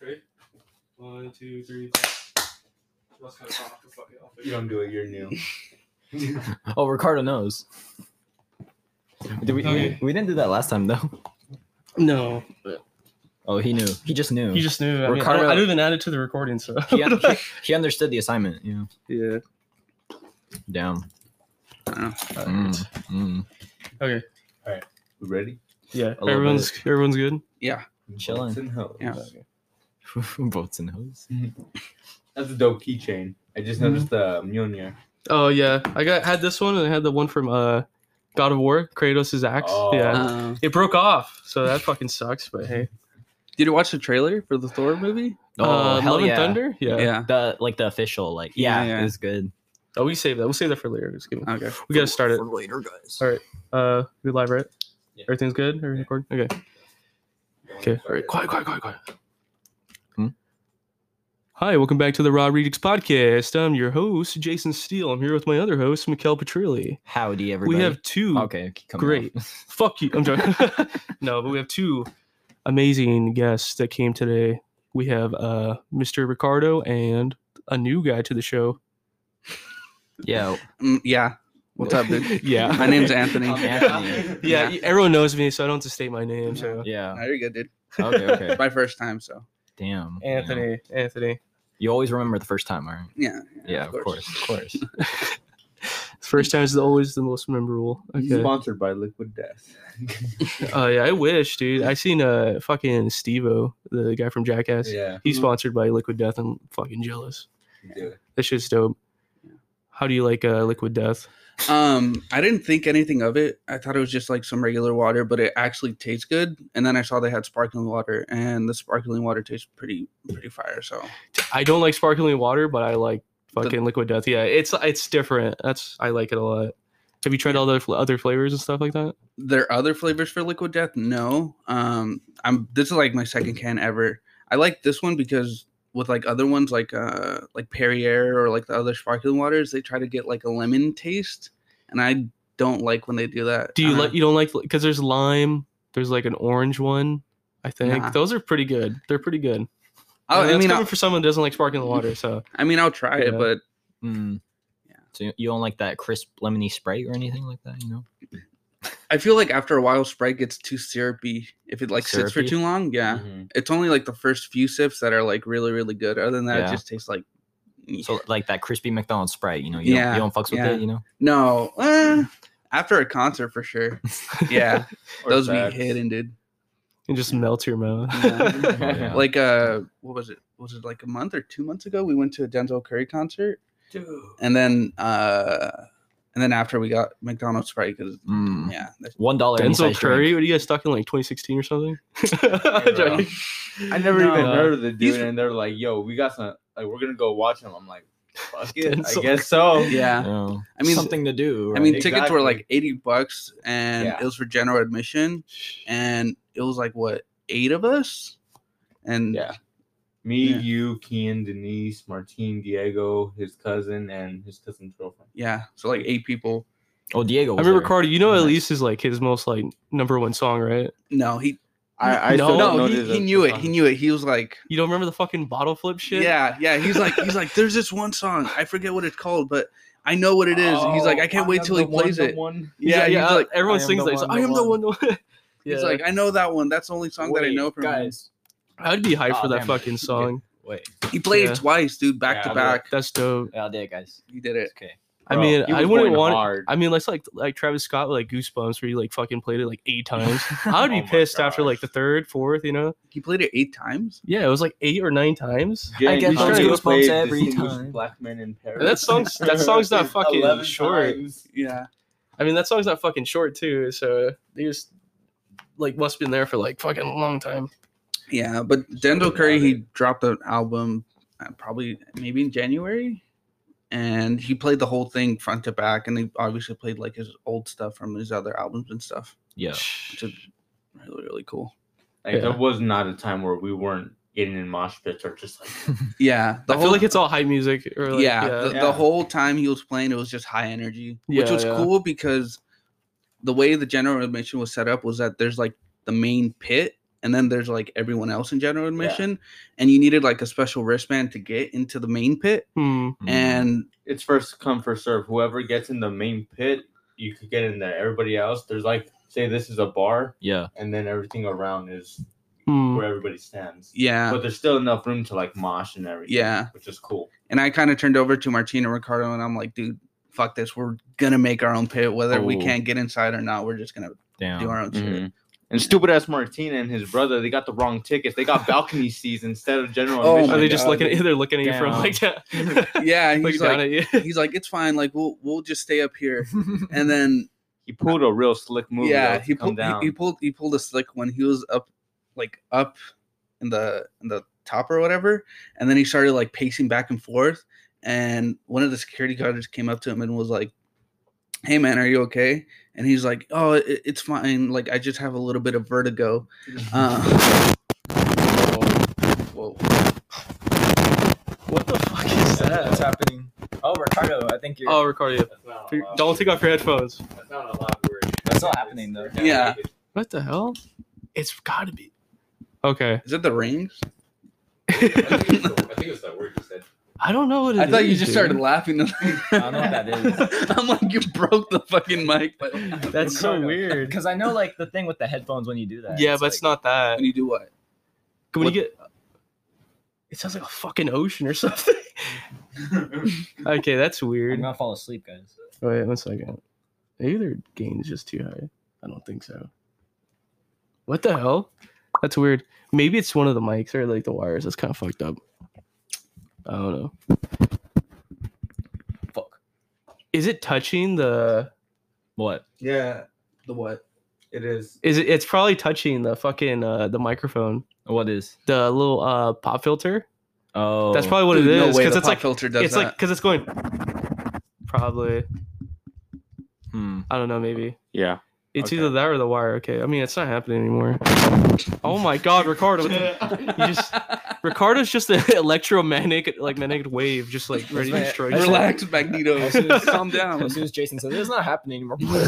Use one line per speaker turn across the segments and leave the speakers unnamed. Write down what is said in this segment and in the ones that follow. Ready? One, two, three. clap. That's kind of off, but fuck it, I'll
You
figure it
don't do it. You're new.
Oh, Ricardo knows. Did
Oh,
we,
Okay.
we? We didn't do that last time though.
No,
Oh, he knew. He just knew.
he just knew. I, mean, I,
Ricardo-
don't- I didn't even add it to the recording, so
he, un- he, he understood the assignment. You know,
yeah.
damn.
Wow.
Mm, mm.
Okay,
We Ready?
yeah.
little
Everyone's everyone's good.
Chillin'.
Bolts and hose.
Yeah.
Boats and hose.
Uh,
That's a dope keychain. I just noticed the Mjolnir.
Oh yeah, I got had this one and I had the one from uh, God of War, Kratos' axe.
Oh.
Yeah,
Uh,
it broke off, so that fucking sucks. But hey,
did you watch the trailer for the Thor movie?
Oh,
uh,
hell
Love
yeah.
and Thunder. Yeah.
Yeah.
The like the official like yeah,
Yeah, yeah.
it was good.
Oh, we save that. We'll save that for later. Just give it-
Okay.
We gotta start it.
for later, guys.
All right. Uh, we live, right?
Yeah.
Everything's good. Everything recording? Okay. Okay. All right. Quiet. Quiet. Quiet. Quiet.
Hmm?
Hi, welcome back to the Rob Redix podcast. I'm your host, Jason Steele. I'm here with my other host, Mikel Petrilli.
Howdy, everybody.
We have two
okay. keep coming
great.
out.
Fuck you. I'm joking. no, but we have two amazing guests that came today. We have uh, Mr. Ricardo and a new guy to the show.
Yeah.
Mm, yeah. What's up, dude?
yeah.
My name's Anthony.
Um,
Anthony.
Yeah, everyone knows me, so I don't have to state my name. So
Yeah.
Oh, you're good, dude.
Okay. Okay.
It's my first time, so
Damn. you know.
Anthony, Anthony,
You always remember the first time, all right?
yeah.
Yeah, of course, of course.
first time is always the most memorable. Okay.
Sponsored by Liquid Death.
Oh yeah, I wish, dude. I seen uh fucking Stevo, the guy from Jackass.
yeah.
He's
Mm-hmm.
sponsored by Liquid Death. I'm fucking jealous.
Do it.
That shit's dope. How do you like uh, Liquid Death?
Um, I didn't think anything of it. I thought it was just like some regular water, but it actually tastes good. And then I saw they had sparkling water, and the sparkling water tastes pretty pretty fire. So
I don't like sparkling water, but I like fucking Liquid Death. Yeah, it's it's different. That's I like it a lot. Have you tried all the fl- other flavors and stuff like that?
their other flavors for liquid death no um i'm this is like my second can ever i like this one because with like other ones like uh like perrier or like the other sparkling waters they try to get like a lemon taste and i don't like when they do that
Do you
Uh,
like you don't like because there's lime, there's like an orange one. I think
Nah.
those are pretty good. They're pretty good.
I'll-
And that's
i mean
coming
I'll,
for someone who doesn't like sparkling water, so
i mean i'll try it
Yeah.
but
Mm.
Yeah.
So you- you don't like that crisp lemony Sprite or anything like that, you know?
i feel like after a while sprite gets too syrupy if it like sits for
Syrupy?
too long yeah
Mm-hmm.
Mhm.
it's only like the first few sips that are like really really good other than that
Yeah.
it just tastes like
So like that crispy McDonald's Sprite, you know? You
Yeah,
Don't, you don't fucks with
yeah.
it, you know?
no
Mm.
eh, after a concert for sure yeah
Or
Those
facts.
be hidden, dude.
it just melts your mouth.
Oh, Yeah.
Yeah.
Like uh, what was it? Was it like a month or two months ago? We went to a Denzel Curry concert, and then uh, and then after we got McDonald's Sprite because
Mm.
yeah, that's,
One dollar. any
Denzel
size drink.
Curry, what are you guys stuck in like 2016 or something?
bro.
Joking.
I never
No.
even
Yeah.
heard of the dude,
He's-
and they're like, "Yo, we got some. Like, we're gonna go watch him." I'm like, "Fuck it, I
Denzel
guess so."
yeah.
Yeah.
I mean,
something to do.
I mean,
right?
tickets were
Exactly.
like eighty bucks, and
Yeah.
it was for general admission, and it was like what eight of us, and
Yeah. Me,
Yeah.
you, Kian, Denise, Martine, Diego, his cousin, and his cousin's girlfriend.
yeah, so like eight people.
oh,
I
Diego. Was
remember
there.
Cardi. You know,
Nice.
at least is like his most like number one song, right?
No, he
I, I
No.
still don't know
no he,
the-
he knew
the
it. He
song.
knew it. He was like.
You don't remember the fucking bottle flip shit?
Yeah, yeah. He's like, he's like, there's this one song. I forget what it's called, but I know what it is. And he's like, I can't
Oh,
wait
am
till he
the one,
plays
the
it.
one.
He's
Yeah,
like-
yeah.
yeah.
He's like,
everyone
I am
sings
the
that. He's like,
one,
I
the
am the
one."
one. The one. yeah.
he's like, I know that one. That's the only song that I
Wait,
know from. him."
guys.
I'd be hyped
Oh,
for that
damn.
fucking song.
Wait.
He played
Yeah.
it twice, dude, back
Yeah,
to
but-
back.
That's dope.
Yeah, I did, guys.
He did it.
Okay.
I
Bro,
mean,
he
I
was
wouldn't
going
want.
hard.
I mean, that's like like Travis Scott with like Goosebumps, where you like fucking played it like eight times. I would
Oh
be
my
pissed after like
gosh.
the third, fourth. You know?
He played it eight times.
Yeah, it was like eight or nine times.
I get
James
those
Bond
goosebumps
played
every
distinguished
time.
Black man in Paris.
And that song's that song's not fucking
11
short.
times.
Yeah.
I mean, that song's not fucking short too. So they just like must have been there for like fucking a long time.
Yeah. But Denzel
about
Curry, he
it.
dropped an album uh, probably maybe in January. And he played the whole thing front to back. And he obviously played like his old stuff from his other albums and stuff,
Yeah.
which is really, really cool.
Like,
Yeah.
There was not a time where we weren't getting in mosh pits or just like
Yeah, the
I
whole,
feel like it's all hype music. Or like,
yeah, The,
yeah.
the whole time he was playing, it was just high energy, which
Yeah,
was
yeah.
cool because the way the general admission was set up was that there's like the main pit, and then there's like everyone else in general admission, and you needed like a special wristband to get into the main pit.
Hmm.
Mm.
And
It's first come first serve. Whoever gets in the main pit, you could get in there. Everybody else, there's like say this is a bar,
yeah,
and then everything around is
Hmm.
where everybody stands.
yeah,
But there's still enough room to like mosh and everything.
Yeah.
which is cool.
and I kind of turned over to Martino Ricardo, and I'm like, dude, fuck this. We're gonna make our own pit, whether we
Oh.
can't get inside or not. We're just gonna do
damn.
our own
Mm-hmm.
shit.
And stupid ass Martina and his brother, they got the wrong tickets. They got balcony seats instead of general.
Oh
admission.
my
Are they just
God.
looking at you? They're looking at you from
Damn.
like that.
Yeah,
Looking
he's
down
like,
at you.
he's like, it's fine. Like we'll we'll just stay up here, and then
He pulled a real slick move.
yeah,
he come
he pulled he,
down.
he pulled he pulled a slick one. He was up like up in the in the top or whatever, and then he started like pacing back and forth. And one of the security guards came up to him and was like, "Hey man, are you okay?" And he's like, "Oh, it, it's fine. Like I just have a little bit of vertigo." Uh, whoa, whoa.
What the fuck is that? What's happening? Oh, Ricardo, I think you're.
Oh, Ricardo,
That's not
yeah.
allowed.
don't take off your headphones.
That's not a loud word.
That's not happening, though.
Yeah.
What the hell? It's got to be. Okay.
is it the rings?
I think it's the- I think it's that word you said.
I don't know what it
I thought you
is,
just
dude.
started laughing. I
don't know what that is.
I'm like, you broke the fucking mic, but
That's so
weird.
Because I know, like, the thing with the headphones when you do that.
Yeah, but it's not that.
when you do what?
When you get, it sounds like a fucking ocean or something. okay, that's
I'm
weird.
gonna fall asleep, guys.
Wait one second. Maybe their gain is just too high. I don't think so. What the hell? That's weird. Maybe it's one of the mics or like the wires. That's kind of fucked up. I don't know.
Fuck.
Is it touching the?
What?
Yeah, the what?
It is.
Is it? It's probably touching the fucking uh, the microphone,
What is?
the little uh pop filter.
Oh,
That's probably what
Dude,
it
no
is
way
because
the
it's
pop
like
filter does
it's
that.
like because it's going. Probably
Hmm.
I don't know. Maybe
Yeah.
It's
Okay.
either that or the wire. Okay. I mean, it's not happening anymore. Oh my God, Ricardo! what the- you just Ricardo's just an electromagnetic, like magnetic wave, just like ready to
my-
destroy.
that's
you.
my-
Relax, Magneto. Calm down.
As soon as Jason says it's not happening anymore,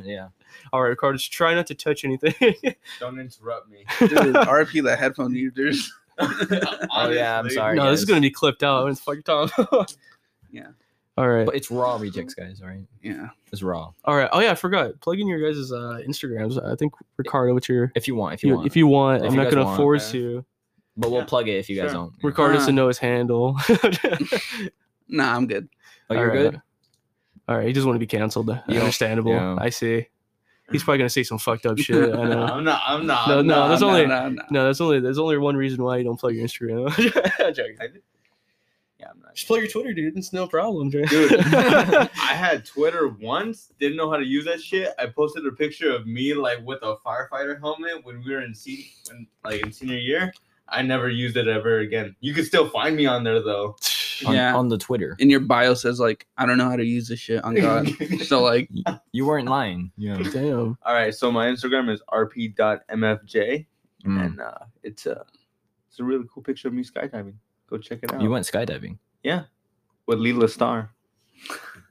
yeah.
All right, Ricardo, just try not to touch anything.
Don't interrupt me.
Dude, RP the headphone users.
Oh yeah, I'm
Honestly.
sorry.
no, this is
guys.
gonna be clipped out. It's fucking Tom.
Yeah.
All right.
But it's raw rejects, guys. All right,
Yeah.
it's raw.
All right. Oh yeah, I forgot. Plug in your guys' uh, Instagrams. I think Ricardo, what's your
If you want, if
you-
you want,
if you want,
If
I'm
you
not
guys
gonna
want,
force
okay.
you.
but we'll
Yeah,
plug it if you guys
sure.
don't. you know.
Ricardo's to
Ah.
know his handle.
Nah, I'm good.
Oh, you're
All right.
good.
All right, he just want to be canceled.
Yeah.
Understandable.
Yeah.
I see. He's probably gonna say some fucked up shit. I know.
I'm not. I'm not.
No,
I'm
no,
not,
there's
I'm
only-
nah, nah.
No, there's only there's only one reason why you don't plug your Instagram. I'm joking.
Yeah, I'm not.
Just plug your Twitter, dude. It's no problem, dude.
Dude, I had Twitter once, didn't know how to use that shit. I posted a picture of me like with a firefighter helmet when we were in se- in, like in senior year. I never used it ever again. You can still find me on there though.
On,
Yeah.
on the Twitter,
And your bio says like, I don't know how to use this shit
Oh
on God. so like,
you weren't lying. Yeah.
Damn.
All right, so my Instagram is rp.mfj
Mm.
and uh, it's a it's a really cool picture of me skydiving. Go check it out.
You went skydiving.
with Leela Star.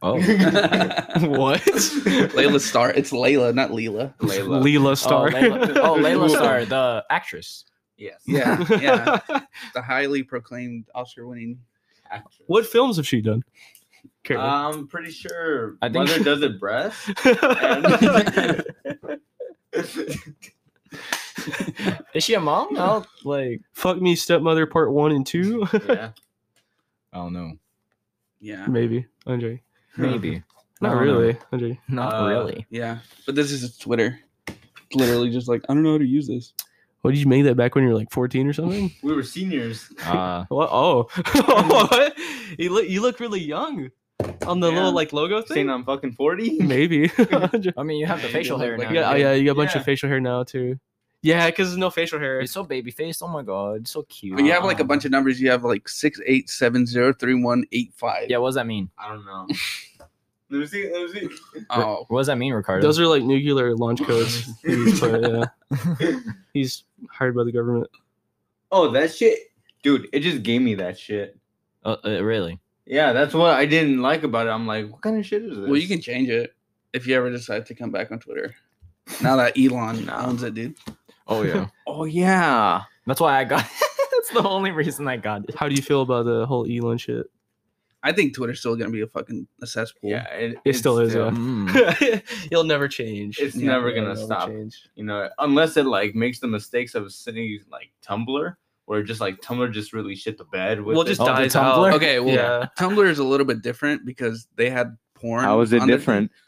Oh,
What?
Layla Star. It's Layla, not Leela.
Layla.
Leela Star.
Oh, Layla, oh, Layla Star, the actress.
yes.
Yeah, yeah. The highly proclaimed Oscar-winning.
Actress.
what films have she done? Carry on.
I'm pretty sure
I think-
Mother Does It Breast.
I
Uh,
and-
Is she a mom? No, like
Fuck me, stepmother, part one and two.
yeah.
I don't know.
Yeah,
Maybe. I'm joking.
Maybe
Not
I don't
really. I'm joking.
know. Not
Uh,
really.
yeah. But this is Twitter. It's Literally, just like I don't know how to use this.
What did you make that back when you were like 14 or something?
We were seniors.
Uh,
what? Oh, what? You look you look really young on the
Yeah.
little like logo thing.
Saying I'm fucking 40?
Maybe.
I mean, you have the
Yeah, you
facial
look
hair
like
now.
You got, oh, yeah, you got a bunch
Yeah.
of facial hair now too. Yeah, because there's no facial hair.
You're so baby faced. Oh my god, so cute. Uh,
But you have like a bunch of numbers. You have like six eight seven zero three one eight five.
Yeah, what does that mean?
I don't know. let me see. Let me
Oh,
What does that mean, Ricardo?
Those are like nuclear launch codes. He's, put- yeah.
see.
He's hired by the government.
oh, that shit. Dude, it just gave me that shit.
uh, uh, really?
Yeah, that's what I didn't like about it. I'm like, what kind of shit is this?
Well, you can change it if you ever decide to come back on Twitter. Now that Elon owns it, dude.
Oh yeah.
Oh yeah.
That's why I got. That's the only reason I got it.
How do you feel about the whole Elon shit?
I think Twitter's still gonna be a fucking a cesspool.
Yeah. It,
It still
it's
is, yeah.
Mm.
You'll never change.
It's
Yeah,
never
You'll
gonna
never
stop.
Change.
You know, unless it like makes the mistakes of sitting like Tumblr, where just like Tumblr just really shit the bed with.
Well,
it.
just
Oh, the
dies out.
Tumblr?
Okay, well,
yeah.
Tumblr is a little bit different because they had porn. on their-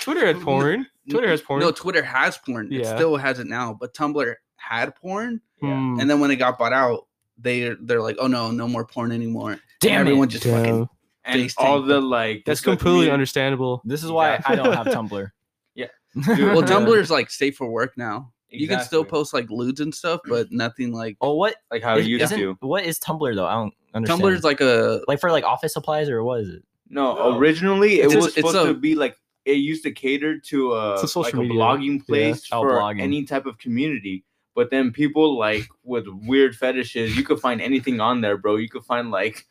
Twitter had porn. Twitter has porn.
No, Twitter has porn. It
Yeah.
still has it now, but Tumblr had porn,
Hmm.
and then when it got bought out, they they're like, oh no, no more porn anymore.
Damn
and everyone
it.
just
Damn.
fucking
and
face
all
tank.
the like.
That's
the social
completely
media-
understandable.
This is why I don't have Tumblr.
Yeah.
well,
Yeah.
Tumblr is like safe for work now. You can still
Exactly.
post like lewds and stuff, but nothing like
Oh, what?
like how
is-
you used
isn't-
to.
What is Tumblr though? I don't understand.
Tumblr's like a
like for like office supplies or what is it?
No,
No.
originally it
It's
was
just- it's
supposed to
a-
be like it used to cater to a,
It's a social
like a
media.
blogging place
Oh,
for
blogging.
any type of community. But then people like with weird fetishes, you could find anything on there, bro. You could find like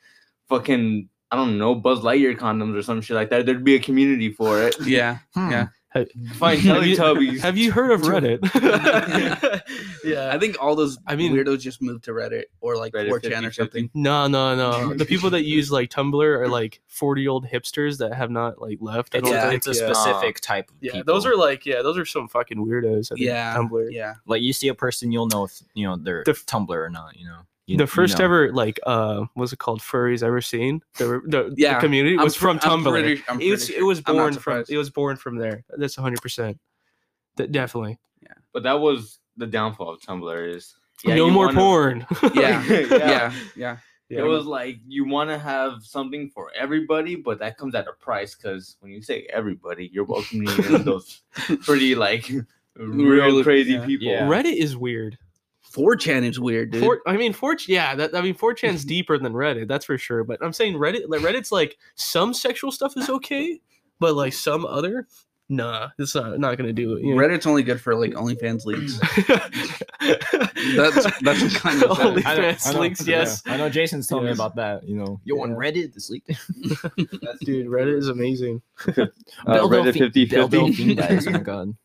fucking I don't know Buzz Lightyear condoms or some shit like that. There'd be a community for it.
yeah yeah.
Find
Have you-
Teletubbies.
Have you heard of Reddit?
I think all those
I mean-
weirdos just moved to Reddit or like
Reddit
4chan or
50-50.
something.
no, no, no. The people that use like Tumblr are like forty-year-old hipsters that have not like left. I
It's,
don't
a,
think.
it's a
yeah.
specific type of
Yeah,
people.
those are like yeah, those are some fucking weirdos. I think,
Yeah,
Tumblr.
Yeah,
like you see a person, you'll know if you know they're
The f-
Tumblr or not. You know. You-
The
you
first
know.
ever like uh, was it called furries ever seen? The the, the
Yeah,
community
I'm
was
pr-
from
I'm
Tumblr.
pretty- I'm
it was
pretty
it was
sure. I'm not
born from
surprised.
it was born from there. That's hundred percent. That definitely.
but that was the downfall of Tumblr is yeah,
no
you
more
wanna-
porn.
yeah,
yeah.
yeah, yeah.
It was like you want to have something for everybody, but that comes at a price because when you say everybody, you're welcoming in those pretty like real
Real-
crazy
yeah.
people.
Yeah.
Reddit is weird.
4chan is weird, dude.
Four, I mean, 4 yeah, that, I mean, 4chan's deeper than Reddit, that's for sure. But I'm saying Reddit, like Reddit's like some sexual stuff is okay, but like some other, nah, it's not not gonna do it. you know?
Reddit's only good for like OnlyFans leaks. That's- that's what kind of-
Only
I know-
fans
I know,
links,
yeah.
yes,
I know Jason's telling
Yes.
me about that. You know, yo, on
Yeah.
Reddit this leaked.
dude. Reddit is amazing,
Uh, Reddit
Delphi-
50
Del
50.
Delphine guys, oh my god.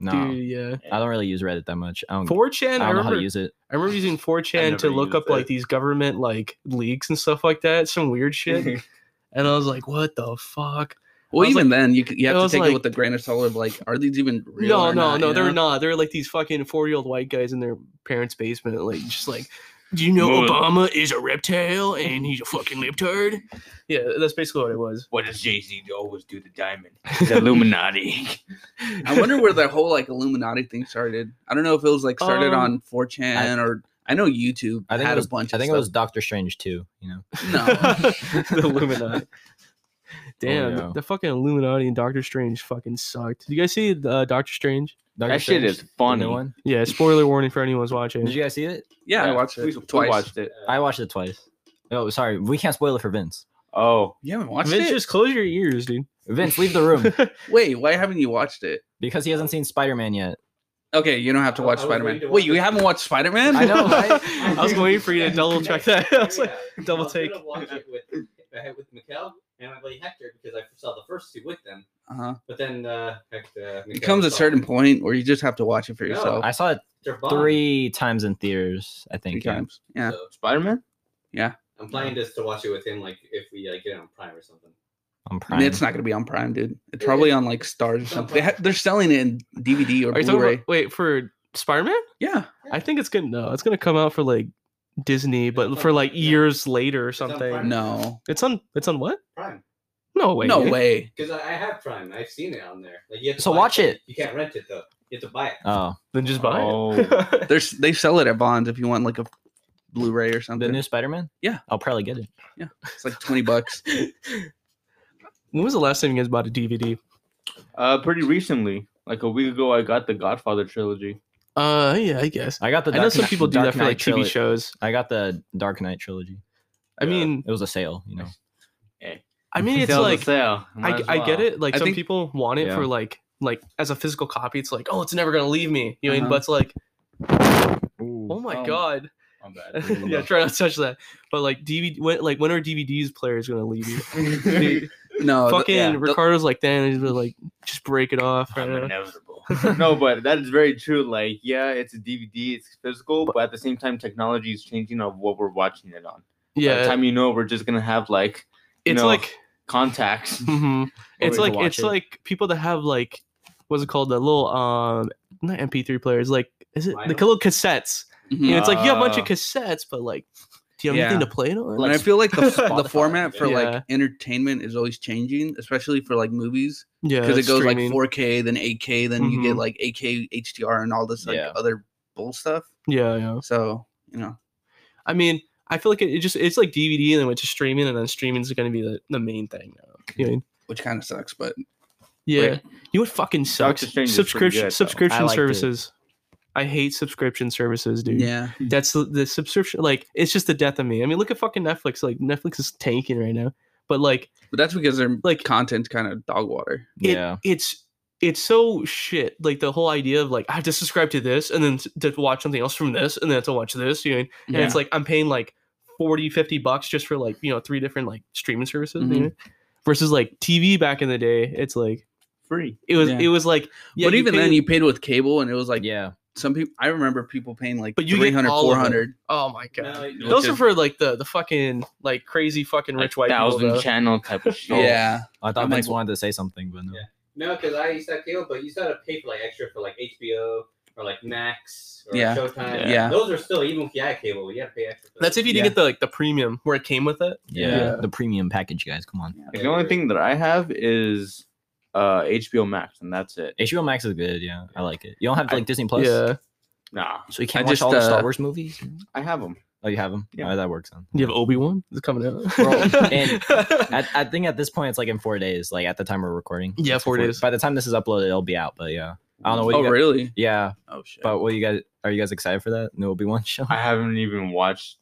No,
dude. Yeah,
I don't really use Reddit that much. I don't.
4chan.
I
I
don't know how
remember,
to use it.
I remember using
I
4chan
never
to look
used
up like
it.
these government like leaks and stuff like that, some weird shit. and I was like, what the fuck?
Well,
I was
even then, you c- you
I
have to
was
take it
like-
with a grain of salt of like, are these even real?
no,
or
no,
not,
no,
you
they're
know?
not. They're like these fucking forty-year-old white guys in their parents' basement, like just like, do you know
Move it."
Obama is a reptile and he's a fucking libtard? Yeah, that's basically what it was.
What does Jay Z always do? The diamond, the Illuminati.
I wonder where that whole like Illuminati thing started. I don't know if it was like started
Um,
on 4chan or I know YouTube
I think
had
it was.
a bunch.
I think
of
it was Doctor Strange too. You know,
no.
the Illuminati. Damn,
yeah.
the fucking Illuminati and Doctor Strange fucking sucked. Did you guys see uh, Doctor Strange?
Doctor
that shit is funny.
One.
Yeah, spoiler warning for anyone who's watching.
Did you guys see it?
Yeah, I watched
we-
it
we
twice.
watched it.
I watched it twice. Oh, sorry, we can't spoil it for Vince.
Oh,
You haven't watched
Vince,
it?
just close your ears, dude.
Vince, leave the room
Wait, why haven't you watched it?
because he hasn't seen Spider Man yet.
Okay, you don't have to
I-
watch
I was
Spider
waiting to
Man.
watch
Wait, you
it.
haven't watched Spider Man?
I know, right?
I was waiting for you to double check that. I was like, double take.
I was gonna watch it with, I had with Mikkel and my buddy Hector because I saw the first two with them.
Uh-huh.
But then uh, Hector,
It comes a certain point where you just have to watch it for
No,
yourself.
I saw it three times in theaters. I
three
think. yeah.
times. Yeah.
Spider Man.
I'm planning just to watch it with him, like if we like get it on Prime or something.
on Prime.
And It's not going to be on Prime, dude. It's probably on like Stars or something. They ha- they're selling it in DVD or
Are you talking
Blu-ray.
about, wait for Spider-Man?
yeah.
I think it's gonna no, it's gonna come out for like Disney, but for like
No.
years later or
on
something.
Prime.
No.
It's on it's on what?
Prime,
No way.
no way.
because I, I have Prime. I've seen it on there. Like you have to
So
buy
watch it.
You can't rent it though. You have to buy it.
Oh,
Then just buy
Oh.
it.
There's they sell it at Bonds if you want like a Blu-ray or
the
something.
new Spider Man.
Yeah.
I'll probably get it.
it's like twenty bucks.
when was the last time you guys bought a DVD?
Uh, pretty recently, like a week ago, I got the Godfather trilogy.
Uh yeah, I guess.
I got the.
I know
Dark
some
Kni-
people do
Dark
that for
Knight
like TV
trilo-
shows.
I got the Dark Knight trilogy.
I mean
It was a sale, you know.
I mean it's
Sale's a
like
sale. Might
I,
as
I get
well.
it. Like
I
some
think-
people want it
Yeah.
for like like as a physical copy, it's like, oh it's never gonna leave me. You know,
Uh-huh.
but it's like, oh
Ooh,
my
Oh.
god.
my bad.
yeah, try not to touch that. But like DVD when like when are DVDs players gonna leave you? Dude,
No, Oh, the-
fucking
yeah.
Ricardo's like, then he's like, just break it off. Uh,
I'm
right now."
inevitable. no, but that is very true. Like, yeah, it's a DVD, it's physical, but at the same time, technology is changing of what we're watching it on. By the
yeah,
time you know, we're just gonna have like you
it's
know,
like
contacts.
mhm. it's
we
like
can
it's
watch it.
like people that have like what's it called the little um not MP3 players like is it the
Vinyl?
little cassettes?
mm-hmm.
You know, it's like you have a bunch of
Ah.
cassettes, but like do you have anything
Uh, Yeah.
to play it on?
and I feel like the, the
Spotify,
format for
yeah.
like entertainment is always changing, especially for like movies,
yeah,
because it goes
streaming.
like 4K, then 8K, then you
Mhm.
get like 8K HDR and all this like
Yeah.
other bull stuff.
Yeah, yeah.
So you know,
I mean, I feel like it, it just it's like DVD and then went to streaming, and then streaming's going to be the, the main thing now. You know what I mean?
which kind of sucks, but
Yeah,
Right.
you would fucking suck.
Doctor Strange is pretty
Subscription
good, though.
I
subscription
liked it.
services. I hate subscription services, dude.
yeah,
That's the, the subscription. Like, it's just the death of me. I mean, look at fucking Netflix. Like, Netflix is tanking right now. But like,
but that's because their
Like-
like content kind of dog water.
it,
yeah.
it's it's so shit. Like the whole idea of like I have to subscribe to this and then to to watch something else from this and then to watch this. You know, and it's like i'm paying like 40 50 bucks just for like you know three different like streaming services you
Mhm.
know? versus like tv back in the day it's like
free.
it was
Yeah.
it was like yeah,
but even then,
paid-
you paid with cable, and it was like
yeah.
some people. I remember people paying like
But you get
300,
all of it.
400.
oh my god
No, you-
those
which
are
is-
for like the the fucking like crazy fucking
Like
rich white people
thousand
though.
channel type of shit.
Yeah,
I thought
I'm
Vince
like-
wanted to say something, but no.
Yeah. No, because I used to have cable, but you used to have to pay for like extra for like HBO or like Max or
Yeah.
Showtime.
Yeah.
Those are still even if you had cable, you had to pay extra. For
that's if you didn't
Yeah.
get the like the premium where it came with it
Yeah.
Yeah.
The premium package, guys. Come on.
Like, the only thing that I have is uh HBO Max, and that's it.
HBO Max is good. Yeah. I like it. You don't have like Disney Plus.
yeah
Nah,
So you can't
I
watch
just,
all the Star
uh,
Wars movies.
I have them.
Oh, you have them.
Yeah.
Oh, that works. Then.
you have obi-wan it's coming out
Bro, and- I, I think at this point it's like in four days. Like at the time we're recording.
Yeah,
It's
four
before-
days.
By the time this is uploaded, it'll be out. But yeah, I don't know what.
oh
you guys,
really?
Yeah,
Oh shit.
but what you guys are you guys excited for that new Obi Wan show?
I haven't even watched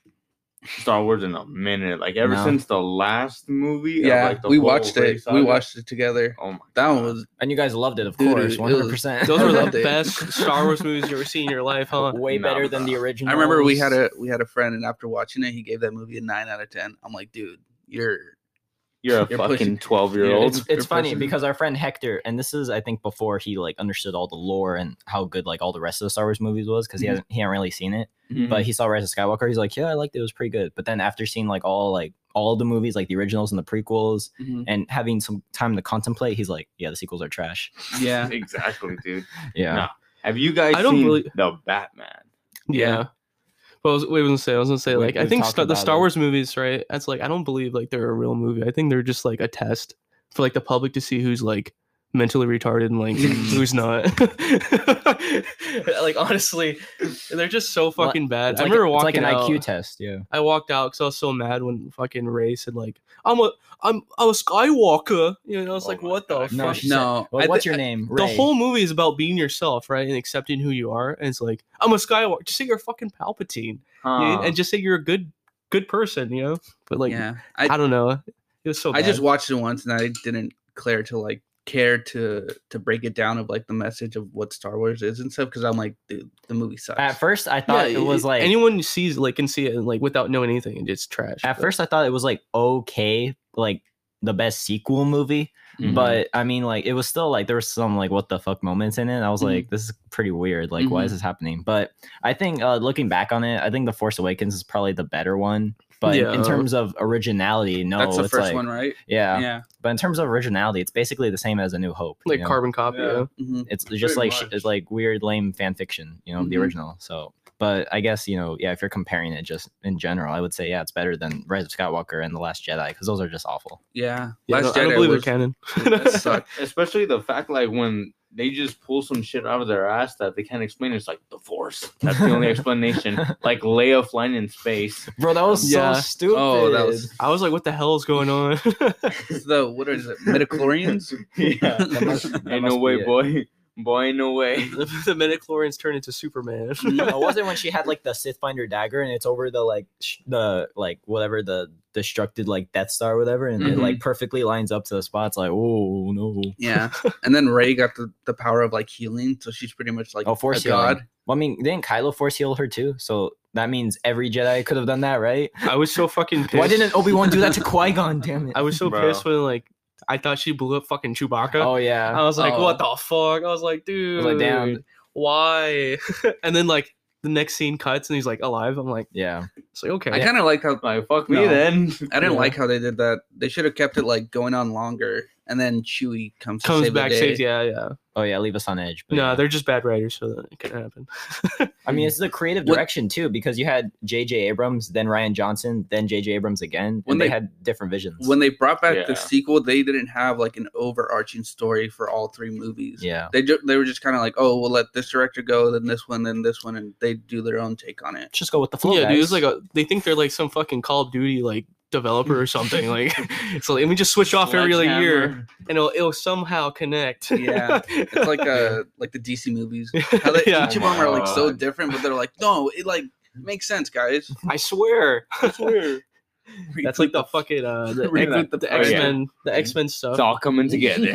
Star Wars in a minute. Like ever
No.
since the last movie. of,
yeah,
like, the
we
whole
watched
Rey
it. We
saga.
watched it together.
Oh my!
That one
God.
was
And you guys loved it, of
Dude,
course,
it was-
one hundred percent.
those were the
loved it.
best star wars movies you ever seen in your life huh
way
Nah,
better than the
bro.
original.
I remember we had a we had a friend, and after watching it, he gave that movie a nine out of ten. I'm like, dude, you're
You're a
You're
fucking
pushing-
twelve year
You're-
old.
It's, it's funny
person.
because our friend Hector, and this is I think before he like understood all the lore and how good like all the rest of the Star Wars movies was because he
Mhm.
Mm-hmm.
hasn't he hadn't really seen it. but he saw Rise of Skywalker. He's like, yeah, I liked it. It was pretty good. But then after seeing like all like all the movies, like the originals and the prequels,
Mm-hmm.
Mhm.
and having some time to contemplate, he's like, yeah, the sequels are trash.
yeah.
exactly, dude.
Yeah,
No. Have you guys
I don't
seen
really-
the Batman?
Yeah.
Yeah.
But I was, wait, I was gonna say, I was gonna say,
We-
like, I
we've
think
talked
Star the
about
Star
it.
Wars movies, right? That's like, I don't believe like they're a real movie. I think they're just like a test for like the public to see who's like mentally retarded and like who's not. like honestly, they're just so
like-
fucking bad.
It's
I
like-
remember
it's like
walking
an
out.
IQ test. Yeah,
I walked out because I was so mad when fucking Ray said like, I'm a, I'm, I'm a Skywalker. You know, I was
Oh
like,
my
what
God.
the
No,
fuck?
she
No,
Well,
I
what's
thi-
your name?
the
Ray.
whole movie is about being yourself, right, and accepting who you are. And it's like, I'm a Skywalker. Just say you're fucking Palpatine you know,
Huh.
and just say you're a good good person, you know. But like,
yeah.
I,
I
don't know, it was so.
I just
bad.
watched it once, and I didn't care to like care to to break it down of like the message of what Star Wars is and stuff because I'm like, dude, the movie sucks.
At first, I thought
Yeah,
it was like.
anyone who sees like can see it like without knowing anything, and it's trash.
At
but-
first, I thought it was like okay, like the best sequel movie.
Mm-hmm.
Mm-hmm.
Mhm.
But I mean, like it was still like there was some like what the fuck moments in it. I was like, this is pretty weird. Like, why is this happening? But I think uh, looking back on it, I think the Force Awakens is probably the better one. But in- in
Yeah.
terms of originality, no,
that's the
it's
first
like
one, right?
yeah.
Yeah.
But in terms of originality, it's basically the same as A New Hope. you
like
know?
carbon copy.
Yeah.
Yeah.
Mhm.
it's just
Pretty
like sh
much.
it's like weird lame fan fiction you know the
Mhm.
original so but i guess you know yeah if you're comparing it just in general i would say yeah it's better than rise of skywalker and the last jedi because those are just awful
Yeah.
Yeah, I,
Last
don't, I don't
Jedi
believe
was-
they're canon.
that sucked.
especially the fact like when they just pull some shit out of their ass that they can't explain. It's like the Force. That's the only explanation. Like Leia flying in space.
bro that was
so Yeah.
so stupid
Oh, that was
I was like, what the hell is going on?
it's the what is it? Midichlorians?
yeah,
That must- that
ain't no
must
way,
be it.
boy, boy, ain't no way.
the the midichlorians turned into Superman.
What was it when she had like the Sith Finder dagger and it's over the like sh- the like whatever the destructed like Death Star or whatever and it
Mhm.
like perfectly lines up to the spots like oh no
Yeah. And then Ray got the, the power of like healing, so she's pretty much like
Oh, force
a god.
well I mean didn't Kylo force heal her too so that means every Jedi could have done that right
I was so fucking pissed.
why didn't Obi Wan do that to Qui Gon damn it
I was so
Bro.
pissed when like I thought she blew up fucking Chewbacca.
Oh yeah.
I was like,
Oh.
what the fuck? I was like, dude,
like, damn.
why? and then like the next scene cuts and he's like alive. I'm like,
Yeah.
it's like okay.
I kind of liked how
Like fuck me
No.
then.
I didn't
Yeah.
like how they did that. They should have kept it like going on longer, and then Chewie comes to
comes
save the
back,
day.
saves. Yeah, yeah.
Oh yeah. Leave us on edge. but
No,
yeah.
they're just bad writers, so that it could happen.
I mean, it's the creative
What-
direction too, because you had J.J. Abrams, then Ryan Johnson, then J.J. Abrams again,
When
and they,
they-
had different visions.
When they brought back
Yeah.
the sequel, they didn't have like an overarching story for all three movies.
yeah,
They ju- they were just kind of like, oh, we'll let this director go, then this one, then this one, and they do their own take on it.
just go with the flow.
yeah, dude, it's
guys.
like a, they think they're like some fucking Call of Duty like developer or something. Like, so let me just switch off every like year,
Sledgehammer.
and it'll, it'll somehow connect.
Yeah, It's like uh like the DC movies. How they,
yeah,
Each of them are like so
God.
different, but they're like, no, it like makes sense, guys.
I swear. That's like the fucking uh, the,
Reboot
X-
the-
the
oh, yeah.
X Men, the X Men stuff.
It's all coming
Oh.
together.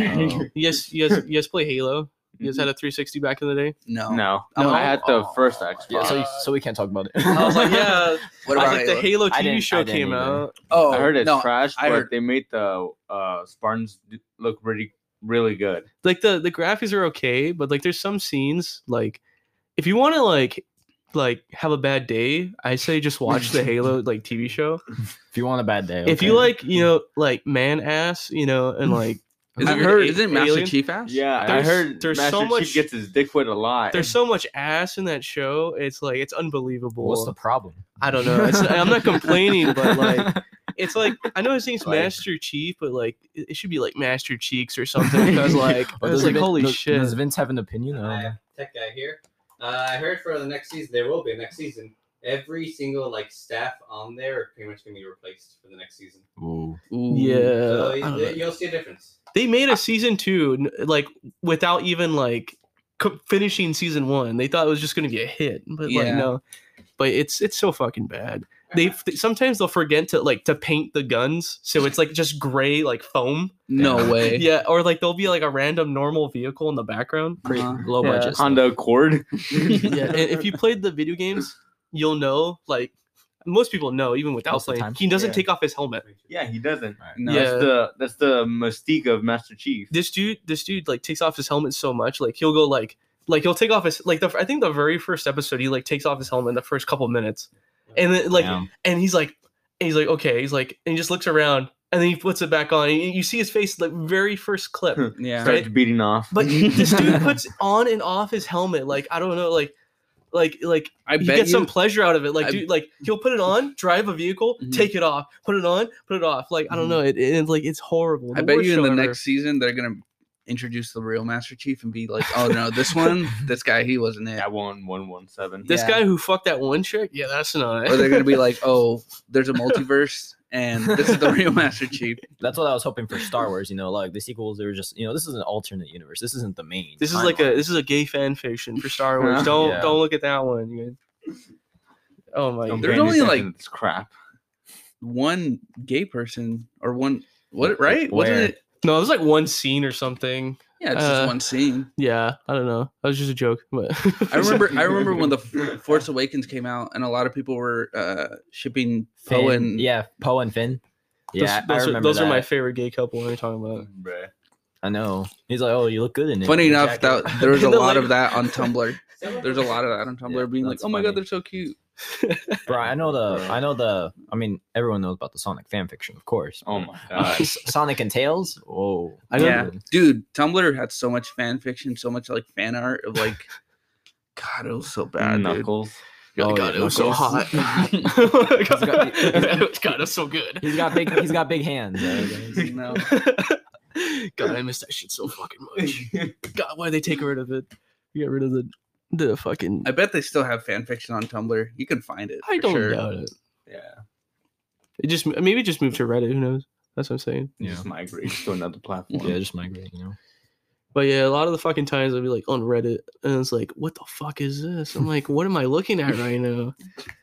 Yes, yes, yes. Play Halo. You guys had a
Mm-hmm.
360 back in the day.
No.
no,
No.
I had the
Oh.
first Xbox.
Yeah, so, so we can't talk about it.
Uh, I was like, yeah.
What
I
about
think the
Halo?
Halo
I
TV
didn't- I
show
didn't
came
either.
out.
oh,
I heard it's
no,
trash,
I
but
heard-
they made the uh, Spartans d- look really, really good.
Like the the graphics are okay, but like there's some scenes like if you want to like like have a bad day, I say just watch the Halo like TV show.
if you want a bad day,
If you
okay.
like, you know, like man ass, you know, and like
Is
I've
it,
heard
is it Master
Alien-
Chief ass?
Yeah, I
There's-
heard
there's
Master
so
Chief
much-
gets his dick wet a lot.
there's so much ass in that show. It's like it's unbelievable.
what's the problem?
I don't know. It's, I'm not complaining, but like it's like I know his name's
Like-
Master Chief, but like it it should be like Master Cheeks or something. Because like I
But
was
does
like,
Vin-
holy
does-
shit. Uh,
Does Vince have an opinion? I don't know.
Hi, tech guy here. Uh, I heard for the next season, there will be a next season. Every single like staff on there are pretty much gonna be replaced for the next season.
Ooh.
Ooh.
Yeah,
Oh,
so
Uh, I don't
you,
know.
you'll see a difference.
they made a season two n- like without even like co- finishing season one. They thought it was just going to be a hit, but like
Yeah.
no. But it's it's so fucking bad. They f- sometimes they'll forget to like to paint the guns, so it's like just gray like foam.
No way.
Yeah, or like there'll be like a random normal vehicle in the background.
Great.
Low
Yeah.
budget. stuff.
Honda Accord.
yeah, and if you played the video games, you'll know. Like most people know, even without
Most of the
playing,
time.
he doesn't
Yeah.
take off his helmet.
yeah, he doesn't.
No.
Yeah.
That's the that's the mystique of Master Chief.
this dude this dude like takes off his helmet so much like he'll go like like he'll take off his like the i think the very first episode he like takes off his helmet in the first couple minutes and then like
Damn.
and he's like and he's like okay he's like and he just looks around and then he puts it back on and you see his face the very first clip
Yeah.
Starts beating off.
but this dude puts on and off his helmet like i don't know like like like
I
he
bet
gets
you,
some pleasure out of it like
I-
dude like he'll put it on drive a vehicle
Mhm.
take it off put it on put it off like i don't know it, it like it's horrible
Mm-hmm. I
The
bet
worst
you in
show
the
ever.
next season they're gonna introduce the real Master Chief and be like, oh no, this one, this guy, he wasn't it.
I won one one seven.
This
Yeah.
guy who fucked that one chick? Yeah, that's not.
Or they're gonna be like, oh, there's a multiverse and this is the real Master Chief.
That's what I was hoping for Star Wars. You know, like the sequels, they were just, you know, this is an alternate universe. This isn't the main.
this is like
timeline.
a this is a gay fan fiction for Star Wars.
Yeah.
Don't
Yeah.
don't look at that one. you guys. Oh my
I'm
god.
There's
paying
only,
attention
like-
to this crap.
One gay person or one what right? Wasn't
Where?
it?
No, there's like one scene or something.
Yeah, it's
Uh,
just one scene.
Yeah, I don't know. That was just a joke, but
I remember. I remember when the F- Force Awakens came out, and a lot of people were uh, shipping
Finn,
Poe and
yeah, Poe and Finn.
Those-
Yeah,
those,
I
are-
remember
those are my
that.
favorite gay couple. What are you talking about?
Bruh.
I know. He's like, oh, you look good in it.
Funny
Your
enough,
jacket."
that there was a
And they're
lot of
like-
that on Tumblr.
Someone-
There's a lot of that on Tumblr
Yeah,
being like,
that's
"Oh my god,
funny.
they're so cute."
bro. I know the.
Bro.
I know the. I mean, everyone knows about the Sonic fan fiction, of course.
Oh my god.
Sonic and Tails. Whoa.
I know-
Yeah. Dude, Tumblr had so much fan fiction, so much like fan art of like, God, it was so bad, dude.
Knuckles.
Oh,
yeah,
god, it was so hot.
Knuckles.
god,
got-
it was so good.
He's got big. He's got big hands. right?
No.
God, I miss that shit so fucking much. God, why they take rid of it? You get rid of the the fucking.
I bet they still have fan fiction on Tumblr. You can find it.
I
for
don't
sure.
doubt it.
Yeah.
It just maybe it just moved to Reddit. Who knows? That's what I'm saying.
He Just migrates to another platform.
Yeah, just migrate. You know.
But yeah, a lot of the fucking times I'd be like on Reddit, and it's like, what the fuck is this? I'm like, what am I looking at right now?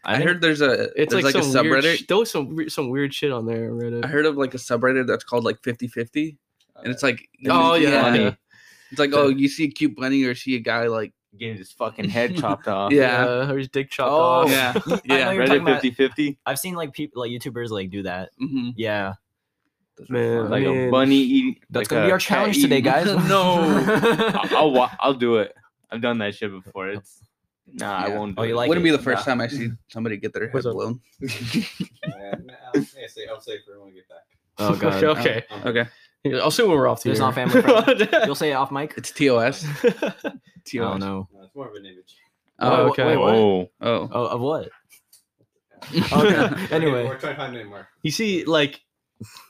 I,
didn't-
heard there's a
It's like,
there's like, a
some weird.
subreddit.
Sh- there was some weir- some weird shit on there on Reddit.
I heard of like a subreddit that's called like 50-50. and it's like
Oh, yeah.
uh,
Bunny
it's like oh you see a cute bunny or see a guy like
getting his fucking head chopped off.
Yeah.
yeah, her dick chopped
Oh,
off.
yeah
I know
yeah
you're
Reddit
talking about-
50 50.
I've seen like people, like YouTubers, like do that.
mhm.
Yeah.
Man,
like
I mean,
a bunny eating.
Oh, That's
like
gonna
a
be our
cat
challenge today,
E
eating-
guys.
I- I'll wa- I'll do it. I've done that shit before. It's nah, I
Yeah.
won't. Do
Oh, you
it.
like
Wouldn't
it.
be the first time I see somebody get their head
What's up?
blown.
Uh, And I'll, yeah, say, I'll say for when we get back.
Oh god.
okay.
Um,
Okay,
Yeah, I'll see when we're off to
It's not family friendly. You'll say it off mic. Oh,
it's TOS.
I
TOS.
don't know.
no, it's more of an image.
Oh,
okay.
Wait, what?
Oh,
oh.
Oh, of what?
Okay.
We're
anyway,
we're 25 minute mark.
you see, like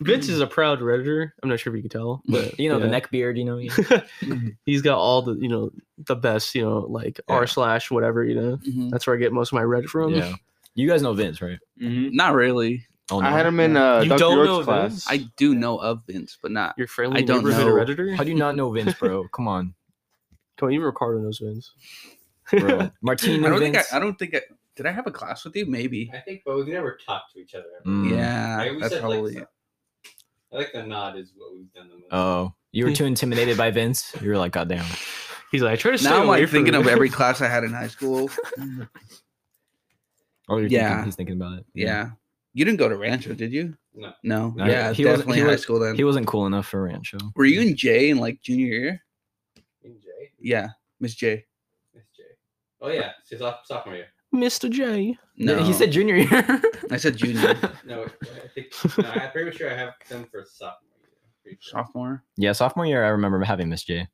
Vince is a proud redditor. I'm not sure if you can tell, but
You know the
yeah.
neck beard. You know. you-
he's got all the you know the best you know like r slash whatever you know.
Mhm.
That's where I get most of my Reddit from.
Yeah. You guys know Vince, right?
hmm
Not really.
Oh,
I had him in uh,
You
Dr.
don't
York's
know
class.
Vince?
I do know of Vince, but not.
Your friendly
I don't
neighborhood
know.
redditor.
How do you not know Vince, bro? Come on,
Come on, even Ricardo knows Vince.
bro.
I
Martino
don't think I,
Vince.
I don't think I did. I have a class with you, maybe.
I think, but we've never talked to each other. ever.
Mm.
I
Yeah,
always
that's
said,
probably.
like,
it.
I like the nod is what we've done the most.
Oh, you were too intimidated by Vince. You were like, God damn.
He's like, I try to stay
now I'm
away
like
from
thinking
it.
of every class I had in high school.
Oh, you're
Yeah.
thinking, he's thinking about it.
Yeah. You didn't go to Rancho, did you?
No.
No.
No,
yeah,
he wasn't-
definitely
he
high
was-
school then.
He wasn't cool enough for Rancho.
Were you in J in like junior year?
In Jay?
Yeah, Miss J.
Miss Jay. Oh, yeah. She's off sophomore year.
Mr. J.
No,
He said junior year.
I said junior,
No, I think, no, I'm pretty sure I have them for sophomore year. Pretty sure.
sophomore.
yeah, sophomore year, I remember having Miss J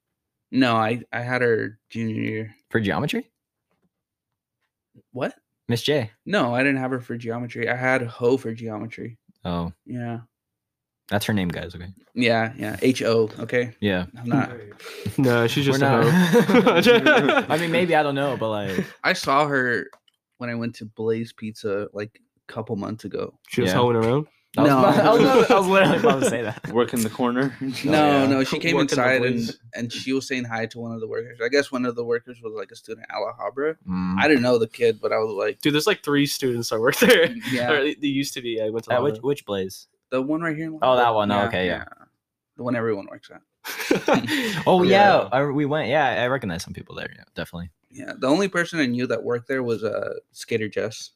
No, I I had her junior year.
for geometry.
What?
Miss J.
No, I didn't have her for geometry. I had Ho for geometry.
Oh,
Yeah,
that's her name, guys. Okay.
yeah, yeah. H O. Okay,
Yeah.
I'm not.
No, she's just
We're
a hoe.
not.
I
I mean, maybe I don't know, but like,
I saw her when I went to Blaze Pizza like a couple months ago.
She was
Yeah.
hoeing around.
I was,
No.
about- I, was, about- I was literally about to say that.
Work in the corner.
No,
Oh, yeah.
no, she came
Working the
inside and,
Blaze.
and she was saying hi to one of the workers. I guess one of the workers was like a student at La Habra.
Mm.
I didn't know the kid, but I was like,
Dude, there's like three students that work there. Or
yeah,
they, they used to be. I went to.
At
La
which which blaze?
the one right here. in La
Oh, that
Habra.
one. Oh, okay, yeah.
the one everyone works at.
Habra.
Oh yeah,
Yeah.
I, we went. Yeah, I recognize some people there. Yeah, definitely.
Yeah, the only person I knew that worked there was uh skater Jess.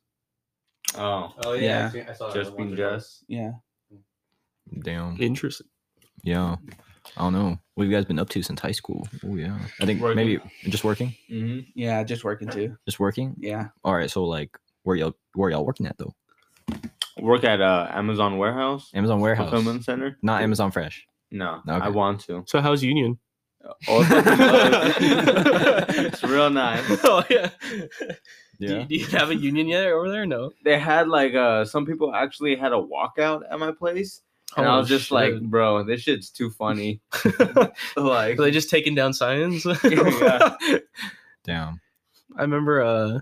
Oh,
Oh, yeah.
Yeah.
I see- I saw that.
just
one
being
today.
just.
Yeah,
Damn.
Interesting.
Yeah. I don't know. What have you guys been up to since high school? Oh yeah. I think
Working.
maybe just working.
Mm-hmm.
yeah, just working too.
Just working.
Yeah,
All right. So like, where y'all where y'all working at though?
Work at uh, Amazon warehouse,
Amazon warehouse.
fulfillment center.
Not Amazon Fresh.
No,
Okay.
I want to.
So how's Union?
Oh, it's fucking close. it's real nice.
Oh yeah. Do,
Yeah.
you, do you have a Union yet over there? No.
They had like uh, some people actually had a walkout at my place, and I
Oh,
was just
shit.
like, bro, this shit's too funny. like,
Are they just taking down signs?
Yeah.
Damn.
I remember uh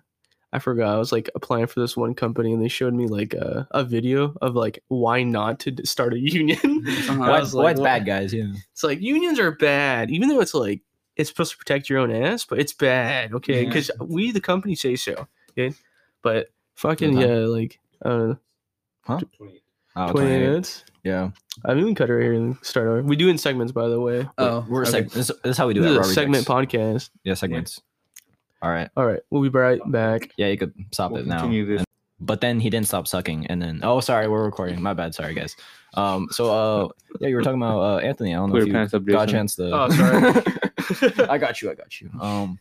I forgot I was like applying for this one company and they showed me like a, a video of like why not to d- start a union.
Uh-huh.
And I
Why,
was
why
like,
it's
"What?"
bad, guys? Yeah.
It's like unions are bad, even though it's like it's supposed to protect your own ass, but it's bad, okay?
Yeah.
Because we the company say so, okay? But fucking
Okay.
yeah, like uh,
Twenty-
Oh,
20
28.
minutes.
Yeah.
I mean, we can cut it right here and start over. We do in segments, by the way.
Oh,
We're
okay.
seg- this, this is how we do
This
it.
is
at
a
Raw
segment
Rejects.
podcast.
Yeah, segments. All right.
All right, we'll be right back.
Yeah, you could stop
We'll
it now.
continue this.
but then he didn't stop sucking and then oh sorry we're recording my bad sorry guys um so uh yeah you were talking about uh anthony i don't know
Put
if
your
you
pants up,
got a
Jason.
chance
Uh,
to
Oh, sorry.
i got you i got you um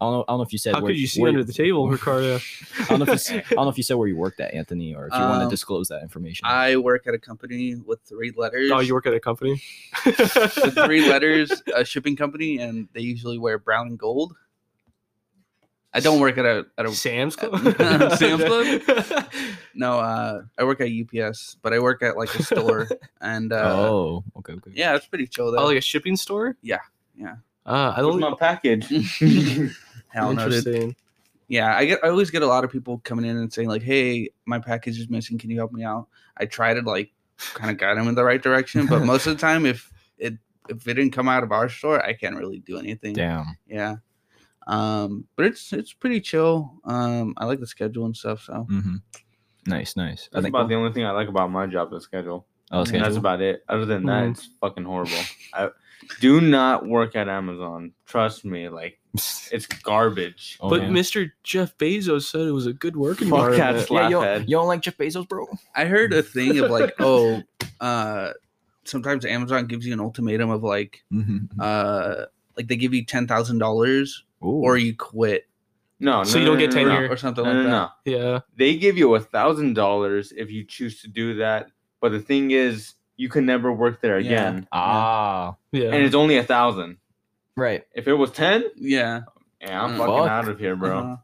I don't, know, I don't know if you said
How
where
could you see
where-
under the table, Ricardo?
I, don't know if you, s- I don't know if you said where you worked at, Anthony, or if you want to
Um,
disclose that information.
I work at a company with three letters.
Oh, you work at a company?
with three letters, a shipping company, and they usually wear brown and gold. I don't work at a at a
Sam's
Club? Sam's Club? no. Uh, I work at UPS, but I work at like a store, and uh,
oh, okay, okay.
yeah, it's pretty chill
Oh,
though.
like a shipping store?
Yeah, yeah.
Uh, I
Where's
don't
my package?
Hell no, dude.
Interesting.
Yeah, I get I always get a lot of people coming in and saying like, "Hey, my package is missing. Can you help me out?" I try to like kind of guide them in the right direction, but most of the time, if it if it didn't come out of our store, I can't really do anything.
Damn.
Yeah, um, but it's it's pretty chill. Um, I like the schedule and stuff. So
hmm Nice, nice. I
That's
think.
about the only thing I like about my job is schedule.
Oh, it's
And
good.
that's about it. Other than that,
Mhm.
it's fucking horrible. I do not work at Amazon. Trust me, like it's garbage.
Oh,
but
yeah.
Mr. Jeff Bezos said it was a good working
Fuck
environment.
that
yeah, you
slap
don't,
head.
you don't like Jeff Bezos, bro?
I heard a thing of like, oh, uh, sometimes Amazon gives you an ultimatum of like
Mhm.
uh like they give you ten thousand dollars
Ooh.
or you quit
No, no,
So you
no,
don't
no,
get
no, no,
tenure.
or something
No, no,
like
no,
that.
no.
Yeah.
They give you a thousand dollars if you choose to do that, but the thing is, you can never work there
Yeah.
again,
ah,
Yeah.
and it's only a thousand.
right.
If it was ten,
Yeah.
yeah, I'm
Mm.
fucking
Fuck.
out of here, bro.
Uh-huh.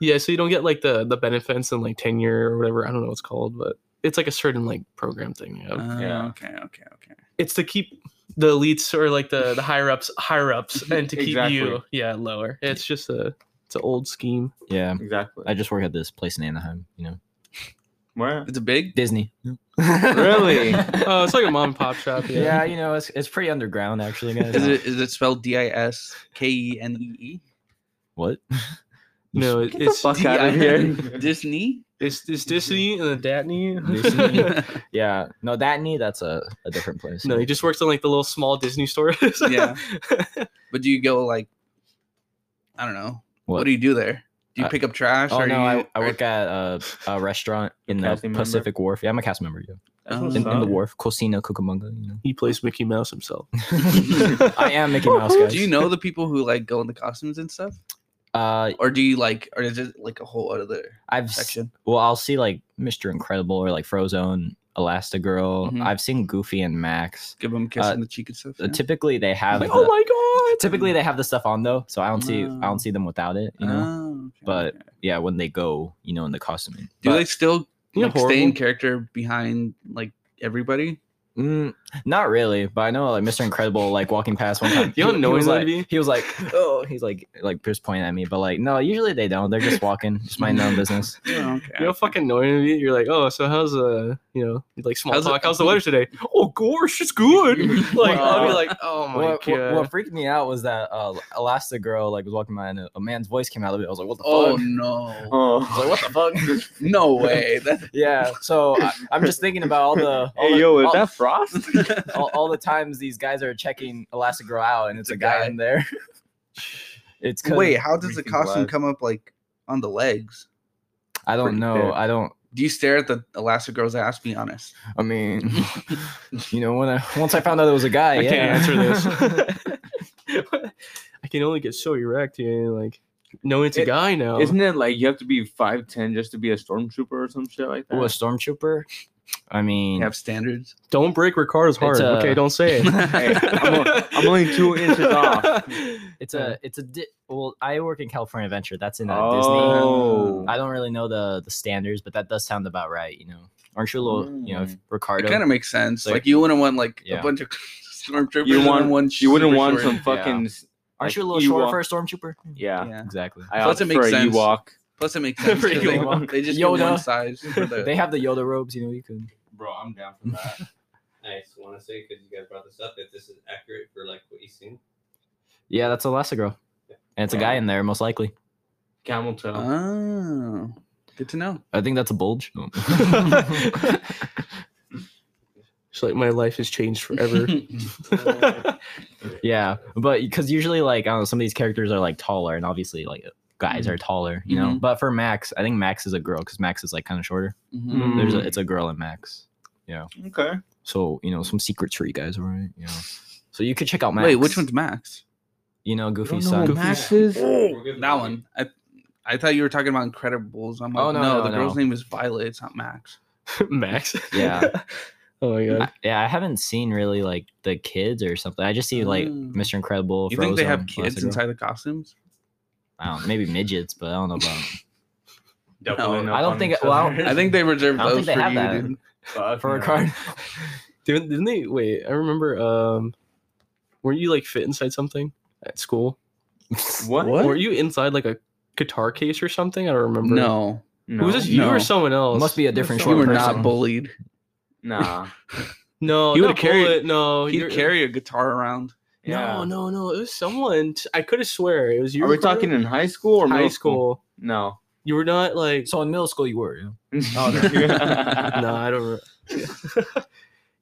yeah, so you don't get like the the benefits and like tenure or whatever. I don't know what it's called, but it's like a certain like program thing. Yeah.
Uh,
Yeah.
Okay. Okay. Okay.
it's to keep the elites or like the, the higher ups higher ups and to keep
Exactly.
you yeah lower. It's just a it's an old scheme.
Yeah.
Exactly.
I just work at this place in Anaheim. You know,
Where?
It's a big.
Disney.
Really?
Oh, it's like a mom and pop shop.
Yeah.
Yeah.
you know, it's it's pretty underground actually, guys.
Is it is it spelled D I S K E N E E?
What?
No, it, it's
fuck outta here.
Disney.
it's it's Disney and the Datney.
Disney? Yeah. No, that knee. That's a, a different place.
no, he just works in like the little small Disney stores.
Yeah. But do you go like, I don't know. What,
What?
do you do there? Do you
I-
pick up trash?
Oh
or
no,
you,
I, I work at a, a restaurant in the
Casting member?
Pacific Wharf. Yeah, I'm a cast member. Yeah,
Um,
in, in the
Solid.
Wharf, Cocina Cucamonga. You know,
he plays Mickey Mouse himself.
I am Mickey Mouse. Guys.
do you know the people who like go in the costumes and stuff,
Uh,
or do you like, or is it like a whole other
I've s-
section?
well, I'll see like Mr. Incredible or like Frozone, Elastigirl.
Mhm.
I've seen Goofy and Max.
Give them a kiss
Uh,
on the cheek and stuff.
Uh,
yeah?
Typically, they have.
Like,
the-
oh my god!
typically, they have the stuff on though, so I don't see I
Oh.
don't see them without it. You know,
Oh, okay,
but-
okay.
yeah, when they go, you know, in the costuming.
do
But-
they still
Yeah,
like, stay in
horrible.
character behind like everybody?
Mm, not really, but I know like Mr. Incredible, like walking past one time.
You know how
he, he
annoying
was
that would
like,
be?
he was like, oh, he's like, like just pointing at me, but like, no, usually they don't. They're just walking, just minding their own business.
Oh, okay.
You know, fucking annoying of you. You're like, oh, so how's uh, you know, like small
How's it-
talk? how's the weather today? Oh gosh, it's good. Like I'll be
Wow.
like, oh my
what,
god.
Uh.
what, what freaked me out was that uh, Elastigirl like was walking by and a, a man's voice came out of it. I was like, what the
Oh
fuck?
no!
Oh.
I was like, what the fuck?
No way! That's
yeah. So I, I'm just thinking about all the all,
Hey
the,
yo, is
all,
that Frost?
all, all the times these guys are checking Elastigirl out, and it's, a, guy,
guy.
in there. it's 'cause-
Wait, how does the
everything
costume
was.
come up like on the legs?
I don't
pretty
know.
big.
I don't.
Do you stare at the Elastigirl's ass? Be honest.
I mean, you know, when I once I found out it was a guy,
I
yeah.
can't answer this. I can only get so erect here, and like, no, it's a
It-
guy now.
Isn't it like you have to be five ten just to be a stormtrooper or some shit like that?
Ooh, a stormtrooper. I mean,
You have standards.
Don't break Ricardo's heart.
It's a-
Okay, don't say it.
Hey, I'm, o- I'm only two inches off.
it's a it's a di- well. I work in California Adventure. That's in uh,
Oh.
Disney. I don't really know the the standards, but that does sound about right. You know, aren't you a little? You know, if Ricardo.
It kind of makes sense.
Like-
Like, you wouldn't want like
Yeah.
a bunch of stormtroopers.
You
and
want-
one?
You wouldn't
super
want
short.
some fucking. s-
aren't
like,
you a little short
Ewok-
for a stormtrooper?
Yeah.
Yeah.
exactly.
I
Plus
opt
it makes
for a
sense.
Ewok.
Plus, it makes sense. 'cause
Freaking
they,
walk.
they just get one
Yoda.
size. For the,
They have the Yoda robes. You know, you can.
Bro, I'm down for that.
I just want to say because you guys brought this up if this is accurate for like what you seen.
Yeah, that's Elastigirl, and it's a guy in there most likely.
Camel toe.
oh, good to know.
I think that's a bulge.
Oh.
It's like my life has changed forever.
yeah, but because usually like I don't know, some of these characters are like taller, and obviously like guys are taller, you know.
Mhm.
But for Max, I think Max is a girl because Max is like kind of shorter.
Mhm.
There's a, it's a girl in Max. Yeah.
Okay.
So you know some secrets for you guys, all right? You know. So you could check out Max.
Wait, which one's Max?
You know
You don't
Goofy's
know
son.
who Max
Oh,
is?
We're good
That one. I I thought you were talking about Incredibles. I'm like,
Oh, no,
no,
no,
the
no.
girl's name is Violet. It's not Max.
Max.
Yeah.
oh my god.
I- yeah, I haven't seen really like the kids or something. I just see like
Mm.
Mr. Incredible.
You think they
Frozone,
have kids
Elastigirl.
inside the costumes?
I don't know, maybe midgets, but I don't know about.
Doubling
I
up
don't
on
think-
each
well, I
other.
don't-
I think they reserved
I don't
those
think they
for
have
you,
that.
dude.
Fuck
For a
no.
card,
Didn't, didn't they? Wait, I remember. Um, weren't you like fit inside something at school?
What?
Were you inside like a guitar case or something? I don't remember.
No,
No.
was this you
No.
or someone else?
must be a different
you
short
were
person.
not bullied.
Nah.
No,
He would
not
carry-
Bullet, No,
He'd
you're-
carry a guitar around.
Yeah.
No, no, no. It was someone. I could have swear it was you.
Are we
Ricardo?
talking in high school or
high
middle
school?
No.
You were not like.
So in middle school you were. Yeah.
Oh,
no, I don't. Re-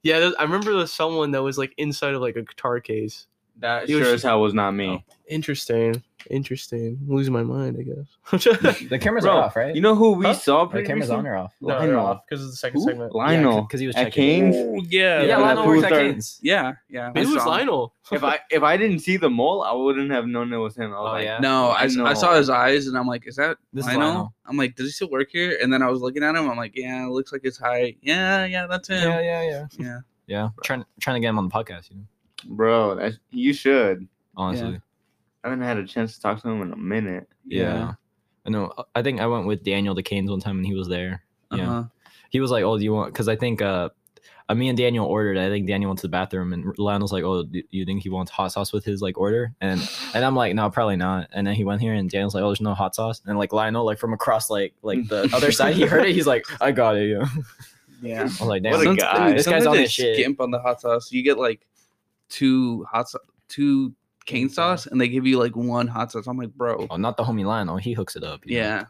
yeah, there- I remember there was someone that was like inside of like a guitar case.
That
It was-
sure as hell was not me.
Interesting. Interesting. I'm losing my mind, I guess.
The cameras
Bro,
are off, right?
You know who we
Huh?
saw?
the
pretty
cameras on
recently?
or off?
no, they're
Lionel.
off because of the second
Who?
segment.
Lionel.
because he was
at
checking.
Canes.
Oh, yeah.
Yeah,
Yeah,
Lionel
that
works
fool
at
started-
Canes.
Yeah, yeah.
Maybe it was
saw him.
Lionel.
if I if I didn't see the mole, I wouldn't have known it was him. I was
Oh,
like,
yeah?
No, I, s- I
know.
saw his eyes and I'm like, is that
This is
Lionel?
Lionel.
I'm like, does he still work here? And then I was looking at him. I'm like, yeah, it looks like it's high. Yeah, yeah, that's him.
Yeah, yeah, yeah.
yeah.
Yeah, trying trying to get him on the podcast. You know,
bro, that's, you should.
honestly.
I haven't had a chance to talk to him in a minute.
Yeah. I know. I think I went with Daniel to Canes one time and he was there. Yeah.
Uh-huh.
He was like, "Oh, do you want?" Because I think uh, uh, me and Daniel ordered. I think Daniel went to the bathroom and Lionel's like, "Oh, do you think he wants hot sauce with his like order?" And and I'm like, "No, probably not." And then he went here and Daniel's like, "Oh, there's no hot sauce." And like Lionel, like from across like like the other side, he heard it. He's like, "I got it." Yeah.
Yeah.
I was like,
What a
"Damn."
guy.
This guy's
sometimes
on
they
his shit.
Skimp on the hot sauce. You get like two hot sauce, two cane sauce, and they give you like one hot sauce. I'm like, bro.
Oh, not the homie Lionel. He hooks it up. you know?
Yeah.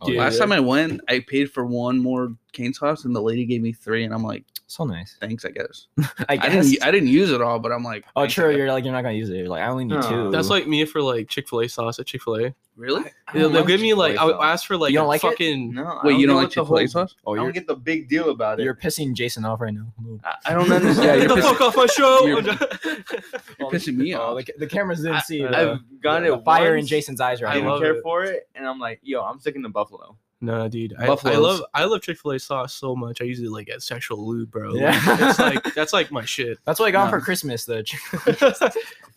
Oh,
Yeah.
Last time I went, I paid for one more cane sauce, and the lady gave me three, and I'm like,
So nice.
thanks, I guess.
I
I,
guess.
didn't, I didn't use it all, but I'm like,
oh,
thanks, I
true.
guess.
You're like, you're not gonna use it. You're like, I only need
No.
two.
That's like me for like Chick Fil A sauce at Chick Fil A.
really?
They'll, they'll give me like I'll
Chick-fil-A sauce.
ask for like
You don't
a
like it?
fucking
No, I
Wait, you
know
don't like
what the
Chick Fil A
whole-
sauce?
oh,
I don't
you're
get the big deal about it.
you're pissing Jason off right now.
I- I don't understand.
You're
get the fuck off my show.
You're-
You're
pissing me off.
Oh, the, the cameras didn't
I-
see. the-
I've got
the
it.
fire in
once,
Jason's eyes
I
right
didn't
now.
love
care
it.
for it, and I'm like, yo, I'm sticking to Buffalo.
no, dude, I, I
Buffaloes.
love I love Chick Fil A sauce so much. I use it like as sexual lube, bro. Like,
Yeah.
it's like that's like my shit.
That's what I got
No.
for Christmas, the chick-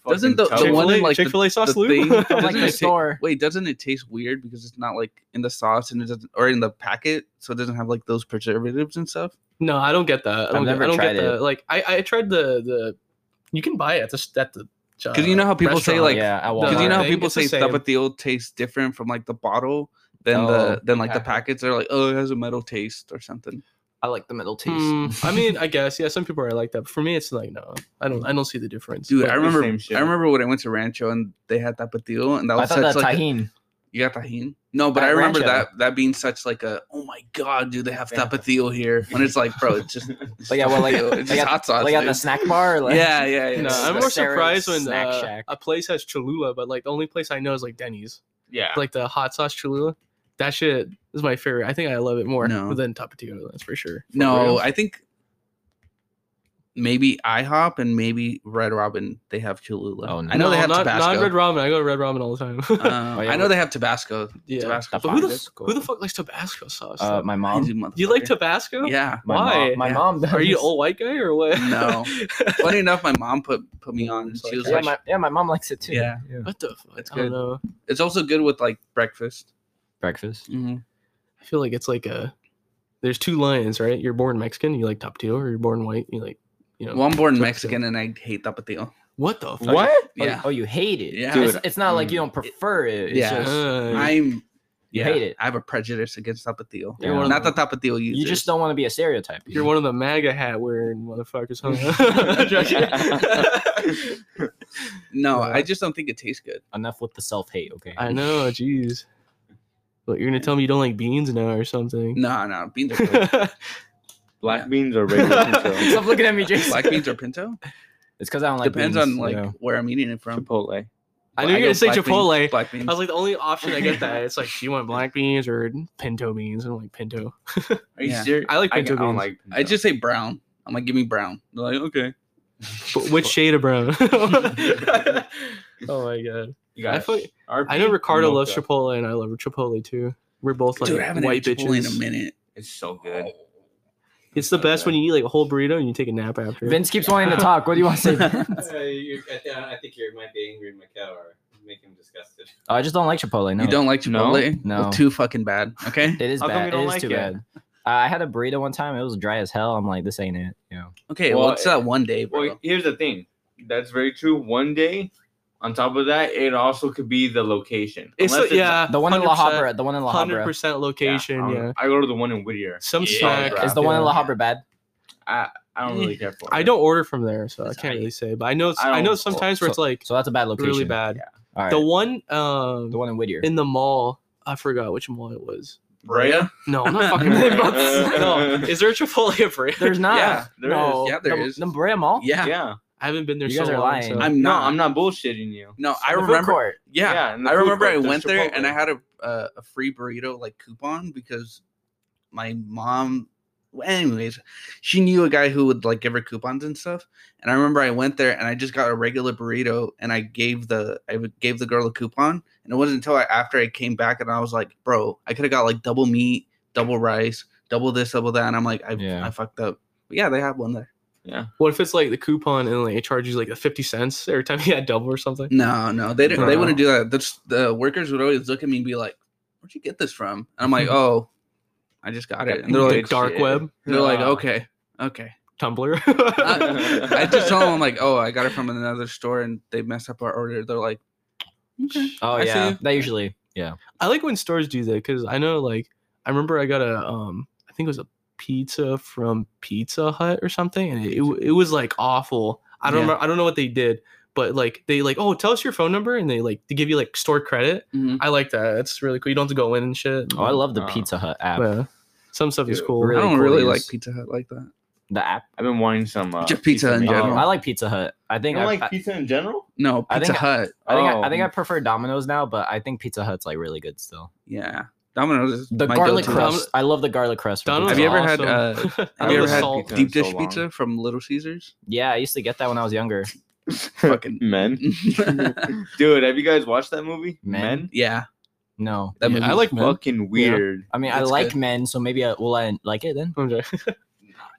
Doesn't the,
Fucking
the one
Chick-fil-A
in like the-
Chick-fil-A sauce
the
lube?
thing,
Like
doesn't
like
it
the
ta-
store.
wait, doesn't it taste weird because it's not like in the sauce and it doesn't, or in the packet, so it doesn't have like those preservatives and stuff?
No, I don't get that. I don't, get-
never
I don't
tried
get
it.
that. Like I, I tried the the you can buy it at the at the uh,
Because you know how people say like,
yeah, I
because
Walmart.
you know how
Thing,
people
it's the
say stuff
same.
at the old tastes different from like the bottle than
Oh,
the than
the
like the packets. They're like, oh, it has a metal taste or something.
I like the middle taste.
Mm, I mean, I guess yeah. Some people are like that. But for me, it's like no, I don't. I don't see the difference.
Dude,
But
I
the
remember.
same shit.
I remember when I went to Rancho and they had that patillo, and that
I
was
thought
such
that
like a-
tahine.
you got tahine. No, but
At
I remember
Rancho.
that that being such like a oh my god, dude, they have
Yeah.
tapatio here when it's like, bro, it's just it's
Like, yeah, well, like-
tapatio, it's
like
just
at-
hot sauce.
like at the
dude.
snack bar. Like,
yeah, yeah, yeah.
No,
It's
I'm
the
more
Sarah's
surprised when
snack
uh,
shack.
a place has Cholula, but like the only place I know is like Denny's,
yeah,
like the hot sauce Cholula. That shit is my favorite. I think I love it more
No.
than Tapatio. That's for sure. For
no,
real.
I think maybe IHOP and maybe Red Robin they have Cholula.
Oh, no.
I know they
No,
have
not,
Tabasco.
not red ramen. I go to red ramen all the time.
Uh,
Oh, yeah,
I know
what-
they have Tabasco.
yeah.
Tabasco.
But who the, f-
Tabasco.
who the fuck likes Tabasco sauce?
Uh, my mom.
You motherfucker.
you like Tabasco?
Yeah.
my
why?
Mom, my
Yeah.
mom.
Are you an
does.
old white guy or what?
No. Funny enough, my mom put put me on.
It's
She
like-
was
Yeah,
like,
my, yeah, my mom likes it too.
Yeah.
What the fuck?
It's
I don't
good.
know.
it's also good with like breakfast. Mm-hmm.
Breakfast.
I feel like it's like a. There's two lines, right? You're born Mexican, you like Tapatio, or you're born white, you like, you know.
Well, I'm born
Tapatio.
Mexican and I hate tapatio.
What the fuck?
what?
Oh,
Yeah.
Oh, you hate it.
Yeah.
It's,
Dude.
it's not like you don't prefer it. It's
Yeah.
just
Uh,
I'm
You
yeah,
hate it.
I have a prejudice against tapatio.
You're one of
Not the tapatio users.
you just don't want to be a stereotype.
You're one of the MAGA hat wearing motherfuckers, huh?
Yeah.
No,
Yeah.
I just don't think it tastes good.
Enough with the self hate. Okay.
I know, jeez. But you're gonna tell me you don't like beans now or something?
No, no, beans are good.
Black
Black beans are regular control.
Stop looking at me, Jason.
Black beans or pinto?
It's because I don't like.
Depends
beans,
on like
yeah.
where I'm eating it from.
Chipotle.
I knew you were
go
gonna say
black beans-
Chipotle.
Black beans.
I was like the only option I get that it's like, do you want black beans or pinto beans? I'm like pinto.
Are you
Yeah.
serious?
I like
I, I
pinto
don't
beans.
like.
I just say brown. I'm like, give me brown. They're like, okay.
But which shade of brown? oh my god!
You guys,
I feel- I know Ricardo loves
Chipotle.
Chipotle and I love Chipotle too. We're both like
Dude, I haven't
white
had Chipotle in a
bitches.
minute.
It's so good.
It's the best when you eat like a whole burrito and you take a nap after. it.
Vince keeps wanting to talk. What do you want to say? Oh, Vince?
Uh, you, I, th- I think you might be angry in Macau or make him disgusted.
Oh, I just don't like Chipotle. No,
You don't like
No?
Chipotle?
No.
Well, too fucking bad. Okay.
It is
How come you
bad. It
don't
is
like
too
it?
bad. Uh, I had a burrito one time. It was dry as hell. I'm like, this ain't it. You know.
Okay.
Well,
Well, it's that one day, bro.
Well, here's the thing. That's very true. One day, on top of that, it also could be the location.
It's
Unless
like- yeah,
The one in La
100%.
Habra. The one in La
hundred
Habra.
percent
yeah,
location.
I
Yeah,
don't- I go to the one in Whittier.
some
Yeah,
snack.
bro.
Is the one in
yeah.
La Habra bad?
I don't really care for.
I
it.
don't order from there, so I
It's
can't
aight.
really say. But I know it's,
I
I, know
don't-
sometimes where it's like
So that's a bad location.
really bad.
Yeah.
All right.
The
The,
one um
one in Whittier.
in the mall, I forgot which mall it was.
Brea.
No, I'm not fucking.
They both-
no, is there a Chipotle in Brea?
There's not.
Yeah,
there
no.
is. Yeah, there
the,
is.
The Brea Mall.
yeah.
Yeah.
I haven't been there
You
so
guys are
long.
lying.
so-
I'm
No,
not.
I'm not bullshitting you.
No, I
The food
remember.
court.
Yeah,
in the
I
food
remember
court,
I
there's
went there
Chipotle.
and I had a uh, a free burrito like coupon because my mom. well, Anyways, she knew a guy who would like give her coupons and stuff. And I remember I went there and I just got a regular burrito and I gave the I would- gave the girl a coupon. And it wasn't until I, after I came back and I was like, bro, I could have got like double meat, double rice, double this, double that. And I'm like, I,
Yeah.
I fucked up. But yeah, they have one there.
What if it's like the coupon and like it charges you like fifty cents every time you had double or something?
No, no, they didn't. They
No.
wouldn't do that. That's the workers would always look at me and be like, "Where'd you get this from?" And I'm like, "Oh, I just got it." And they're
the
like,
dark
shit.
web,
"They're like,
Nah.
okay, okay."
Tumblr.
I just told them I'm like, "Oh, I got it from another store, and they messed up our order." They're like, "Okay."
Oh
I see
yeah,
you.
that usually yeah.
I like when stores do that because I know like I remember I got a um I think it was a pizza from Pizza Hut or something and it, it, it was like awful. I don't
Yeah.
remember, I don't know what they did, but like they like oh tell us your phone number and they like they give you like store credit.
Mhm.
I like that. That's really cool. You don't have to go in and shit.
Oh, I love the
Oh.
Pizza Hut app.
Yeah. Some stuff is
Dude,
cool.
really
I don't
cool
really
to
like
use.
Pizza Hut like that.
The app.
I've been wanting some uh,
Just pizza in
meat.
general.
Oh, I like Pizza Hut. I
You
think I,
don't like
I,
pizza in general?
No,
I
Pizza
think-
Hut.
I think I,
Oh.
I think I prefer Domino's now, but I think Pizza Hut's like really good still.
Yeah, Domino's. Is
The
my
garlic
go-to.
crust. I love the garlic crust. for
Domino's
Have
pizza.
you ever had,
awesome.
uh,
I
Have you
love
ever
the
had
salt.
pizza? So
deep dish
long.
pizza from Little Caesars?
Yeah, I used to get that when I was younger.
Fucking
Men, dude, have you guys watched that movie?
Men?
yeah.
No,
That
Yeah,
movie.
I like men.
Fucking weird.
I mean I
That's
like
good.
men, so maybe I, will I like it then?
I'm joking.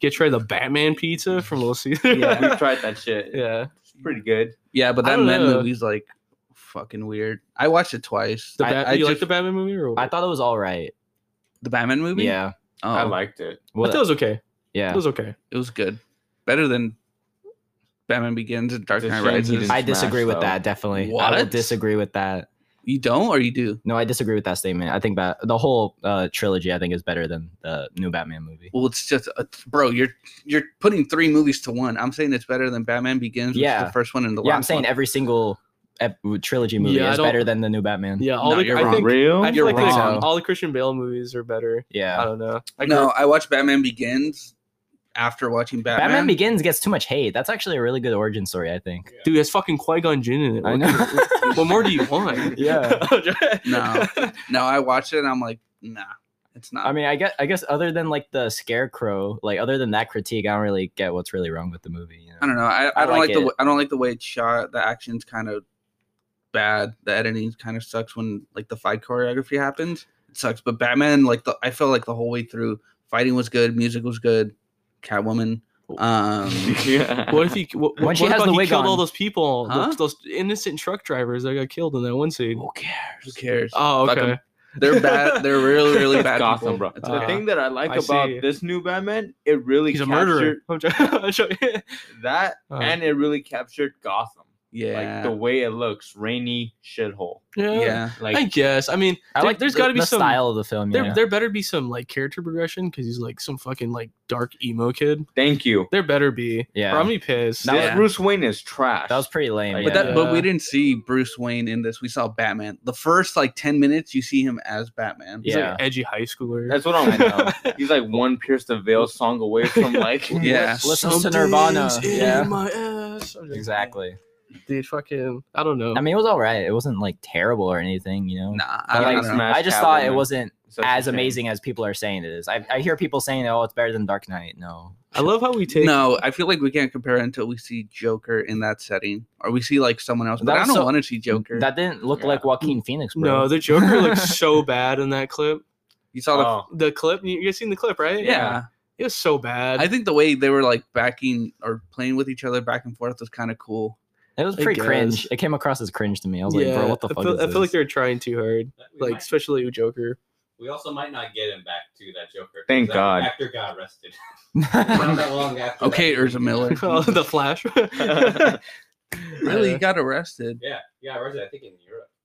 Get tried the Batman pizza from Little Caesar.
Yeah.
We've tried that shit.
yeah.
It's pretty good.
Yeah, but
I
that
don't
Men
know.
movie's like fucking weird. I watched it twice.
The
I-
Bat-
I
you
just-
like the Batman movie or
I thought it was all right.
the Batman movie?
Yeah.
oh,
I liked it.
I
Well,
thought it was okay. It
yeah.
was okay.
it was good, better than Batman Begins and Dark
It's a
Knight
shame he
Rises.
didn't-
I disagree
Smash,
with
though.
that definitely. I will
What?
disagree with that.
you don't or you do?
No, I disagree with that statement. I think that the whole uh, trilogy I think is better than the new Batman movie.
Well, it's just a, bro. You're you're putting three movies to one. I'm saying it's better than Batman Begins. Which is
Yeah.
the first one and the
Yeah,
last.
I'm saying
one.
every single ep- trilogy movie
Yeah, I
is
don't-
better than the new Batman.
Yeah, all
No,
the
you're
I
wrong.
think
Real?
I feel
You're
like there's-
wrong.
all the Christian Bale movies are better. I
Yeah.
don't know. I
no,
grew-
I watched Batman Begins after watching Batman.
Batman, Begins gets too much hate. That's actually a really good origin story, I think.
dude, it's fucking Qui Gon Jinn in it.
I
What-
know.
what more do you want?
Yeah.
No. no, I watched it and I'm like, nah, it's not.
I mean, I guess I guess other than like the scarecrow, like other than that critique, I don't really get what's really wrong with the movie. You know?
I don't know. I, I,
I
don't like,
like
the
it.
way- I don't like the way it's shot. The action's kind of bad. The editing kind of sucks when like the fight choreography happens. It sucks. But Batman, like the I felt like the whole way through, fighting was good, music was good, Catwoman. Um,
yeah.
What if he? What,
When
what
she has
about
the
he
wig
killed all
on.
those people?
Huh?
Those, those innocent truck drivers that got killed in that one scene.
who cares? Who cares?
Oh,
Fuck
okay.
'em. They're bad. They're really, really bad.
Gotham,
people.
bro.
It's
Uh,
the thing that I like
I
about
see.
this new Batman, it really
He's a murderer.
captured
I'm joking. I'm joking.
that,
Uh,
and it really captured Gotham,
yeah,
like the way it looks, rainy shithole.
Uh, yeah.
yeah.
Like
I guess. I mean,
I
there-
like
There's
the-
got to be
the
some.
style of the film.
There,
yeah.
there better be some like character progression because he's like some fucking like dark emo kid.
Thank you.
There better be.
Yeah.
Or I'm gonna be pissed.
This
Yeah.
Bruce Wayne is trash.
that was pretty lame.
Like,
But
yeah.
that, but we
Yeah.
didn't see Bruce Wayne in this. We saw Batman. The first like ten minutes, you see him as Batman.
He's
Yeah.
like edgy high schooler.
That's what I'm. He's like one Pierce the Veil song away from like.
Yeah.
Listen to Nirvana,
Something's in
yeah.
my ass. I'm just-
exactly.
Dude, fucking, I don't know.
I mean, it was all right. It wasn't like terrible or anything, you know.
Nah,
But,
I,
like,
I don't know.
Smash
I just thought it
Catwoman.
wasn't
Such a
as
shame.
amazing as people are saying it is. I, I hear people saying, "Oh, it's better than Dark Knight." No,
I love how we take.
no, I feel like we can't compare it until we see Joker in that setting, or we see like someone else. But
That
I
was
don't
so-
want to see Joker.
that didn't look
Yeah.
like Joaquin Phoenix, bro.
No, the Joker looks so bad in that clip.
you saw the
Oh.
The clip, you you guys seen the clip, right?
yeah.
It was so bad.
I think the way they were like backing or playing with each other back and forth was kind of cool.
it was
I
pretty cringe.
guess.
It came across as cringe to me. I was like, "Bro, what the fuck
I feel,
is
I
this?"
feel like they're trying too hard.
But we,
Like,
might-
especially with Joker.
we also might not get him back to that Joker. 'cause
Thank
that
God.
Actor got arrested. Not that long after.
Okay,
that.
Urza Miller.
Oh, the Flash.
Really,
Yeah.
he got arrested.
Yeah, yeah, arrested. I think in Europe.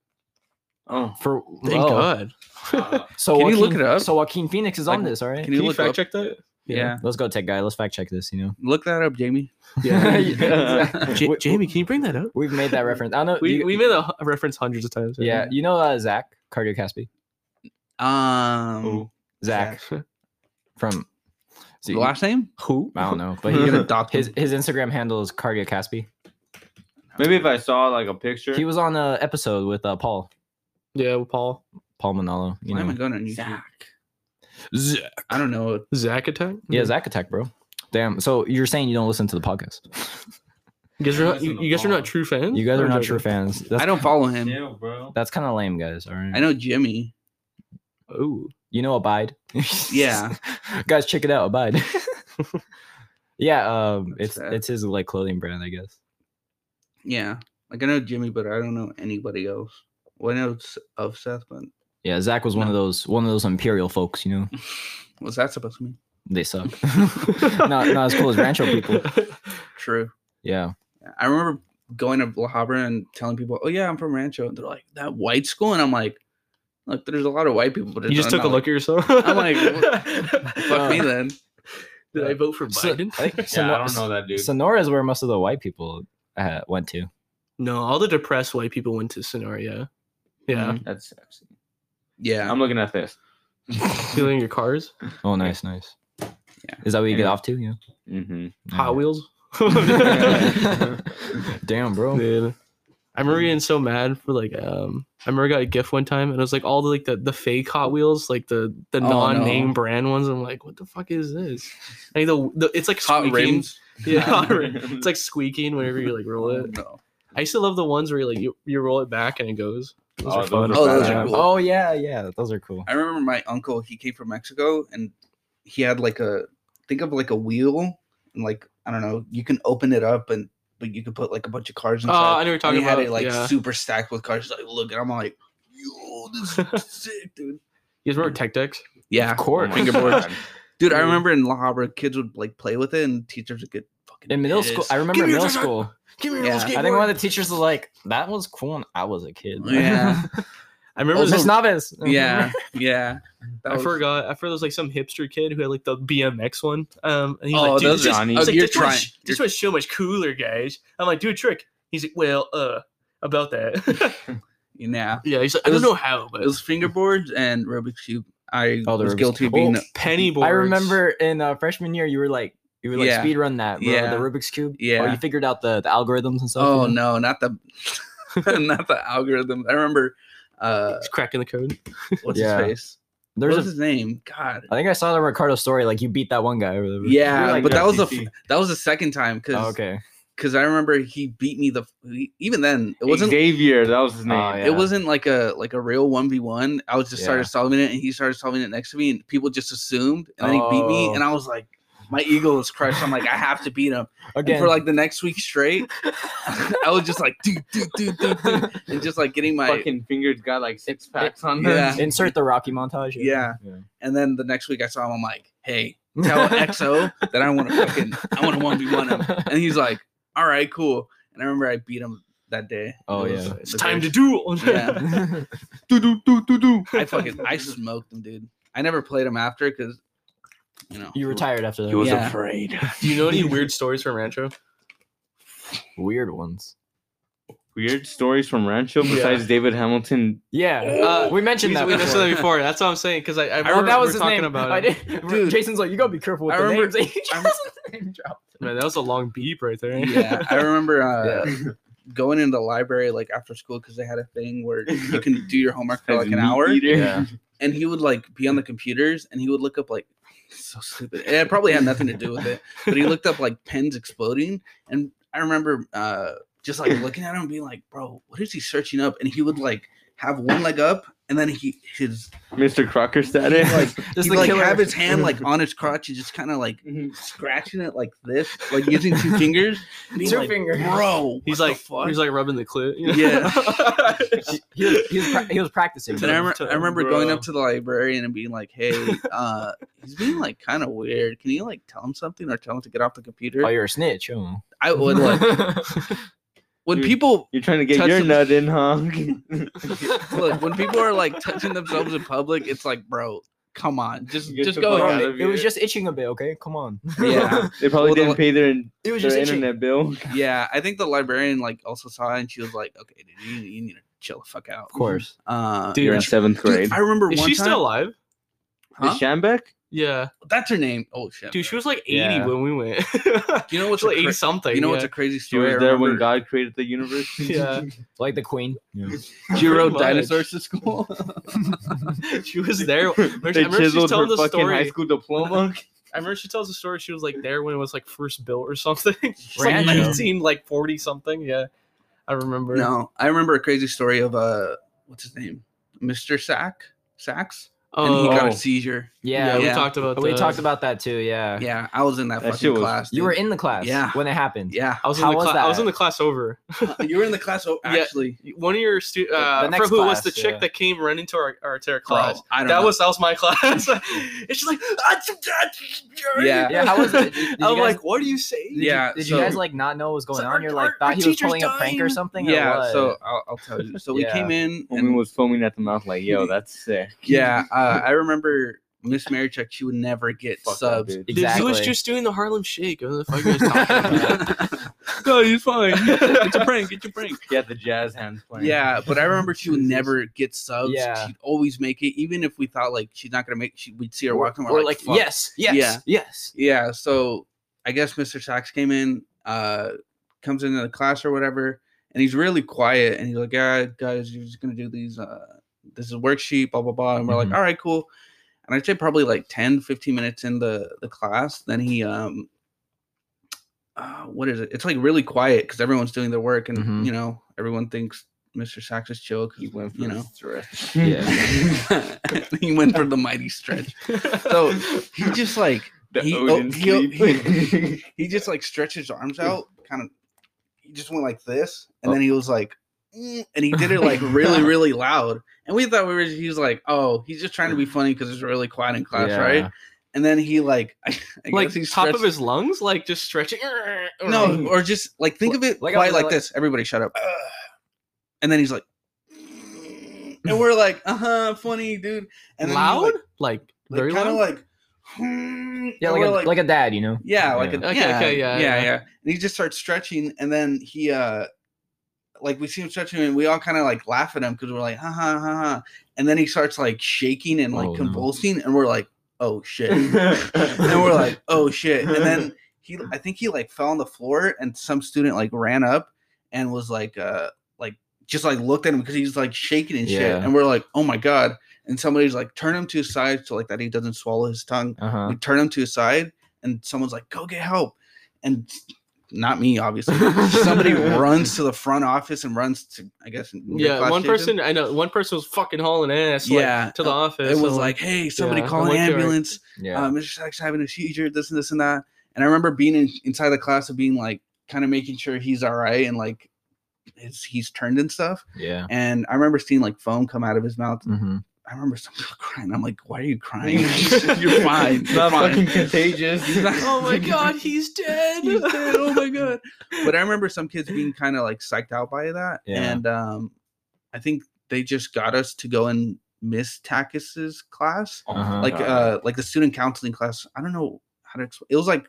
Oh,
For
Thank
oh,
God.
I don't know.
So
Can
Joaquin,
you look it up?
So Joaquin Phoenix is on
Like,
this, all right?
Can
Can
you
you
look
fact
up?
check that?
Yeah.
Let's go, tech guy. Let's fact check this. You know,
look that up, Jamie.
Yeah.
Yeah.
Ja-
We-
Jamie, can you bring that up?
we've made that reference. I don't know.
We,
you-
we made a hu- reference hundreds of times.
yeah, you know uh, Zach Cardio Caspi,
Um,
Who?
Zach from So
The
you-
last name?
who? I don't know, but
You
he,
gotta adopt
his
him.
his Instagram handle is Cardia Caspi.
Maybe if I saw like a picture.
He was on a episode with uh, Paul
Yeah, with Paul.
Paul Manalo. You
Why am I
know,
going on YouTube?
Z-
I don't know.
Zach attack.
yeah, Zach Attack, bro. Damn. So you're saying you don't listen to the podcast?
You guys are not.
Listen
You,
to
you guys are
Paul.
not true fans.
You guys
I'm
are not
joking.
true fans. That's,
I don't follow him.
Yeah, bro.
That's kind of lame, guys. All right.
I know Jimmy.
Oh,
you know abide
Yeah.
guys check it out abide yeah um
That's
it's
fair.
it's his like clothing brand i guess
Yeah, like I know Jimmy, but I don't know anybody else. Well, I know s- of Seth, but
yeah zach was one of those one of those imperial folks you know
what's that supposed to mean?
they suck not, not as cool as rancho people
True.
yeah
I remember going to La Habra and telling people, "Oh yeah, I'm from Rancho," and they're like, "That white school," and I'm like, "Look, there's a lot of white people." But
you just took a look at yourself.
I'm like, Fuck
fuck
me then.
Did I vote for Biden?
I think
Yeah, I
Sonora,
don't know that dude.
sonora is where most of the white people uh, went to
no, all the depressed white people went to Sonora. Yeah, yeah.
Mhm.
Mm-hmm. That's sexy.
Yeah.
I'm looking at this.
Mm-hmm.
Stealing your cars,
oh nice nice
Yeah.
is that what you get
Anyway.
off to yeah
Mm-hmm.
Hot Wheels.
Alright. damn bro
Mm-hmm.
Dude. I remember getting so mad for like um I remember I got a gift one time and it was like all the like the, the fake Hot Wheels, like the the
Oh, no.
non-name brand ones. I'm like, what the fuck is this? Like the, the it's like
Hot
squeaking.
rims.
Yeah, hot rim. It's like squeaking whenever you like roll
Oh,
it.
no.
I used to love the ones where you like you, you roll it back and it goes. Those
Oh,
are fun.
those are
Oh, those
Yeah.
are cool.
oh yeah yeah those are cool
I remember my uncle, he came from Mexico and he had like a think of like a wheel and like I don't know, you can open it up and but you could put like a bunch of cars
Oh,
inside.
I know what you're
and
talking
he
about.
had it like
yeah.
super stacked with cars. He's like, look, and I'm like, yo, this is sick, dude.
You guys remember Tech Decks?
Yeah.
course
Fingerboards. Dude, I
Mm.
remember in La Habra, kids would like play with it and teachers would get fucking
in middle school
pissed.
i remember
Give me your
middle
tech-
school
Give me
your little
I think one of the teachers was like, "That was cool when I was a kid."
Yeah.
I remember
Also-
this,
Miss Novice.
yeah, yeah. That
I
was-
forgot. I forgot there was like some hipster kid who had like the BMX one. Um, and he's
Oh,
like, dude,
those
this,
are-
is-
Johnny.
he's
oh,
like,
you're
this one's-
trying-
This
you're-
one's so much cooler, guys. I'm like, do a trick. He's like, well, uh, about that.
yeah.
yeah, he's like,
It
I don't
was-
know how, but
It was fingerboards and Rubik's Cube. I
Oh, the
was
Rubik's
guilty of
Cube.
being
Oh,
penny boards.
I remember in uh, freshman year, you were like, you were like
Yeah.
speed run that, bro,
Yeah.
the Rubik's cube. Or
Yeah.
you figured out the, the algorithms and stuff.
Oh
you know?
no, not the not the algorithm. I remember uh
He's cracking the code.
what's
Yeah.
his face?
There's
what
a,
was his name? God.
I think I saw the Ricardo story. Like you beat that one guy. Or whatever.
Yeah,
You're like
but that was the
FDC.
f- that was the second time because
Oh, okay.
I remember he beat me the f- e, even then it wasn't
Xavier. That was his name.
Oh, yeah.
it wasn't like a like a real one v one. I was just started
Yeah.
solving it and he started solving it next to me and people just assumed and then he beat me
Oh.
and I was like my ego was crushed. I'm like I have to beat him And
Again.
for like the next week straight. I was just like dude dude dude dude dude and just like getting my
fucking fingers got like six packs on them.
yeah.
insert the Rocky montage.
And then the next week I saw him, I'm like, hey, tell XO that I want to fucking, I want to 1v1 him. And he's like, all right, cool. And I remember I beat him that day.
Oh
It was
yeah.
the
It's time to
greatest-
duel.
Yeah.
Do do do do do.
I fucking, I smoked him, dude. I never played him after because, you know.
you retired after that.
was Yeah.
afraid.
do you know any weird stories from Rancho?
Weird ones.
Weird stories from Rancho
Yeah.
besides David Hamilton.
Yeah.
Uh,
we mentioned
We,
that.
we mentioned
before.
that before. That's what I'm saying. Because I, I,
Oh,
remember
that was
we were
his
talking
name. I
about it.
did-
Dude.
Jason's like, you gotta be careful with
I
the
remember-
names. He
I'm-
just name dropped.
Man, that was a long beep right there.
Yeah. I remember uh, going into the library like after school because they had a thing where you can do your homework for like an hour.
Yeah.
and he would like be on the computers and he would look up like so stupid. And It probably had nothing to do with it, but he looked up like pens exploding, and I remember uh just like looking at him and being like, "Bro, what is he searching up?" And he would like have one leg up, and then he his
Mr. Crocker
he'd,
status.
like
This
he'd, like have his hand like
Mm-hmm.
on his crotch and just kind of like scratching it like this, like using two fingers. and being
Two
like,
fingers.
bro.
He's
what
like,
the fuck?
he's like rubbing the clit. you know?
Yeah.
he, he was, he, was pra- he was practicing.
And I remember, I remember going
bro.
up to the librarian and being like, "Hey, uh, he's being like kind of weird. Can you like tell him something or tell him to get off the computer?"
Oh, you're a snitch. Oh.
I would like when
Dude.
people
You're trying to get
Touch
your
him.
nut in, huh?
look when people are like touching themselves in public. It's like, bro, come on, just
Get
just
the
go
fuck
ahead.
out
it was just itching a bit. Okay, come on.
Yeah,
they
Well,
probably
the
didn't
li-
pay their,
It was just
their
itching.
internet bill.
yeah. I think the librarian like also saw it and she was like, "Okay, dude, you, you need to chill the fuck out."
Of course.
uh,
Dude,
You're in seventh
dude,
grade.
I remember
Is
one
she
time.
still alive?
Huh?
Is Shambeck?
Yeah,
That's her name. Oh shit,
dude, she was like 80
Yeah.
when we went.
You know what's
She was like
a
80
cra-
something.
you know
yeah.
what's a crazy
She
story?
was
I
there when
remember?
God created the universe.
yeah,
like the queen.
She
Pretty
rode
much.
dinosaurs to school.
she was there. I remember, she- I
They
remember she's
chiseled her
telling the
fucking high
story.
school diploma.
I remember she tells the story. She was like there when it was like first built or something. She's like
Random.
19, like 40 something. Yeah, I remember.
no, I remember a crazy story of uh, what's his name, Mr. Sack Sacks, and he
Oh,
got
Oh.
a seizure.
yeah,
Yeah,
we
yeah.
talked about.
we
that.
talked about that too. Yeah.
Yeah, I was in that,
That shit
fucking
was-
class.
you were
dude.
in the class.
Yeah.
when it happened.
Yeah,
I was
How
in the
was
class. I was
that?
in the class over.
you were in the class. Oh,
Yeah.
actually,
One of your stu-
the
uh,
next
for who was
class,
the chick
yeah.
that came running to our, our entire class?
I don't
Oh, that
know.
was that was my class. and she's like,
Yeah.
Yeah, how was it? Did- did you
I'm
guys-
like, what do you say?
Did
Yeah,
You, did
so-
you guys like not know what was going
So
on?
our-
You're
our-
like
our
thought he was
teacher's
pulling a prank or
dying.
something. or
yeah.
what?
So I'll, I'll tell you. So we
Yeah.
came in
Woman
and
was foaming at the mouth like, "Yo, that's sick."
yeah, uh, I remember Miss Marichuk. She would never get
Fuck that
subs.
bitch.
Dude, he was
Exactly.
just doing the Harlem Shake. What the fuck are you guys talking about?
no, he's fine. It's a prank. It's a prank.
He had the jazz hands playing.
Yeah, but I remember she would never get subs.
Yeah.
She'd always make it, even if we thought like she's not gonna make. She, we'd see her
Or,
walking. We're,
or
like,
like,
"Fuck."
yes, yes,
Yeah.
yes.
Yeah. So I guess Mr. Sachs came in, uh, comes into the class or whatever, and he's really quiet. And he's like, "Yeah, guys, you're just gonna do these. Uh, this is a worksheet, blah blah blah." And we're
Mhm.
like, "All right, cool." And I'd say probably like 10, 15 minutes in the the class, then he um. Uh, what is it? It's like really quiet because everyone's doing their work, and
Mhm.
you know everyone thinks Mr. Sachs is chill because
He went for
you know
stretch.
Yeah.
he went for the mighty stretch. So he just like
The
He- oh,
Odin
he'll-
sleep.
he just like stretched his arms out, kind of. He just went like this, and then he was like, "Mm," and he did it like really, really loud. And we thought we were. He was like, "Oh, he's just trying to be funny because it's really quiet in class, right?" And then he like, I, I
like
guess he
top of
stretched-
his lungs, like just stretching.
no, or just like think of it
Like, I
like quiet
was
like,
like-
this. Everybody, shut up. And then he's like, "Mm," and we're like, "Uh huh, funny dude." And then he,
loud,
like,
like,
like,
very
kind
loud.
of like, "Hmm,"
Yeah,
and
like
we're
a, like, a dad, you know.
Yeah, like
Yeah.
A,
Okay,
yeah,
okay, yeah,
yeah,
yeah.
yeah. And he just starts stretching, and then he, uh like, we see him stretching, and we all kind of like laugh at him because we're like, ha ha ha ha. And then he starts like shaking and like
Oh, no.
convulsing, and we're like, oh shit. and we're like, oh shit. And then he, I think he like fell on the floor, and some student like ran up and was like, uh like just like looked at him because he's like shaking and shit,
Yeah.
and we're like, oh my god. And somebody's like, turn him to his side so like that he doesn't swallow his tongue
Uh
Uh-huh.
huh.
we turn him to his side and someone's like go get help and not me obviously somebody runs to the front office and runs to i guess your
yeah,
class
one
station.
person I know. One person was fucking hauling ass. like,
yeah uh,
to the office.
it
I'm
was like hey somebody
yeah,
call
I'm
an
like, "Alright."
ambulance
Yeah.
uh, mr sachs having a seizure this and this and that and i remember being in, inside the class and being like kind of making sure he's all right and like his, he's turned and stuff
yeah.
and i remember seeing like foam come out of his mouth
Mm-hmm.
i remember somebody crying i'm like why are you crying you're fine
It's
you're
not
fine.
fucking contagious.
oh my god, he's dead.
He's dead. Oh my god. But I remember some kids being kind of like psyched out by that.
Yeah.
And um I think they just got us to go in Miss Takis's class.
Uh-huh.
Like uh like the student counseling class. I don't know how to explain. It was like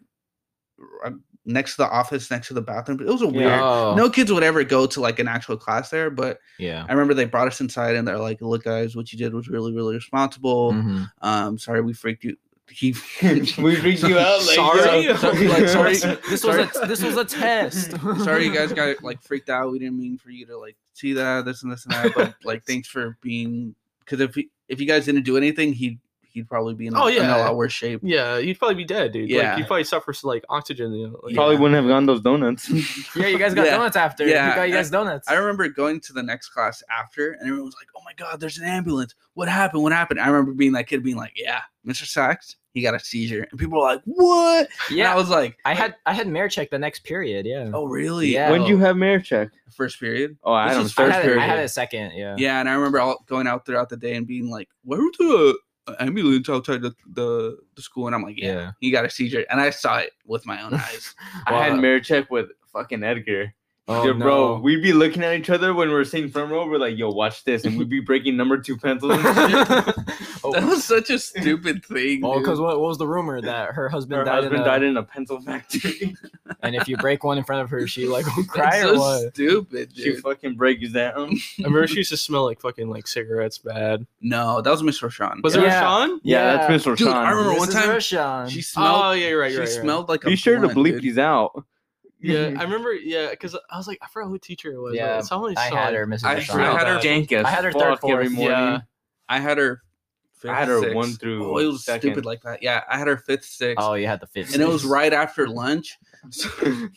r- next to the office, next to the bathroom. But it was a weird
Oh.
no kids would ever go to like an actual class there, but
Yeah.
I remember they brought us inside and they're like, "Look, guys, what you did was really, really responsible.
Mhm.
Um, sorry, we freaked you." He
we freaked you out. Like,
Sorry.
yo.
So-
like, sorry.
This
Sorry.
was a this was a test.
sorry you guys got like freaked out we didn't mean for you to like see that this and this and that but like thanks for being because if he, if you guys didn't do anything he'd he'd probably be in,
Oh,
in
yeah.
a lot worse shape
Yeah, you'd probably be dead, dude.
Yeah.
like, you'd probably suffer from, like oxygen. You know, like,
Probably wouldn't have gone those donuts.
Yeah, you guys got
Yeah.
donuts after.
Yeah.
You got you guys donuts.
i remember going to the next class after and everyone was like oh my god there's an ambulance what happened what happened i remember being that kid being like yeah mr sachs he got a seizure and people were like what yeah
yeah.
and i was like
I had I had mare check the next period. Yeah.
oh really
Yeah.
when did you have mayor check?
first period
Oh, I
This
don't know.
is-
I
Third
had, it-
period.
I had a second. Yeah.
yeah and i remember all going out throughout the day and being like where was the ambulance outside the, the, the school and i'm like yeah
Yeah.
he got a seizure and i saw it with my own eyes
I had
Wow.
mayor check with fucking Edgar.
Oh,
Dude, bro,
no.
we'd be looking
Oh,
at each other when we were sitting front row. We're like, yo, watch this. And we'd be breaking number two pencils. and shit.
That was such a stupid thing.
Well,
dude.
because what, what was the rumor that her husband
Her
died?
husband
in a,
died in a pencil factory.
and if you break one in front of her, she like will
That's
cry or
so
what?
stupid,
she
dude.
fucking breaks down.
I remember she used to smell like fucking like cigarettes bad.
No, that was Miss Roshan.
Was
Yeah.
it Rashawn?
Yeah,
Yeah.
that's Mr.
Dude, I
Sean.
remember
This
one
is
time
Roshan.
She smelled.
oh yeah, you're right.
she
You're right, you're right.
smelled like a.
Be sure to
blunt,
bleep
dude.
these out.
Yeah, I remember. Yeah, because I was like, I forgot who teacher it was. but
Yeah,
someone
I
saw
had
it.
her, Mrs.
I
Roshan. Oh,
forgot. had her-
jank as
I had her
fuck
third,
every
fourth,
morning.
yeah.
I had her. Fifth,
I had her
sixth.
one through
Oh, it was
second.
stupid like that. Yeah, I had her fifth, sixth,
Oh, you had the fifth.
and it was right after lunch. So,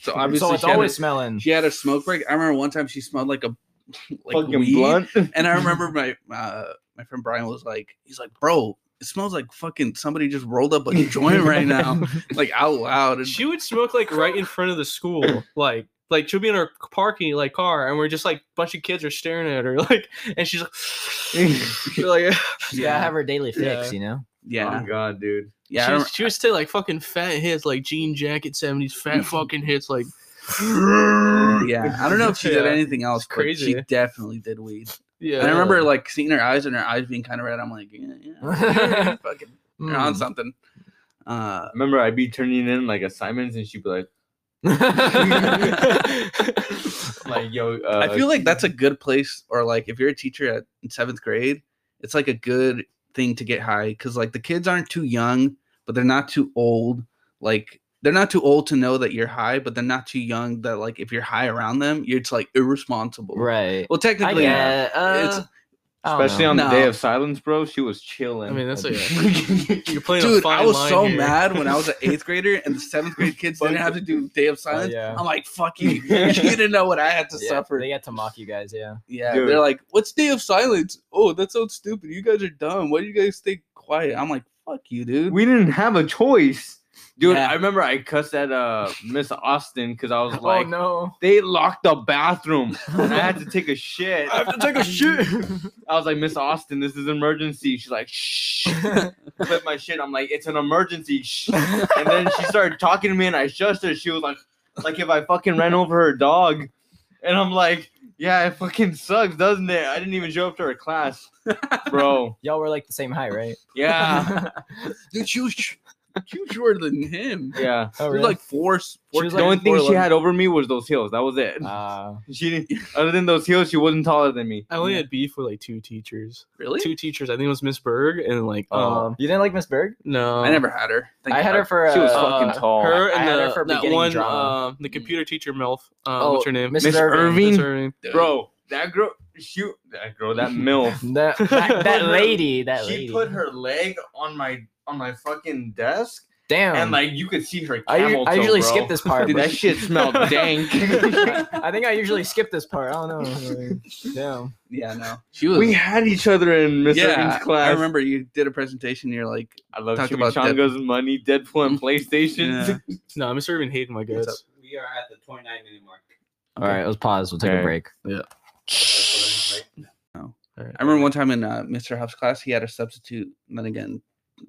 so obviously,
so it's
she,
always
had
smelling.
a, she had a smoke break. I remember one time she smelled like a like
fucking
weed.
blunt.
And I remember my uh, my friend Brian was like, he's like, bro, it smells like fucking somebody just rolled up a joint right now, like out loud. And
She would smoke like right in front of the school, like like she'll be in her parking like car, and we're just like bunch of kids are staring at her, like, and she's like, she's like
You gotta have her daily
Yeah.
fix, you know.
yeah,
Oh god, dude.
yeah. I
she,
rem-
was, she was still like fucking fat hits, like jean jacket seventies, fat fucking hits, like
yeah, I don't know if she did
Yeah.
anything else.
It's
crazy.
crazy.
she definitely did weed.
yeah.
And I remember like seeing her eyes and her eyes being kind of red. I'm like, yeah, yeah, fucking, you're on
Mm.
something. Uh,
I remember I'd be turning in like assignments and she'd be like, like yo, uh,
I feel like that's a good place, or like if you're a teacher at in seventh grade, it's like a good thing to get high because like the kids aren't too young, but they're not too old. Like they're not too old to know that you're high, but they're not too young that like if you're high around them, you're it's like irresponsible.
right.
Well,
I
technically,
get,
it's-
uh, I don't
especially
know.
on the
No.
day of silence, bro, she was chilling.
I mean, that's You're
like
playing a
dude,
fine
I was
line
so
here.
mad when I was an eighth grader and the seventh grade kids didn't have to do
Oh,
day of silence.
yeah.
I'm like, fuck you, you didn't know what I had to
Yeah,
suffer.
They get to mock you guys, yeah.
Yeah,
Dude.
they're like, "What's Day of Silence?" Oh, that sounds stupid. You guys are dumb. Why do you guys stay quiet? I'm like, "Fuck you, dude."
we didn't have a choice. Dude,
Yeah.
I remember I cussed at uh Miss Austin because I was like,
Oh, no.
they locked the bathroom and I had to take a shit.
have to take a shit.
I was like, Miss Austin, this is an emergency. She's like, shh. Flip my shit. I'm like, it's an emergency. Shh. And then she started talking to me and I shushed her. She was like, like if I fucking ran over her dog. And I'm like, yeah, it fucking sucks, doesn't it? I didn't even show up to her class, bro.
Y'all were like the same height, right?
Yeah,
Ah. dude, she was sh- she was shorter than him. Yeah,
yeah.
Oh,
she
really?
was like four. s-
She was
the only
like,
thing she had over me was those heels. That was it.
uh,
um,
she didn't, other than those heels, she wasn't taller than me.
I only had beef with like two teachers.
really.
Two teachers. I think it was Miss Berg and like um
you didn't like Miss Berg?
no.
um,
I never had her. Thank
Oh. I had her
God.
for uh,
She was
uh,
fucking tall.
her
I
and
had
the,
her for
that
beginning
one
drama.
um the computer teacher Melf. Uh,
Oh,
what's her name?
Miss
Miss
Irving.
Irving.
Miss Irving.
Dude.
bro. That girl, shoot, that girl, that milf.
That, that, that
Her-
lady, that
she
lady.
put her leg on my on my fucking desk,
Damn.
and like you could see her
I,
camel
I
toe,
usually
bro.
skip this part.
Dude,
but
that shit smelled dank.
I think I usually skip this part. I don't know. Damn.
Yeah, no, she was.
we had each other in Miss
yeah,
Irving's class.
I remember you did a presentation. You're like,
I love
Talked about
Chimichanga's money, Deadpool, and PlayStation.
Yeah.
No, Miss Irving hated my
What's
guts.
We are at the 29 minute mark.
All right, let's pause. We'll take
Okay.
a break.
That's what I'm- right?
I remember one time in uh, Mr. Huff's class, he had a substitute. And then again,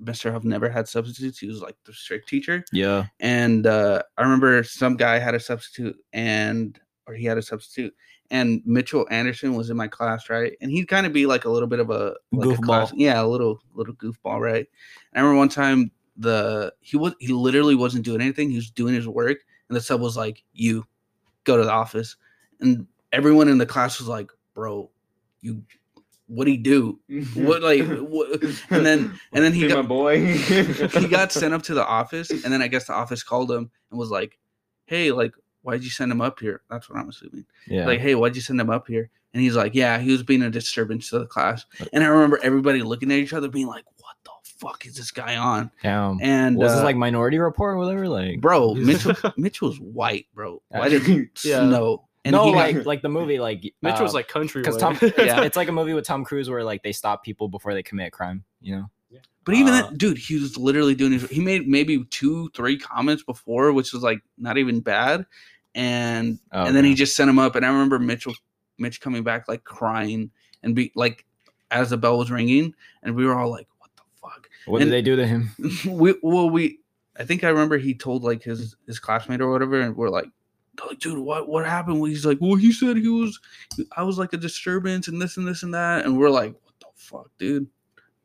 Mr. Huff never had substitutes. He was like the strict teacher.
Yeah.
and uh, I remember some guy had a substitute, and or he had a substitute, and Mitchell Anderson was in my class, right? And he'd kind of be like a little bit of a like a class-
Goofball.
yeah, a little little goofball, right? And I remember one time the he was he literally wasn't doing anything; he was doing his work, and the sub was like, "You go to the office," and everyone in the class was like, "Bro, you." What do he do? What like? What? And then and then he
Hey,
got
my boy.
he got sent up to the office, and then I guess the office called him and was like, "Hey, like, why'd you send him up here?" That's what I'm assuming.
Yeah.
Like, "Hey, why'd you send him up here?" And he's like, "Yeah, he was being a disturbance to the class." And I remember everybody looking at each other, being like, "What the fuck is this guy on?"
Damn.
And
was this
uh,
like Minority Report or whatever? Like,
bro, Mitchell, Mitchell's white, bro. Why did
Yeah.
snow? And
no,
he got-
like like the movie like
Mitch was
uh,
like country.
because
way.
Tom, it's,
Yeah.
it's like a movie with Tom Cruise where like they stop people before they commit a crime. You know,
but even
uh,
that dude, he was literally doing his. He made maybe two, three comments before, which was like not even bad, and
oh,
and then he
okay.
just sent him up. And I remember Mitchell, Mitch coming back like crying and be like, as the bell was ringing, and we were all like, "What the fuck?"
what
and-
did they do to him?
we well, we I think I remember he told like his his classmate or whatever, and we're like, they're like, "Dude, what what happened?" Well, he's like, "Well, he said he was, I was like a disturbance and this and this and that," and we're like, "What the fuck, dude?"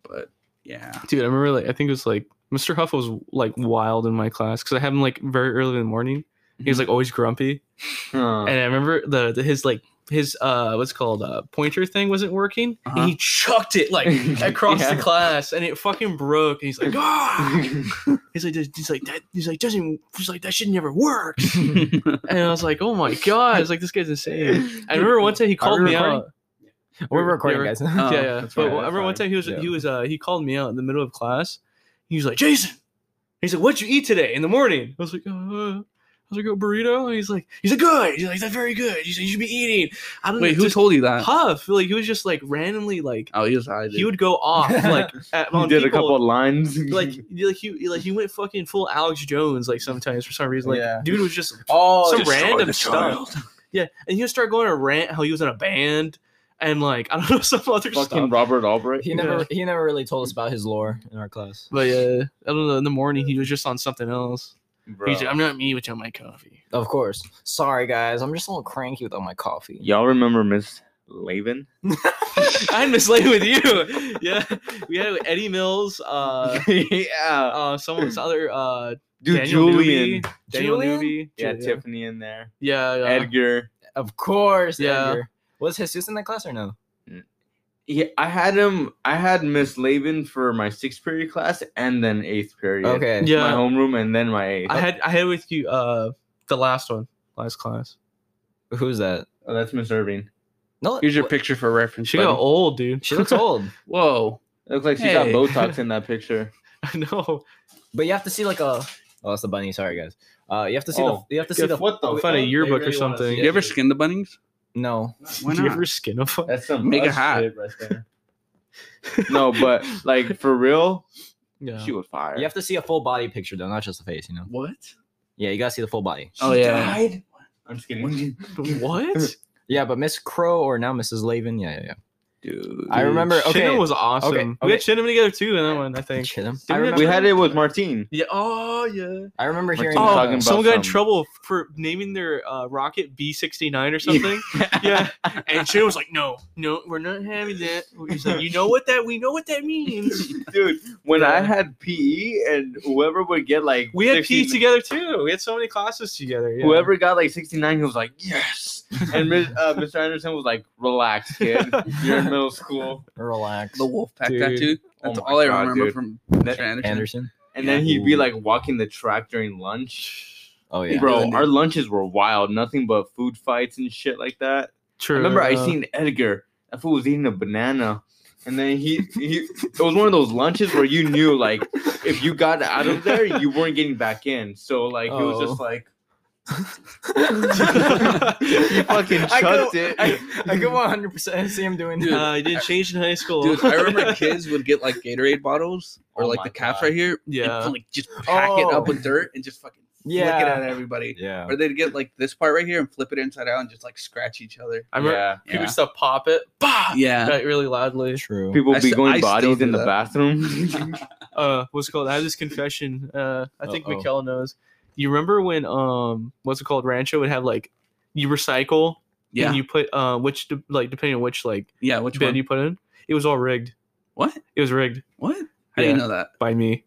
But Yeah.
dude. I remember like I think it was like Mr. Huff was like wild in my class because I had him like very early in the morning. He was like always grumpy,
Huh.
and I remember the, the his like his uh what's it called uh pointer thing wasn't working,
Uh-huh.
and he chucked it like across
Yeah.
the class, and it fucking broke. And he's like, ah! he's like he's like that he's like doesn't he's like that shit never works. And I was like, oh my god, it's like this guy's insane. I remember one time he called me
recording?
out.
We're
Yeah,
recording,
we're-
guys.
Oh,
yeah, yeah.
that's
But
right,
I
that's
remember one
fine.
time he was
Yeah.
he was uh he called me out in the middle of class. He was like, Jason. He's like, what'd you eat today in the morning? I was like, uh, I was like, a burrito. And he's like, he's like, good. He's like, that's very good. He's like, you should be eating. I don't know.
Wait, who
just
told you that?
Huff? Like he was just like randomly like
Oh, he was high.
he would go off like at,
He
on
did a
people.
couple of lines.
like like he like he went fucking full Alex Jones like sometimes for some reason like
Yeah.
dude was just
Oh,
some
destroy
random
the
stuff. Yeah, and he would start going to rant how he was in a band and like I don't know some other
fucking
stuff.
Robert Albright.
He never he never really told us about his lore in our class.
But yeah, I don't know. In the morning, he was just on something else.
Bro.
He's like, I'm not me without my coffee.
Of course. Sorry guys, I'm just a little cranky without my coffee.
Y'all remember Miss Laven?
I'm just laying with you. Yeah, we had Eddie Mills, uh,
yeah.
uh, someone, this other, uh,
Dude,
Daniel
Julian.
Newby, Daniel
Julian?
Newby.
Yeah,
Ju-
Tiffany in there.
Yeah, yeah.
Edgar.
Of course.
Yeah.
Edgar. Was Jesus in that class or no?
Yeah, I had him. I had Miss Laven for my sixth period class and then eighth period.
Okay.
Yeah.
My homeroom and then my eighth.
I had I had with you uh the last one, last class.
Who's that?
oh, that's Miss Irving.
No.
Here's your
wh-
picture for reference.
She
buddy.
got old, dude.
She looks old.
Whoa.
Looks like she got
Hey.
Botox in that picture.
I know.
But you have to see like a Oh, that's the bunny. Sorry guys. Uh you have to see
Oh,
the you have to see the
what the
Find a
fuck?
yearbook
really
or
wanna
something.
see
You ever skin the bunnies?
No.
Why
Do you
not?
ever skin a fuck?
That's some
Make it
us
hot.
shit right there. no, but like for real,
Yeah.
she was fire.
You have to see a full body picture though, not just the face, you know.
What?
Yeah, you gotta see the full body.
Oh yeah.
I'm just kidding,
What?
Yeah, but Miss Crow or now Mrs. Laven, yeah, yeah, yeah.
dude.
I remember okay.
Shinna was awesome. We had
okay.
Shinna together too in that one, I think.
Chittum.
Didn't
I
we
remember,
we had it with Martine.
Yeah. Oh yeah.
I remember
We're
hearing
I'm talking
Oh,
about
someone got in
some-
trouble for naming their uh, rocket B sixty nine or something. yeah. And Shinna was like, "No, no, we're not having that." He's like, "You know what that? We know what that means."
dude. When I
Yeah.
had PE and whoever would get like
We had P E
16
together too. We had so many classes together. yeah.
Whoever got like 69, he was like, yes. And Ms., uh, Mr. Anderson was like, relax, kid. You're in middle school.
relax.
The wolf pack
Dude.
tattoo.
Oh
That's
my
all I
God,
remember
dude.
from
That-
Mr. Anderson.
Anderson.
And then he'd be like walking the track during lunch.
Oh yeah.
Bro,
Bro, our lunches were wild. Nothing but food fights and shit like that.
True.
I remember I
uh,
seen Edgar. That fool was eating a banana. And then he, he, it was one of those lunches where you knew, like, if you got out of there, you weren't getting back in. So, like, it was just
Oh.
like, he
I
fucking
I
chucked
go-
it.
could 100 percent see him doing
Dude,
that.
Uh, you didn't change in high school.
Dude, I remember kids would get like Gatorade bottles or
Oh
like
my
the caps
God.
right here.
Yeah.
And like just pack it
Oh.
up with dirt and just fucking flick it
Yeah.
at everybody.
Yeah.
Or they'd get like this part right here and flip it inside out and just like scratch each other.
I remember
yeah.
people
Yeah.
used to pop it. Bah!
Yeah.
Like, really loudly.
True.
People
I
be
st- I
going
still
bodies
do
in the
that.
bathroom.
uh what's it called? I have this confession. Uh I think
Uh-oh.
Mikel knows. You remember when um what's it called? Rancho would have like you recycle
Yeah.
and you put uh which de- like depending on which like
yeah. Which
bin
one?
you put in, it was all rigged.
what?
It was rigged
What? How do
Yeah.
you know that?
by me.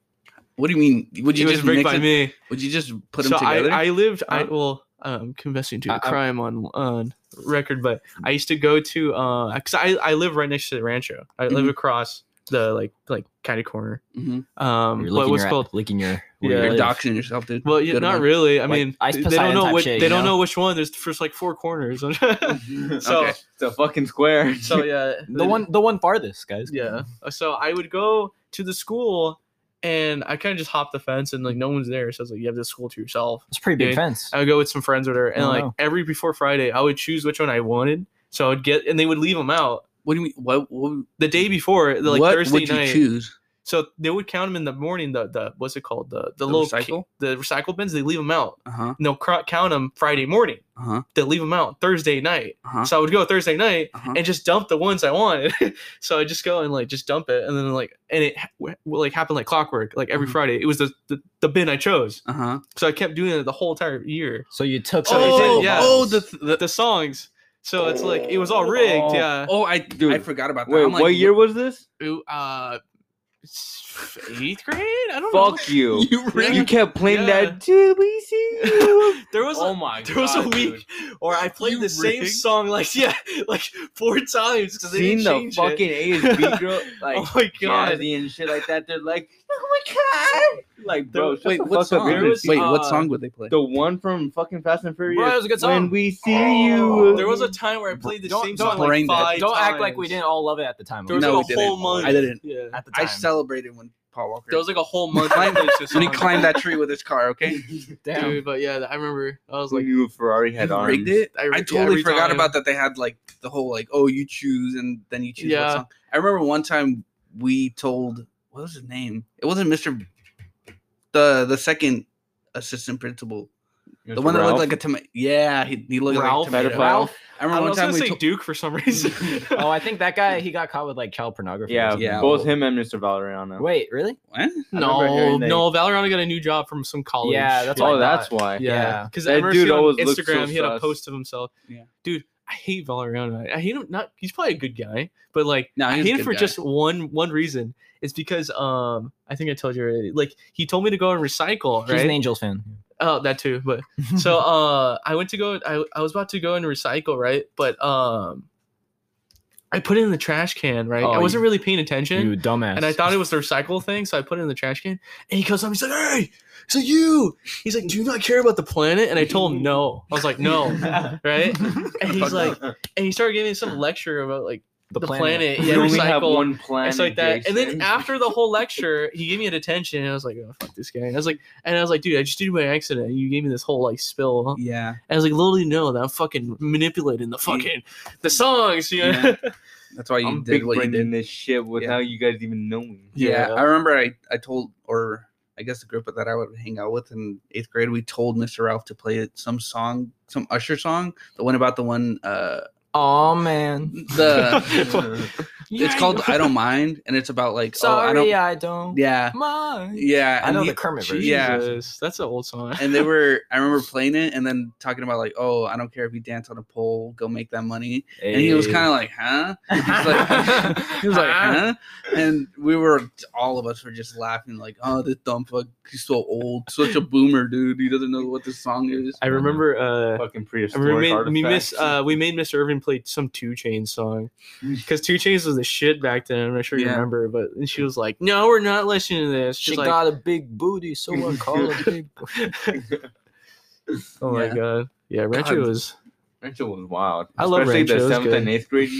What do you mean? Would
it
you
was
just
rigged
mix
by
it?
me.
Would you just put them
so
together?
I, I lived I
Huh?
well I'm confessing to
I-
a
I'm-
crime on on record, but I used to go to uh because I, I live right next to the rancho. I live
Mhm.
across the like like kind of corner.
Mhm.
Um
You're
but
licking
what's
your,
called
licking your.
Yeah,
You're
your
like-
doxing yourself, dude.
Well, yeah,
Good
not
one.
really. I
Like
mean,
Ice
they
Poseidon
don't know
type
what
shit,
they
you
don't
know?
know which one. There's the first like four corners. so
so it's a fucking square.
so yeah,
The one, the one farthest, guys.
Yeah. So I would go to the school, and I kind of just hop the fence, and like no one's there. So I was like, you have this school to yourself.
It's a pretty big
Dude,
fence.
I would go with some friends or whatever, and
Oh,
like
wow.
every before Friday, I would choose which one I wanted. So I would get, and they would leave them out
What do you mean? What? What,
the day before, like
what
Thursday
would you
night.
choose?
So they would count them in the morning. The the what's it called? The the,
The
little
recycle?
the recycle bins. They leave them out.
Uh huh.
And they'll cr- count them Friday morning.
Uh huh.
They leave them out Thursday night.
Uh huh.
So I would go Thursday night
Uh-huh.
and just dump the ones I wanted. so I just go and like just dump it, and then like and it ha- w- like happened like clockwork. Like every
Mhm.
Friday, it was the, the the bin I chose.
Uh huh.
So I kept doing it the whole entire year.
So you took.
So
some
it
oh,
did, yeah.
oh, the, the,
The songs. So it's like it was all rigged.
Oh.
Yeah.
oh, I
Dude.
I forgot about that.
Wait,
I'm like,
what year was this?
Ooh, uh, eighth grade? I don't know.
Fuck you.
You
You
really?
kept playing
Yeah.
that till we see you.
There was
oh
a,
my
there was a
God,
week or I played
You
the same
rigged?
song like yeah, like four times because they
Seeing
didn't
the
change it.
fucking A and B girl like
oh my god!
jazzy and shit like that. They're like, oh my god, like bro, shut
Wait,
the
what
fuck up.
song?
You're just-
Wait, what
uh,
song would they play?
The one from fucking Fast and Furious.
Bro, that was a good song.
When we see you,
Oh. There was a time where I played the
Don't-
same
don't
song like
brain that.
five
Don't act like we
times.
didn't all love it at the time.
There was
No,
like
we
a
didn't.
whole month.
I didn't.
Yeah.
at the
I
time.
celebrated when Paul Walker.
There was like a whole month. I
Climb-
played this
when he
song.
climbed that tree with his car. Okay.
Damn.
Dude, but yeah, I remember. I was
Who
like,
knew Ferrari had
You
arms.
rigged it.
I
Mm-hmm. I,
rigged it
totally
every
forgot
time.
about that. They had like the whole like, oh, you choose and then you choose what
Yeah.
song. I remember one time we told what was his name? It wasn't Mister the the second assistant principal,
It was
the one that
Ralph.
looked like a tomato. Yeah, he, he looked
Ralph?
like a tomato.
Pedophile?
I
I
remember one
was gonna
time we
say
told
Duke for some reason.
Oh, I think that guy he got caught with like child pornography. or
Yeah,
something.
Yeah.
both him and Mr. Valeriano.
Wait, really?
what?
I remember
no,
hearing that-
no, Valeriano got a new job from some college.
Yeah, that's what
oh,
I
that's
thought.
why.
Yeah.
Yeah, because
That
I remember
dude
seeing on
always looked so
Instagram he had a
sus.
post of himself.
Yeah.
dude, I hate Valeriano. I hate him. Not he's probably a good guy, but like
No,
I
he's a
hate him
good
for
guy.
just one one reason. It's because um I think I told you already. Like he told me to go and recycle,
He's
right?
an Angels fan.
oh, that too. But so uh I went to go. I I was about to go and recycle, right? But um. I put it in the trash can, right?
Oh,
I wasn't
you-
really paying attention.
you dumbass.
And I thought it was the recycle thing, so I put it in the trash can. And he comes up, he's like, "Hey, it's like you." He's like, "Do you not care about the planet?" And I told him, "No." I was like, "No," right? And he's like, and he started giving me some lecture about like the, planet,
we
yeah,
only have
recycle,
one planet.
and stuff like that. And then
Jason.
after the whole lecture, he gave me a detention, and I was like, "Oh fuck this guy." And I was like, and I was like, "Dude, I just did my accident. and You gave me this whole like spill." And
Yeah,
I was like, "Little do you know that I'm fucking manipulating the fucking the songs." You know?
Yeah. that's why you
I'm
did
big
what you did.
brain this shit without you guys even knowing.
Yeah,
Yeah.
I remember I, I told, or I guess the group that I would hang out with in eighth grade, we told Mr. Ralph to play it- some song, some Usher song, the one about the one, uh,
oh man.
Mm, the it's called I Don't Mind, and it's about like, oh, I
Sorry,
don't,
I don't.
yeah,
mind.
yeah,
I
and
know
he-
the Kermit version.
yeah.
Jesus, that's an old song.
and they were, I remember playing it and then talking about like, oh, I don't care if you dance on a pole, go make that money, and he was kind of like, huh, he's like. He was like, huh? And we were, all of us were just laughing, like, oh, this dumb fuck, he's so old, such a boomer, dude. He doesn't know what this song is.
I remember uh,
fucking
I mean,
prehistoric
we made, we,
artifacts.
miss, uh, we made Mr. Irvin play some Two Chains song because Two Chains was the shit back then. I'm not sure you
Yeah.
remember, but and she was like, "No, we're not listening to this."
she
She's like,
got a big booty, so I call it big.
"Oh my
Yeah.
god, yeah, Rancho
God.
was
Rancho was wild.
I love
Especially
Rancho, it
the
was
seventh
good.
and eighth grade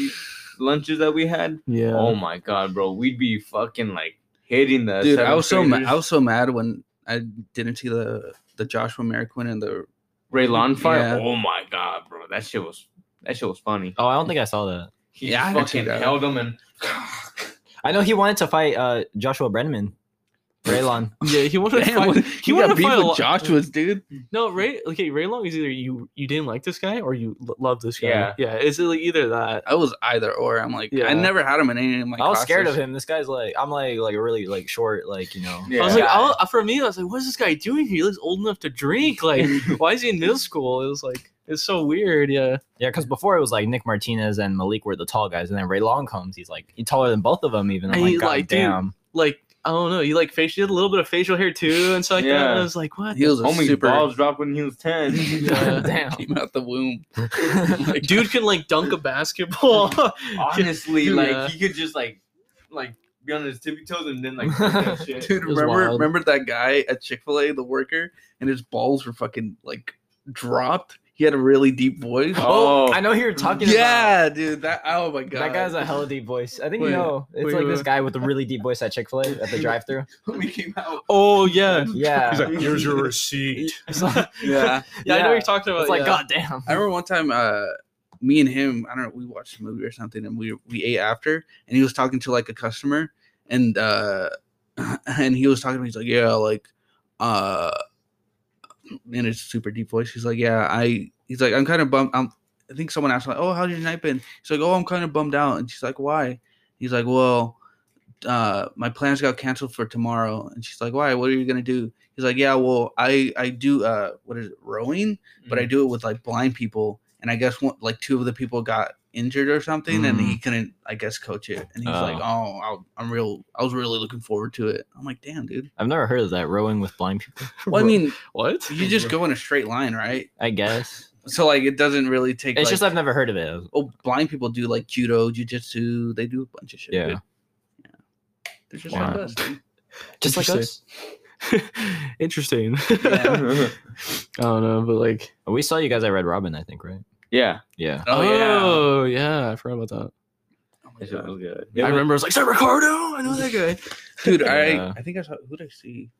lunches that we had.
yeah."
Oh my god, bro, we'd be fucking like hitting the
dude i
seventh
was so ma-
graders.
i was so mad when i didn't see the the joshua Mariquin and the
Ray Lawn Fire.
Yeah.
Oh my god, bro, that shit was that shit was funny.
Oh, I don't think I saw that.
He
Yeah, I
just fucking
did too, though.
held him and
I know he wanted to fight uh, Joshua Brenneman. Raylan.
Yeah, he wanted
Damn,
to
what-
fight.
he
wanted
got
to
beef
fight a
with
lot-
joshua's dude
No, Ray. Okay, Ray Long is either you you didn't like this guy or you l- love this guy.
Yeah.
yeah. It's like either that.
i was either or i'm like i
Yeah.
never had him in any of my
I was scared of
classes.
him. This guy's like, I'm like, like really like short, like you know.
yeah.
I was like,
Yeah.
I'll, for me, I was like, what is this guy doing here? He looks old enough to drink. Like, why is he in middle school? It was like, it's so weird. Yeah.
Yeah, because before it was like Nick Martinez and Malik were the tall guys, and then Ray Long comes. He's like he's taller than both of them. Even I'm
And
like,
he's
God
like, dude,
damn.
like I don't know. You like facial, did a little bit of facial hair too, and so like that. And
Yeah.
I was like, what?
he was a
homie
super
balls dropped when he was ten.
Yeah.
Damn.
came out the womb
the- Dude can like dunk a basketball.
Honestly,
Yeah.
like he could just like like be on his tippy toes and then like flip that shit.
dude
was
remember
wild.
remember that guy at chick-fil-a the worker and his balls were fucking like dropped he had a really deep voice
Oh,
I know who you're talking about.
yeah dude that oh my god
That guy's a hella deep voice. I think
Wait,
you know. It's
wait,
like this
wait.
guy with a really deep voice at Chick Fil A at the drive-through.
when we came out
oh yeah.
Yeah.
He's like, here's your receipt.
It's like-
yeah
yeah, I know what
Yeah.
you're talking about.
it's like,
yeah.
God damn.
I remember one time, uh, me and him, I don't know, we watched a movie or something, and we we ate after, and he was talking to like a customer, and uh, and he was talking to me. He's like, yeah, like, uh, in his super deep voice, he's like, yeah, I, he's like, I'm kind of bummed. I'm, I think someone asked like, oh, how's your night been? He's like, oh, I'm kind of bummed out, and she's like, why? He's like, well. Uh, my plans got canceled for tomorrow, and she's like, "Why? What are you gonna do?" He's like, "Yeah, well, I I do Mm. uh, what is it, rowing?" but I do it with like blind people. And I guess one, like two of the people got injured or something, and
Mm.
he couldn't, I guess, coach it. And he's
Oh.
like, "Oh, I'll, I'm real. I was really looking forward to it." I'm like, "Damn, dude."
I've never heard of that rowing with blind people.
Well, I mean,
What?
you just go in a straight line, right?
I guess
So like, it doesn't really take.
it's
like-
just I've never heard of it.
oh, blind people do like judo, jujitsu. They do a bunch of shit.
Yeah.
dude. yeah. They're just like
Wow.
us. dude.
Just like us.
Interesting.
Yeah.
I don't know, but like,
We saw you guys at Red Robin, I think, right?
yeah.
Yeah.
Oh, yeah.
oh yeah, I forgot about that.
Oh my
That shit
God.
was good.
I remember I was like, "Sir Ricardo, I know that guy."
dude. I
Yeah.
I think I saw who did I see?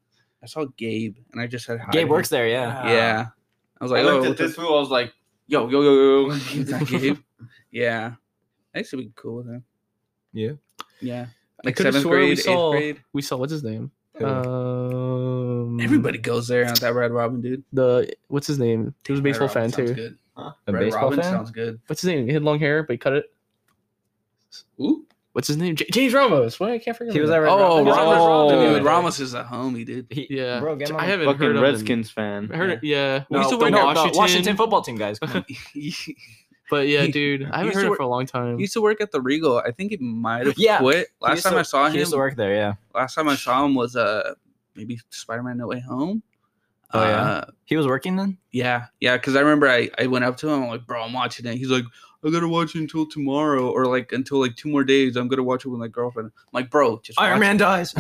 I saw Gabe, and I just said hi. to
Gabe
him.
works there. Yeah.
Yeah, I was
I
like,
looked
oh,
at this fool. I was like, yo, yo, yo, yo.
is that Gabe? yeah, I used to be cool with him.
Yeah?
yeah.
I
Like
could have
seventh
swore we
grade, eighth
saw-
grade.
We saw what's his name.
Who? Mm.
Um,
Everybody goes there on that Red Robin, dude.
The what's his name? He was a
Red
baseball
Robin
fan
sounds
too.
Good.
A
Red
baseball
Robin
fan?
sounds good.
What's his name? He had long hair, but he cut it.
Ooh,
What's his name? J- James Ramos. Why I can't forget.
He
him.
was at Red
oh,
Robin. He was at Red
Ramos.
Robin.
dude, Ramos is a homie, dude.
He,
Yeah,
Bro, get him
I
on
haven't
fucking
heard of
Redskins
Him. I
fan.
heard it. Yeah, we used to
the
win
Wa- the
Washington.
Washington football team guys. come on.
he
But yeah,
He-
dude, I haven't
used
heard
to
it
work-
for a long time.
used to work at the Regal. I think he might have
Yeah,
quit.
He
Last
used to-
time I saw
he
him,
used to work there. Yeah.
last time I saw him was uh maybe Spider-Man: No Way Home.
Oh, yeah?
Uh,
He was working then.
Yeah, yeah, because I remember I, I went up to him, I'm like, bro, I'm watching it. He's like, I gotta watch it until tomorrow, or like until like two more days. I'm gonna watch it with my girlfriend. I'm like, bro, just watch it."
dies.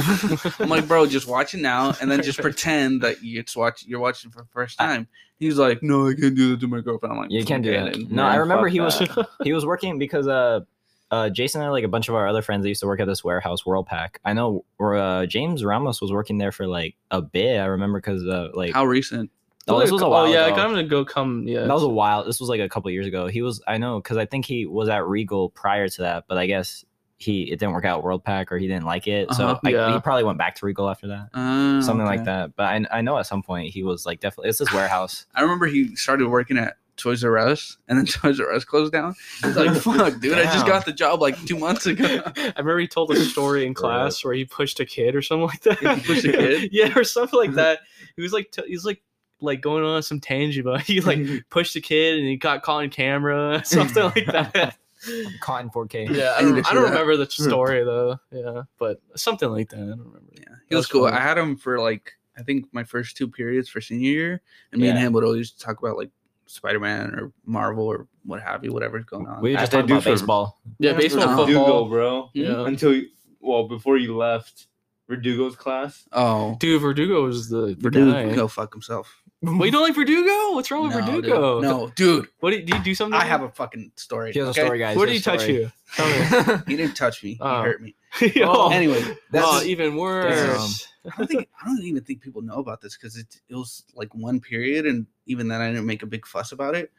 I'm like, bro, just watch it now, and then just pretend that you- it's watch you're watching for the first time. He's like, no, I can't do that to my girlfriend. I'm like,
you can't do
"Okay
that.
then."
No, I
Man,
remember
fuck
he was
that.
he was working because uh uh Jason and like a bunch of our other friends that used to work at this warehouse World Pack. I know uh, James Ramos was working there for like a bit. I remember because uh like
How recent?
oh, this was a while
Oh yeah,
ago.
like, I'm gonna go come. Yeah,
that was a while. This was like a couple years ago. He was I know because I think he was at Regal prior to that, but I guess he it didn't work out at World Pack or he didn't like it,
Uh-huh.
so I,
Yeah.
he probably went back to Regal after that.
Uh,
Something like that, but I, I know at some point he was like definitely it's this warehouse.
I remember he started working at Toys R Us, and then Toys R Us closed down. He's like, fuck, dude, I just
Damn.
got the job like two months ago.
I remember he told a story in class where he pushed a kid or something like that.
He pushed a kid?
yeah, or something like that. He was like, t- he was like, like going on some tangent, but he like pushed a kid and he got caught on camera, something like that.
Cotton 4K.
Yeah, I
I need
don't, I
to see
don't
that.
remember the story though. Yeah, but something like that. I don't remember.
Yeah, he was
That's
cool.
funny.
I had him for like I think my first two periods for senior year, and me and
Yeah.
him would always talk about like Spider Man or Marvel or what have you, whatever's going on.
We were
As
just
they
talking
do
about
for-
baseball.
Yeah, baseball,
Verdugo.
Verdugo,
football. Hmm?
bro.
Yeah,
Until you, well, before you left Verdugo's class.
oh,
dude, Verdugo was the, the
Verdugo
guy.
go fuck himself.
Well, you don't like Verdugo? What's wrong with
No, dude.
Verdugo?
No, dude,
What did, did you do something?
I have a fucking story.
He has
okay?
a story, guys.
Where did
he
he
has a
touch
story.
you?
He didn't touch me.
Oh.
He hurt me.
oh,
Anyway,
That's
oh,
just-
even worse.
I don't think I don't even think people know about this because it it was like one period, and even then I didn't make a big fuss about it.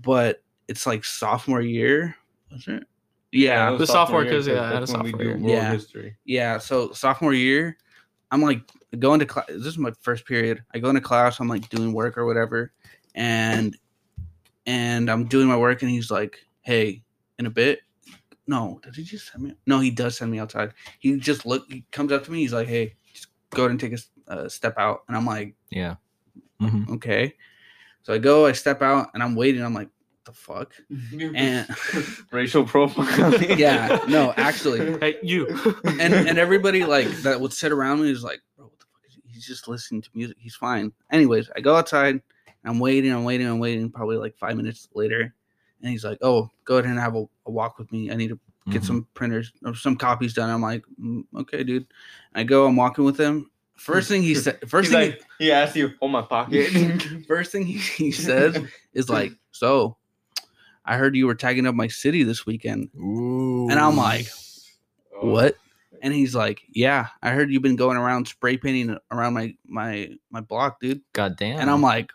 But it's like sophomore year, was it? Yeah,
it was
the sophomore,
year,
'cause, yeah, I had a
that's when we do
sophomore year.
world
Yeah.
history.
Yeah, so sophomore year, I'm like going to class. This is my first period. I go into class. I'm like doing work or whatever, and and I'm doing my work, and he's like, "Hey, in a bit." No, did he just send me? No, he does send me outside. He just look. He comes up to me. He's like, "Hey, just go ahead and take a s- uh, step out." And I'm like,
Yeah. Mhm.
"Okay." So I go. I step out, and I'm waiting. I'm like, "The fuck?" And
Racial profiling.
yeah, no, actually,
Hey, you.
and and everybody like that would sit around me is like, bro, what the fuck is he? he's just listening to music. He's fine. Anyways, I go outside. I'm waiting. I'm waiting. I'm waiting. Probably like five minutes later, and he's like, "Oh, go ahead and have a, a walk with me. I need to get
Mhm.
Mm-hmm.
some printers or some copies done." I'm like, "Mm, "Okay, dude." I go. I'm walking with him. First thing he said. First
He's
thing.
like, he asked you, hold my pocket.
he, first thing he, he says is like, "So, I heard you were tagging up my city this weekend," and I'm like,
Oh.
what and he's like yeah i heard you've been going around spray painting around my my my block dude
God damn.
and i'm like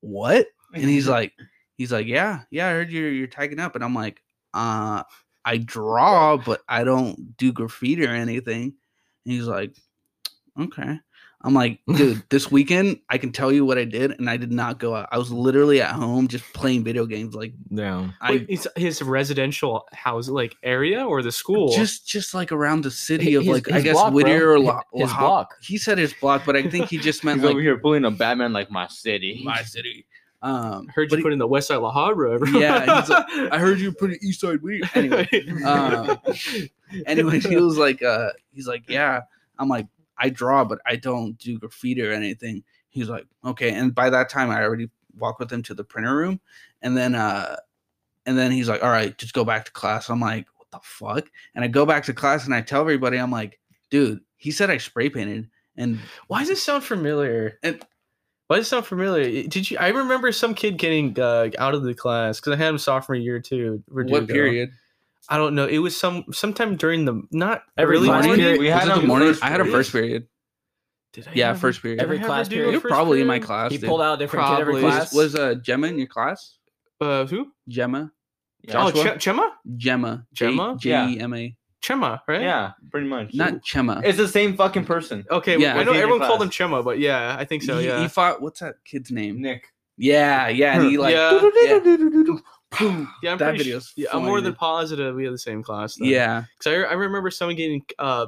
what and he's like he's like yeah yeah i heard you're you're tagging up and i'm like uh i draw but i don't do graffiti or anything and he's like okay i'm like dude this weekend i can tell you what i did and i did not go out i was literally at home just playing video games like
damn.
i
Wait, it's his residential house, like area or the school?
Just just like around the city
Hi-
of
his-
like I
his
guess
block, bro.
Whittier or La-
His
La-
block.
He said his block, but I think he just meant
He's
like
over here pulling a Batman like my city.
my city. Um,
Heard
but
you put in the West Side La Habra. everyone.
Yeah, he's like, I heard you put an East Side weed. Anyway, uh, anyways, he was like, uh, he's like, yeah. I'm like, I draw, but I don't do graffiti or anything. He's like, okay. And by that time, I already walked with him to the printer room, and then, uh, and then he's like, all right, just go back to class. I'm like, what the fuck? And I go back to class and I tell everybody, I'm like, dude, he said I spray painted, and
Why does this sound familiar?
And-
why does it sound familiar? Did you? I remember some kid getting uh, out of the class because I had him sophomore year too. or
what
Dugo.
period?
I don't know. It was some sometime during the not
Every
early
morning?
morning.
We
Was
had
it
him
the morning.
first
I had a
period.
first period.
Did I
Yeah,
ever-
first period.
did I
Every
ever do
class
a
period?
You're
first
probably in my
period?
class.
He
dude.
pulled out a different kid every
Probably.
class.
Was uh, Gemma in your class?
Uh, who?
Gemma.
Oh,
Joshua?
Ch- Chema.
Gemma.
Gemma?
J E M A.
Chema, right?
Yeah, pretty much.
Not Chema.
It's the same fucking person.
Okay. I
Yeah.
know
Within your
everyone called him
class.
Chema, but yeah, I think so.
He-
Yeah.
He, fought. What's that kid's name?
Nick.
Yeah, yeah. And he like.
Yeah.
Yeah.
yeah, I'm
that
pretty
video's
Yeah, I'm more
funny,
than
dude.
positive we had the same class. Then.
Yeah.
because I, I remember someone getting uh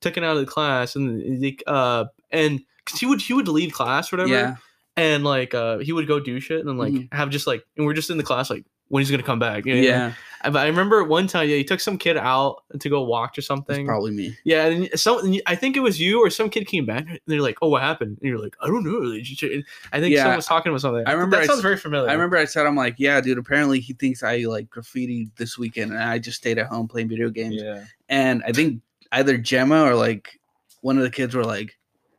taken out of the class and they, uh and because he would he would leave class or whatever
Yeah.
and like uh he would go do shit and then like
Mhm.
have just like and we're just in the class like when he's gonna come back you know?
Yeah.
I, but I remember one time yeah he took some kid out to go walk or
It's
something
probably me.
yeah and some and I think it was you or some kid came back and they're like oh what happened and you're like I don't know They just- and I think
Yeah.
someone was talking about something
I remember
that
I
sounds
s-
very familiar
I remember I said I'm like, yeah, dude. Apparently he thinks I like graffiti this weekend, and I just stayed at home playing video games.
Yeah.
and I think either Gemma or like one of the kids were like,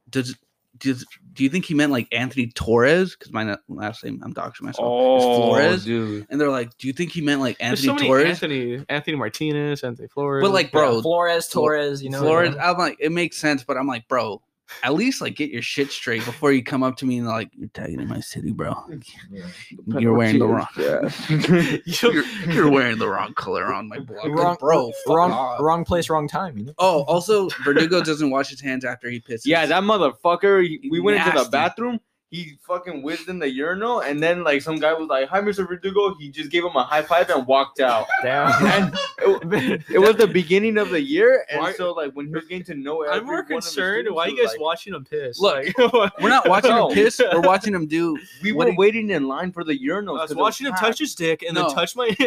"Does does do you think he meant like Anthony Torres? Because my na- last name I'm doctoring myself."
Oh,
Flores.
dude.
And they're like, "Do you think he meant like
There's
Anthony
so many
Torres?"
Anthony Anthony Martinez Anthony Flores
but like,
Yeah,
bro,
Flores,
Flo-
Torres, you know.
Flores. I'm like, it makes sense, but I'm like, bro, at least like get your shit straight before you come up to me and like you're tagging in my city, bro. You're wearing the wrong. You're, you're wearing the wrong color on my block, Like,
Wrong-
bro. fuck
wrong,
off.
wrong place, wrong time. You know.
Oh, also, Verdugo doesn't wash his hands after he pisses.
yeah, that motherfucker. he- We went into
Nasty.
the bathroom. He fucking whizzed in the urinal, and then like some guy was like, "Hi, Mr. Verdugo." He just gave him a high five and walked out.
Damn.
And it, it was the beginning of the year, and
Why-
so like when he was getting to know,
I'm
every one
more
of the
concerned
students,
why
it
you
was
guys
like-
watching him piss
Look,
Like,
We're not watching
No.
him piss. We're watching him do.
We
what
were
he-
waiting in line for the urinals.
I was
'cause it
watching him
packed.
touch his dick and
No.
then touch my.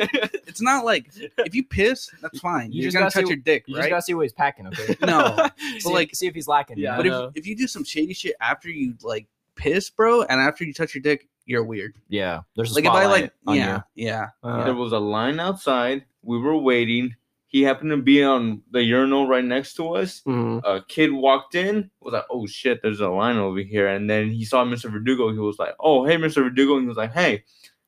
It's not like if you piss, that's fine.
You
You are
just
going to
gotta
touch
see-
your dick,
You just
right?
gotta see what he's packing, okay?
No,
see,
like-
like, see if he's lacking.
Yeah.
Yeah.
but
I know.
if, if you do some shady shit after you like piss, bro, and after you touch your dick, you're weird.
yeah. There's a
Like if I
spotlight
like,
on you.
yeah, yeah,
Uh,
There was a line outside. We were waiting. He happened to be on the urinal right next to us. A kid walked in, was like, "Oh shit, there's a line over here." And then he saw Mr. Verdugo. He was like, "Oh hey, Mr. Verdugo," and he was like, "Hey."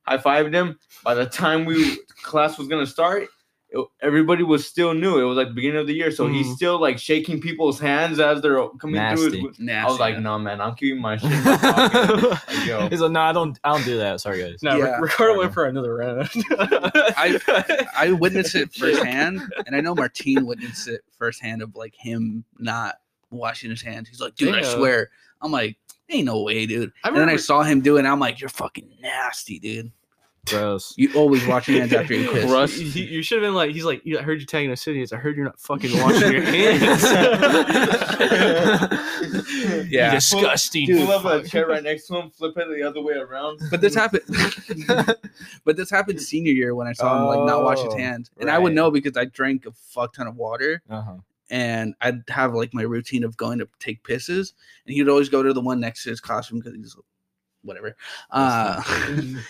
High fived him. By the time we class was gonna start, it- everybody was still new. It was like beginning of the year, so he's
Mhm.
still like shaking people's hands as they're coming
Nasty.
through.
nasty.
I was like, "No, man, I'm keeping my shit." in my pocket." Like, yo.
He's like, no, I don't, I don't do that. Sorry, guys.
No,
Yeah.
Ricardo went for another round.
I I witnessed it firsthand, and I know Martine witnessed it firsthand of like him not washing his hands. He's like, dude, I
Yeah.
swear. I'm like, ain't no way, dude.
I
and then I
remember-
saw him do it. And I'm like, you're fucking nasty, dude.
Gross.
You always wash your hands after you piss.
Crust.
You, should have been like, he's like, "Yeah, I heard you tagging the cities. I heard you're not fucking washing your hands.
Yeah.
You disgusting.
pull up a chair right next to him, flip it the other way around.
But this happened. but this happened senior year when I saw him like not wash his
Oh,
hands, and I would
right.
know because I drank a fuck ton of water,
Uh huh.
and I'd have like my routine of going to take pisses, and he'd always go to the one next to his classroom because he's whatever. Uh,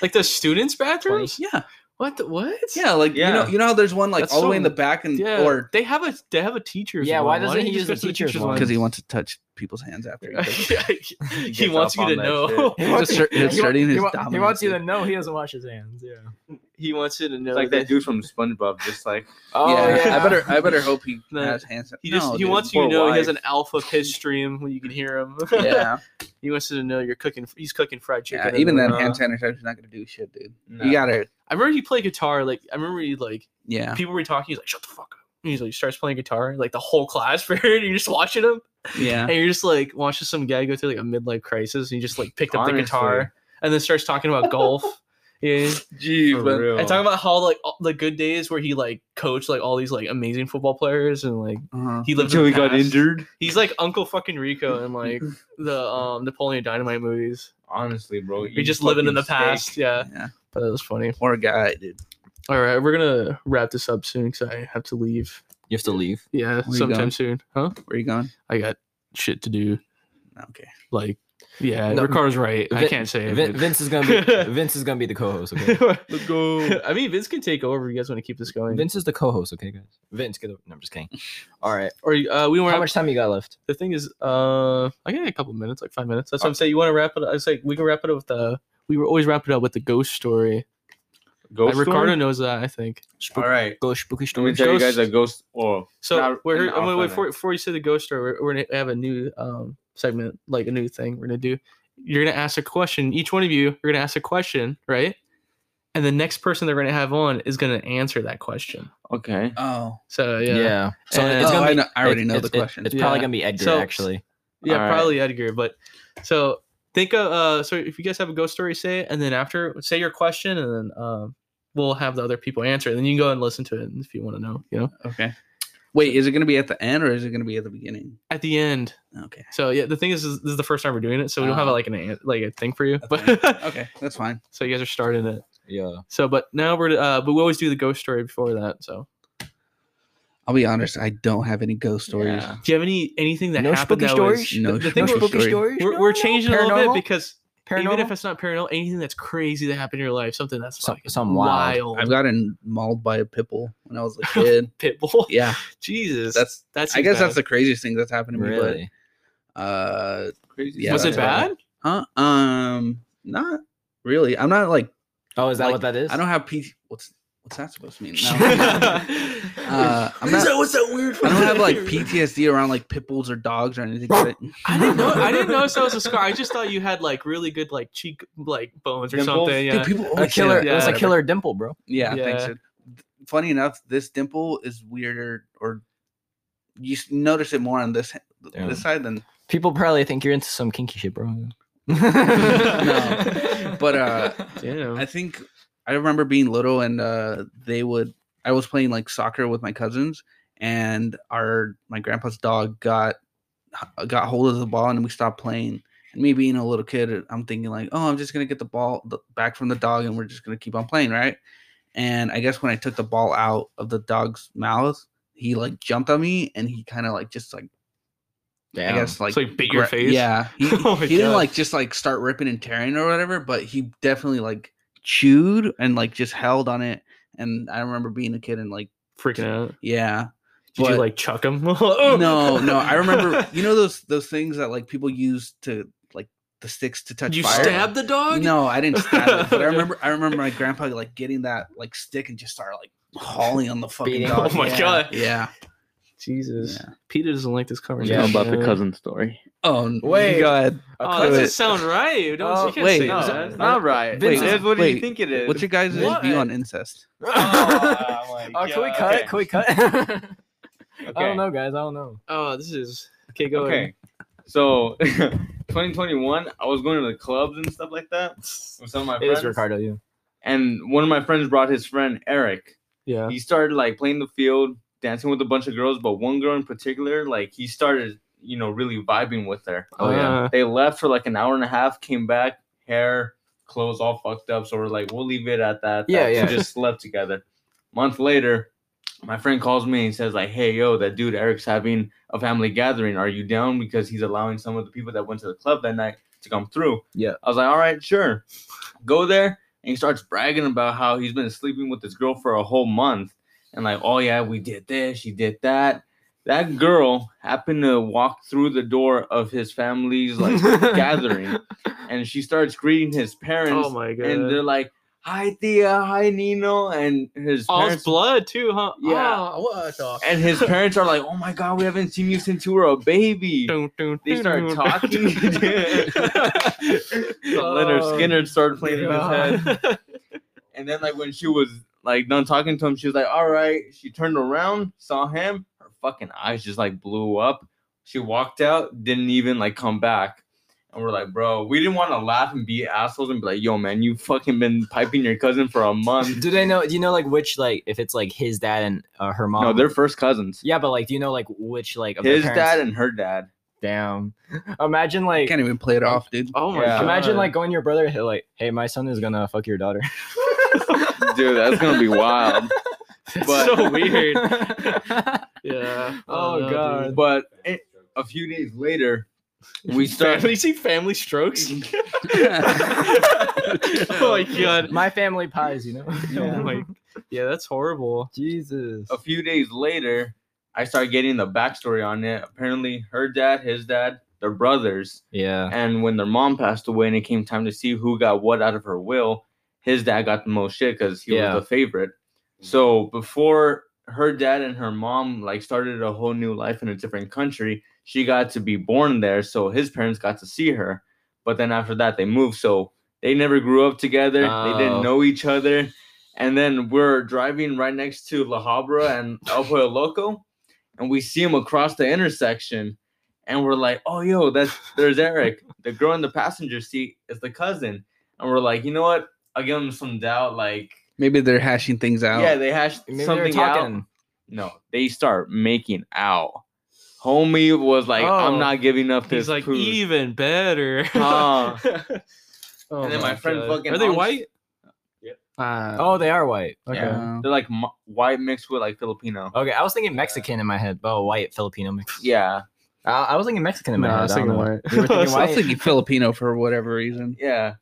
like the students' bathrooms.
yeah,
What? The, what?
yeah, like you know,
Yeah.
you know how there's one like
That's
all the
so-
way in the back and
Yeah.
or
they have a they have a teacher's.
Yeah, why
one.
doesn't
don't
he
you
use
just
the
go to
teacher's one?
because he wants to touch people's hands after. He does it.
he,
gets
wants
up
you to
on that shit.
know.
He was assert- he was asserting his
he, wa- he
dominance,
wants you to
dude.
know he doesn't wash his hands. Yeah.
He wants you to know.
It's like that dude from SpongeBob, just like
Oh
yeah,
yeah.
I better, I better hope he
No.
has hands.
He just
No,
he
dude.
wants you to
poor
know he has
wife.
an alpha piss stream when you can hear him.
Yeah,
he wants you to know you're cooking. He's cooking fried chicken.
yeah.
in
Even
the-
then,
uh,
hand sanitizer's not gonna do shit, dude.
nah.
You gotta,
I remember he played guitar. Like I remember he like
yeah.
people were talking. He's like, "Shut the fuck up." And he's like, starts playing guitar. Like the whole class for and You're just watching him,
Yeah.
and you're just like watching some guy go through like a midlife crisis. And he just like picked up the
Honestly.
guitar and then starts talking about golf. Yeah,
For
Jeez,
real.
and talking about how like all, the good days where he like coached like all these like amazing football players and like
Uh-huh.
he lived
until
in
he
the
got
past.
injured.
He's like Uncle fucking Rico in like the um Napoleon Dynamite movies.
Honestly, bro.
You're just living in the past. Yeah.
Yeah.
But that was funny.
Poor guy, dude.
All right, we're gonna wrap this up soon because I have to leave.
You have to leave.
Yeah,
you
sometime
going?
soon, huh?
Where you going?
I got shit to do.
Okay.
Like, yeah,
No,
Ricardo's right. I
Vin-
can't say it.
Vin-
but-
Vince is gonna be Vince is gonna be the co-host. Okay.
Let's go. I mean, Vince can take over. if You guys want to keep this going?
Vince is the co-host. Okay, guys. Vince, get. Over. No, I'm just kidding. All right.
or uh, we want
How
to.
much time you got left?
the thing is, uh, I got a couple minutes, like five minutes. That's what I'm saying. You want to wrap it? up? It's like we can wrap it up with the. We were always wrap it up with the ghost story.
Ghost
Uh, Ricardo
story?
knows that, I think.
All right.
Go spooky
Let me
story.
tell you guys a
Ghost-
ghost. Oh,
So
Not
we're
an
here, I'm gonna wait
off-limit.
before, before you say the ghost story. We're, we're gonna have a new um segment, like a new thing we're gonna do. You're gonna ask a question. Each one of you, you're gonna ask a question, right? And the next person they're gonna have on is gonna answer that question.
okay.
Oh.
So yeah,
Yeah.
yeah,
So
And-
it's
oh,
gonna
I,
be.
know, I already
it's-
know the
it's- it-
question.
It's probably
Yeah.
gonna be Edgar
So-
actually.
All right.
probably Edgar. But so think of uh, so if you guys have a ghost story, say it, and then after say your question, and then um, we'll have the other people answer, it. and then you can go and listen to it if you want to know. You know,
okay. Wait, is it going to be at the end or is it going to be at the beginning?
at the end.
Okay.
So yeah, the thing is, is this is the first time we're doing it, so we don't have
Ah.
like an an- like a thing for you,
A
but.
thing. Okay, that's fine.
So you guys are starting it.
Yeah.
So, but now we're uh, but we always do the ghost story before that. So,
I'll be honest. I don't have any ghost stories.
do you have any anything that
No
happened?
spooky
that was-
stories?
No,
the, the thing
no spooky
we're,
story.
we're, we're changing a little
Paranormal?
bit because even if
Paranormal.
it's not paranormal, anything that's crazy that happened in your life, something that's
Some-
like
something wild.
I've gotten mauled by a pit bull when I was a kid.
pit bull.
yeah,
Jesus,
that's.
that's.
I guess that's the craziest thing that's happened to me.
Really?
But, uh,
Crazy.
Yeah,
was it
that's
bad?
huh? Um, not really. I'm not like.
Oh, is that
like,
what that is?
I don't have P. What's what's that supposed to mean? No.
Uh,
uh, I'm not,
what's that weird?
I don't have like PTSD around like pit bulls or dogs or anything. like that.
I didn't know. I didn't know that was a scar. I just thought you had like really good like cheek like bones or
Dimples?
something. Yeah.
Dude, people
Oh, A
always say
killer.
that.
It was a
Yeah.
killer dimple, bro.
Yeah, thanks.
Yeah.
dude. Funny enough, this dimple is weirder, or you s- notice it more on this
Damn.
this side than.
People probably think you're into some kinky shit, bro.
Oh.
No. But, uh,
Damn.
I think I remember being little, and uh, they would. I was playing like soccer with my cousins, and our my grandpa's dog got got hold of the ball, and we stopped playing. And me being a little kid, I'm thinking like, oh, I'm just gonna get the ball th- back from the dog, and we're just gonna keep on playing, right? And I guess when I took the ball out of the dog's mouth, he like jumped on me, and he kind of like just like
Damn.
I guess like
So he bit your face?
Yeah, he,
Oh my
he didn't
God.
like just like start ripping and tearing or whatever, but he definitely like chewed and like just held on it. And I remember being a kid and like
Freaking out.
yeah,
Did you
But-
like chuck him? Oh.
no, no. I remember you know those those things that like people use to like the sticks to touch
you
fire.
stabbed the dog?
No, I didn't stab it. But
Okay.
I remember I remember my grandpa like getting that like stick and just started like hauling on the fucking
Beating.
dog.
Oh my
yeah,
God.
Yeah.
Jesus.
Yeah.
Peter doesn't like this conversation.
Yeah,
about the
man.
cousin story.
Oh n-
Wait.
go ahead.
Oh, that
Wait.
doesn't sound right. Don't,
Oh,
you can't
wait,
say
no,
that.
it's not right.
Vince,
Wait, Ed, what do
wait,
you think it is?
What's your guys'
What?
view on incest?
oh,
my
can we
God.
cut?
Okay.
Can we cut? I
Okay.
don't know, guys. I don't know.
Oh, this is okay. Go ahead.
okay. So, 2021, I was going to the clubs and stuff like that with some of my
It
friends.
is Ricardo. You.
And one of my friends brought his friend Eric.
Yeah.
He started like playing the field, dancing with a bunch of girls, but one girl in particular, like he started, you know, really vibing with her.
Oh, yeah.
Uh,
They left for like an hour and a half, came back, hair, clothes all fucked up. So we're like, we'll leave it at that.
Yeah,
that.
yeah.
We just slept together. Month later, my friend calls me and he says, like, hey, yo, that dude Eric's having a family gathering. Are you down? Because he's allowing some of the people that went to the club that night to come through.
Yeah.
I was like, all right, sure. Go there. And he starts bragging about how he's been sleeping with this girl for a whole month. And like, oh yeah, we did this, she did that. That girl happened to walk through the door of his family's like gathering and she starts greeting his parents
oh my god.
and they're like hi tia hi nino and his
All's
parents
blood too, huh?
Yeah.
Oh, what the-
and his parents are like oh my god we haven't seen you since you were a baby
Dun, dun,
they
dun,
start
dun,
talking leonard
Oh,
skinner started playing in his head
God.
and then like when she was like done talking to him she was like all right she turned around saw him her fucking eyes just like blew up she walked out didn't even like come back and we're like bro we didn't want to laugh and be assholes and be like yo man you fucking been piping your cousin for a month
Do they know? Do you know like which like if it's like his dad and uh, her mom?
no they're first cousins
Yeah, but like, do you know like which like of their
his
parents-
dad and her dad
damn. Imagine
I
like
can't even play it off, dude.
Oh my
Yeah.
god.
imagine like going to your brother hey, like, hey, my son is gonna fuck your daughter.
dude, that's gonna be wild. But-
so weird.
yeah.
Yeah.
Oh,
Oh, no,
god.
But it, a few days later, we start.
Family, you see family strokes? oh my god.
My family pies, you know.
Oh my. Yeah, that's horrible.
Jesus.
a few days later, I start getting the backstory on it. Apparently, her dad, his dad, they're brothers.
Yeah.
And when their mom passed away and it came time to see who got what out of her will, his dad got the most shit because he
Yeah.
was the favorite. So before her dad and her mom like started a whole new life in a different country, she got to be born there, so his parents got to see her. But then after that they moved, so they never grew up together. They
Oh.
didn't know each other. And then we're driving right next to La Habra and El Pollo Loco, and we see him across the intersection and we're like, "Oh, yo, that's there's Eric, the girl in the passenger seat is the cousin," and we're like, "You know what? I'll give him some doubt." Like,
Maybe they're hashing things out.
yeah, they hashed
Maybe
something
they were
out.
talking.
No, they start making out. Homie was like, "I'm
Oh.
not giving up this
He's like
food."
even better.
Huh.
Oh
and then my friend
God.
fucking
Are they
honks-
white?
Yep.
Uh,
Oh, they are white. Okay.
Yeah. They're like mo- white mixed with like Filipino.
Okay, I was thinking Mexican in my head, but oh, white Filipino. Mix.
Yeah,
I, I was thinking Mexican in my
Nah,
head.
I was
I
thinking
don't know.
white.
You were
I
thinking
was
white.
thinking Filipino for whatever reason.
yeah.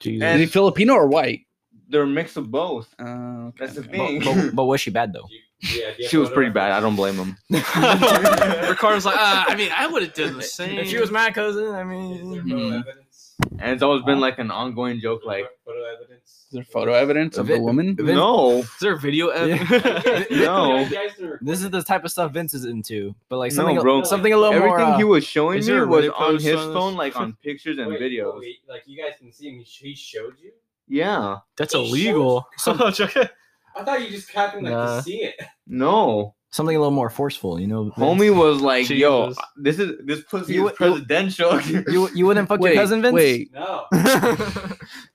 Jesus.
Is he
And
Filipino or white?
they're a mix of both.
Uh, okay,
That's the
okay.
thing.
but, but was she bad though?
Yeah, do you have
She was pretty
photo reference?
bad. I don't blame him.
Ricardo's like, ah, I mean, I would have done the same.
if she was my cousin, I
Is there
mean,
photo
Mhm.
evidence?
And it's always been like an ongoing joke, like,
photo evidence.
Is there photo evidence of
Vin-
the woman?
Vin-
no,
Is there video? ev-
No.
You guys are-
this is the type of stuff Vince is into. But like
No,
something,
bro.
something a little
everything
more. uh,
he was showing
Is
me
there a
was
Reddit
on
post
his
on this?
phone, like on pictures and
Wait,
videos.
wait, like you guys can see him. He, sh- he showed you.
Yeah,
That's
It shows-
illegal.
I thought you just happened like
Nah.
to see it.
no,
something a little more forceful, you know. Vince?
homie was like, "Yo,
Jesus.
this is this pussy
You-
is presidential."
you you wouldn't fuck your cousin Vince.
Wait,
No.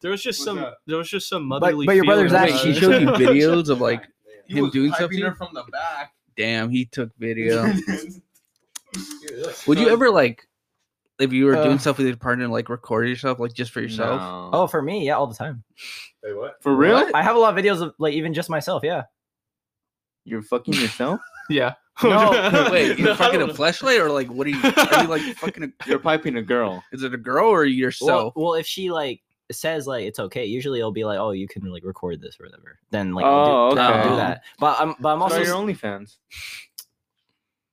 There was just
What's
some.
up?
There was just some
But-
motherly.
but your brother's
feeling
wait,
actually-
he
about
showed
it.
you videos of like,
He
him
was
doing
piping
something?
her from the back.
damn, he took video.
Dude, look.
Would you
So-
ever like, if you were
Uh,
doing stuff with your partner, like record yourself, like just for yourself?
No.
Oh, for me, yeah, all the time.
Wait, what?
for real?
I have a lot of videos of like even just myself. Yeah.
You're fucking yourself.
Yeah.
No,
Wait, you're
No, I
fucking
don't
a flashlight or like, what are you? Are you like fucking? A,
You're piping a girl.
is it a girl or yourself?
Well, well, if she like says like it's okay, usually it'll be like, oh, you can like record this or whatever. Then like I'll
Oh,
do, I'll
okay.
do that. But I'm but I'm
Also,
also.
your OnlyFans.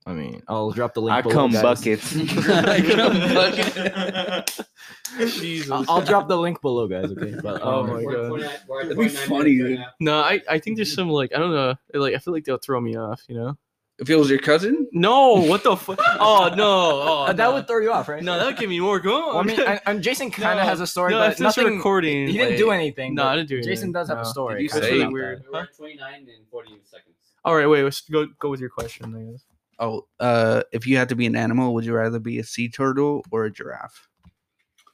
I mean, I'll drop the link.
I
below,
come
guys.
buckets.
I come
Jesus.
I'll, I'll drop the link below, guys. Okay. But,
Oh
um,
my
We're
God.
at 29 we're at
That'd be
29
funny,
minutes
dude.
right now.
No, I, I think there's some like I don't know. Like I feel like they'll throw me off. You know.
if it was your cousin,
No. What the fuck? Oh no. Oh,
uh, that
no.
would throw you off, right?
No, that would get me more going.
Well, I mean, I, I'm, Jason kind of
No,
has a story,
no,
but
it's nothing.
nothing.
Recording.
He didn't
like-
do anything.
No,
but
I didn't do anything.
Jason does have a
No.
story.
Did you
kinda
say-
about
Weird.
We're at 29 and 48 seconds.
All right, wait. Let's go go with your question. I guess.
oh, uh, if you had to be an animal, would you rather be a sea turtle or a giraffe?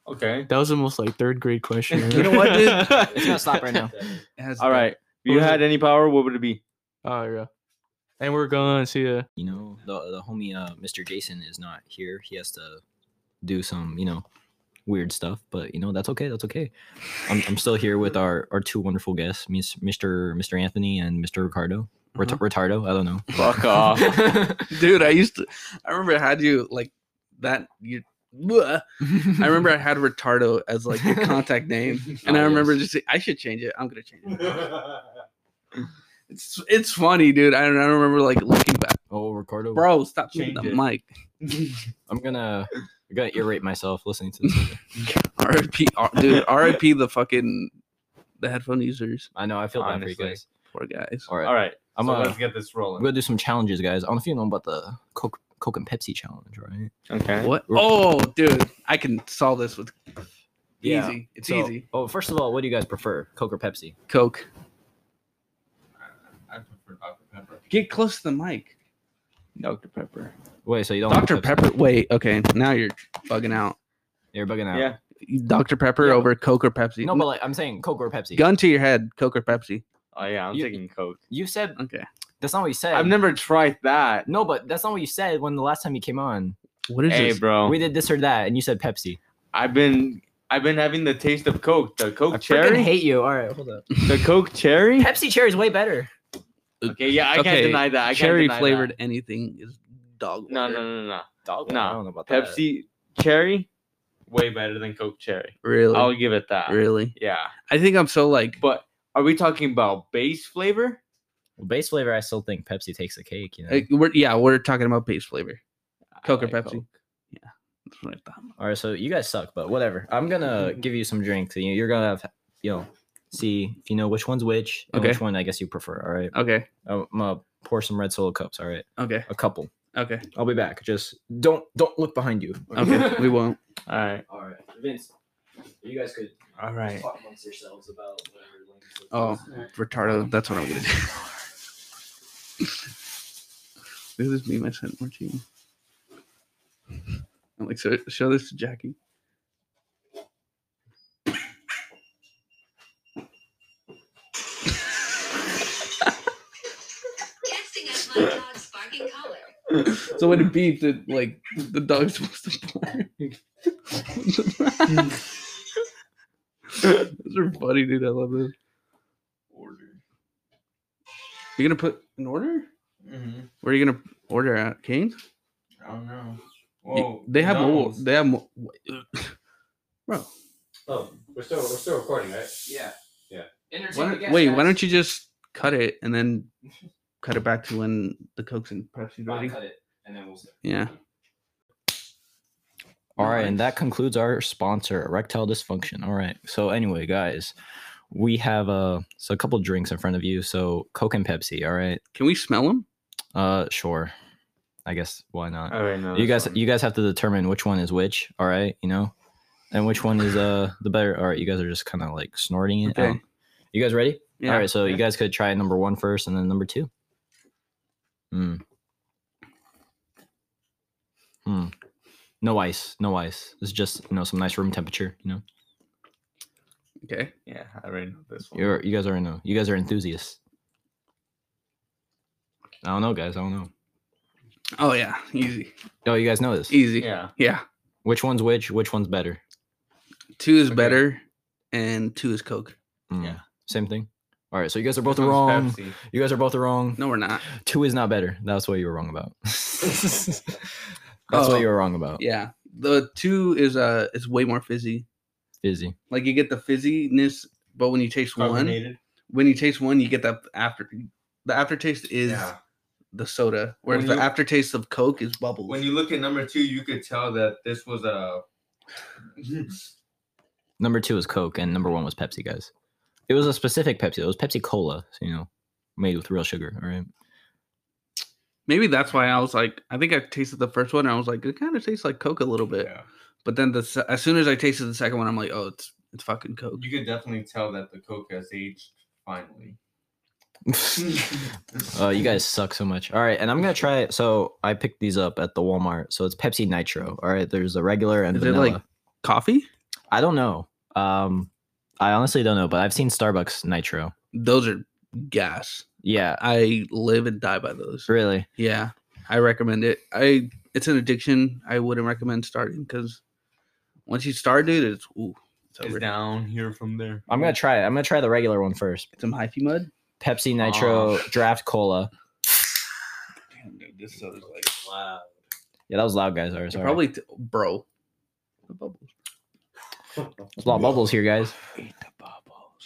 okay.
That was almost like third grade question.
You know what, dude?
that. It's gonna stop right now.
It has
All
the-
right. If you
What was
had any power, what would it be?
Oh yeah. And we're gone. See ya.
You know, the the homie, uh, Mr. Jason is not here. He has to do some, you know, weird stuff. But you know, that's okay. That's okay. I'm, I'm still here with our our two wonderful guests, Miss- Mr. Mr. Anthony and Mr. Ricardo. Ret-
Uh-huh.
Mhm.
Retardo. I don't know.
Fuck off.
dude. I used to. I remember I had you like that. You. Bleh. I remember I had retardo as like the contact name, and
Oh,
I remember
yes.
just I should change it. I'm gonna change it. It's it's funny, dude. I, I remember like looking back,
Oh, Ricardo.
bro. Stop changing
Change
the
it.
mic.
I'm gonna I'm gonna irate myself listening to this.
R.I.P. R- dude. R.I.P. The fucking the headphone users.
I know. I feel bad for you
Honestly.
guys.
Poor guys.
All right.
All right.
I'm
so
gonna-
let's get this
We're
rolling.
gonna do some challenges, guys. I don't know if you know about the Coke, Coke and Pepsi challenge, right?
Okay.
What? Oh, dude. I can solve this with
Yeah.
easy. It's
So-
easy.
Oh, first of all, what do you guys prefer, Coke or Pepsi?
Coke.
I prefer Dr. Pepper.
Get close to the mic.
Dr. Pepper.
Wait, so you don't like
Dr.
Pepsi.
Pepper. Wait. Okay. Now you're bugging out.
You're bugging out.
Yeah.
Dr. Pepper
Yeah.
over Coke or Pepsi.
No, but like I'm saying, Coke or Pepsi.
Gun to your head, Coke or Pepsi.
Oh yeah, I'm
You-
taking Coke.
You said
Okay.
that's not what you said.
I've never tried that.
No, but that's not what you said when the last time you came on.
What is
Hey,
this?
bro.
We did this or that, and you said Pepsi.
I've been I've been having the taste of Coke, the Coke
I
cherry,
freaking hate you. All right, hold up.
the Coke cherry.
Pepsi cherry is way better.
Okay, yeah, I
Okay,
can't deny that. I can't
Cherry
deny that.
flavored anything is dog.
No,
water.
no, no, no.
Dog.
Nah,
I don't know about that.
Pepsi cherry, way better than Coke cherry.
Really?
I'll give it that.
really?
Oh, Yeah,
I think I'm so like
but are we talking about base flavor?
Well, base flavor, I still think Pepsi takes the cake. You know.
Like, we're, yeah, we're talking about base flavor. Coke or
I like
Pepsi?
Coke.
Yeah, that's what I thought.
All right, so you guys suck, but whatever. I'm gonna give you some drinks. and you- You're gonna have, you know, see if you know which one's which and
Okay.
which one I guess you prefer. All right,
Okay,
I'm gonna pour some red solo cups. All right,
okay,
a couple.
okay,
I'll be back. Just don't don't look behind you.
okay. we won't.
All right,
All right, Vince. You guys could
all right.
talk amongst yourselves about whatever.
Oh, retardo. That's what I'm gonna do. this is me, my son, Martini. I'm like, so, show this to Jackie.
Guessing at my dog's barking collar.
So when it beeped, it like the dog's supposed to bark. Those are funny, dude. I love this.
Order.
You're gonna put an order?
Mm-hmm.
Where are you gonna order at? Canes?
I don't know.
Y- they have more. They have more. Bro,
Oh, we're still we're still recording, right?
Yeah.
why don't, wait. Why don't you just cut it and then cut it back to when the cokes and Pepsi's ready?
it, and then we'll.
Yeah.
All right, and that concludes our sponsor, erectile dysfunction. All right. So anyway, guys, we have uh so a couple drinks in front of you. So Coke and Pepsi. All right.
Can we smell them?
Uh, sure. I guess why not?
All right, no.
you
that's
guys,
fine.
you guys have to determine which one is which. All right, you know, and which one is uh the better. All right, you guys are just kind of like snorting it.
Okay.
out. You guys ready?
Yeah.
All right. So you guys could try number one first, and then number two. Hmm. Hmm. No ice. No ice. It's just you know some nice room temperature. You know,
Okay.
Yeah, I already know this one.
you're you guys are know you guys are enthusiasts. I don't know, guys. I don't know.
Oh yeah. Easy.
Oh, you guys know
E-
this.
Easy. Yeah.
yeah.
Which one's which? Which one's better?
Two is
Okay.
better, and two is Coke.
Mm.
Yeah.
Same thing. All right. So you guys are both
This one's
wrong.
Pepsi.
You guys are both wrong.
No, we're not.
Two is not better. That's what you were wrong about. That's
Oh.
what you were wrong about.
Yeah. The two is uh is way more fizzy.
Fizzy.
Like you get the fizziness, but when you taste one,
Carbonated.
when you taste one, you get that after the aftertaste is
Yeah.
the soda, whereas
When
the
you-
aftertaste of Coke is bubbles.
When you look at number two, you could tell that this was a.
Number two is Coke, and number one was Pepsi, guys. It was a specific Pepsi. It was Pepsi Cola, so, you know, made with real sugar. All right.
Maybe that's why I was like, I think I tasted the first one and I was like, it kind of tastes like Coke a little bit.
Yeah.
But then the se- as soon as I tasted the second one, I'm like, oh, it's it's fucking Coke.
You could definitely tell that the Coke has aged finally.
Uh, you guys suck so much. All right, and I'm gonna try it. So I picked these up at the Walmart. So it's Pepsi Nitro. All right, there's a regular and
Is it
vanilla.
like coffee?
I don't know. Um, I honestly don't know, but I've seen Starbucks Nitro.
Those are gas.
Yeah,
I live and die by those.
really.
Yeah, I recommend it. I it's an addiction. I wouldn't recommend starting because once you start, dude, it's ooh, it's
It's
over.
down here from there.
I'm gonna try it. I'm gonna try the regular one first.
Get some hyphy mud.
Pepsi Nitro Draft Cola.
Damn, dude, this
soda's like wow.
Yeah, that was loud, guys. All right, sorry.
Probably, t- bro. The bubbles.
There's a lot of bubbles here, guys.
Eat the bubbles.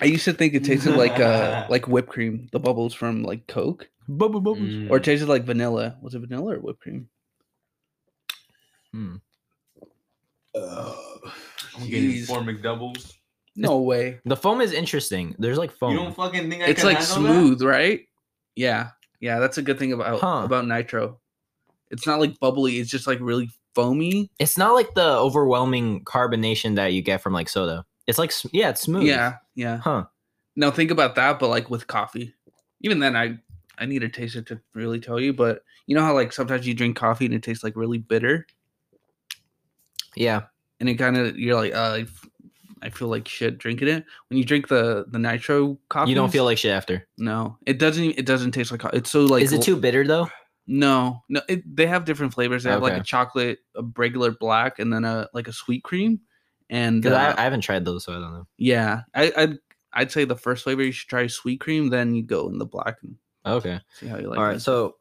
I used to think it tasted like uh like whipped cream, the bubbles from like Coke,
Bubble bubbles.
Mm.
or it tasted like vanilla. Was it vanilla or whipped cream?
Hmm.
I'm getting
Jeez.
four McDoubles.
No way.
The foam is interesting. There's like
You don't
foam.
fucking think I
It's
can
like
handle that?
smooth, right? Yeah, yeah. That's a good thing about
Huh.
about nitro. It's not like bubbly. It's just like really foamy.
It's not like the overwhelming carbonation that you get from like soda. It's like s- yeah, it's smooth.
Yeah, yeah.
Huh.
Now think about that, but like with coffee. Even then, I I need to taste it to really tell you. But you know how like sometimes you drink coffee and it tastes like really bitter.
Yeah.
and it kind of you're like uh, I f- I feel like shit drinking it. When you drink the the nitro coffee,
You don't feel like shit after.
no. It doesn't. e- It doesn't taste like. co- It's so like.
is it
l-
too bitter though?
No, no, it, they have different flavors. They have like
Okay.
a chocolate, a regular black, and then a like a sweet cream. And
Because
uh,
I, I haven't tried those, so I don't know.
yeah, I, I'd I'd say the first flavor you should try is sweet cream. Then you go in the black and
Okay.
see how you like.
All
it.
right. So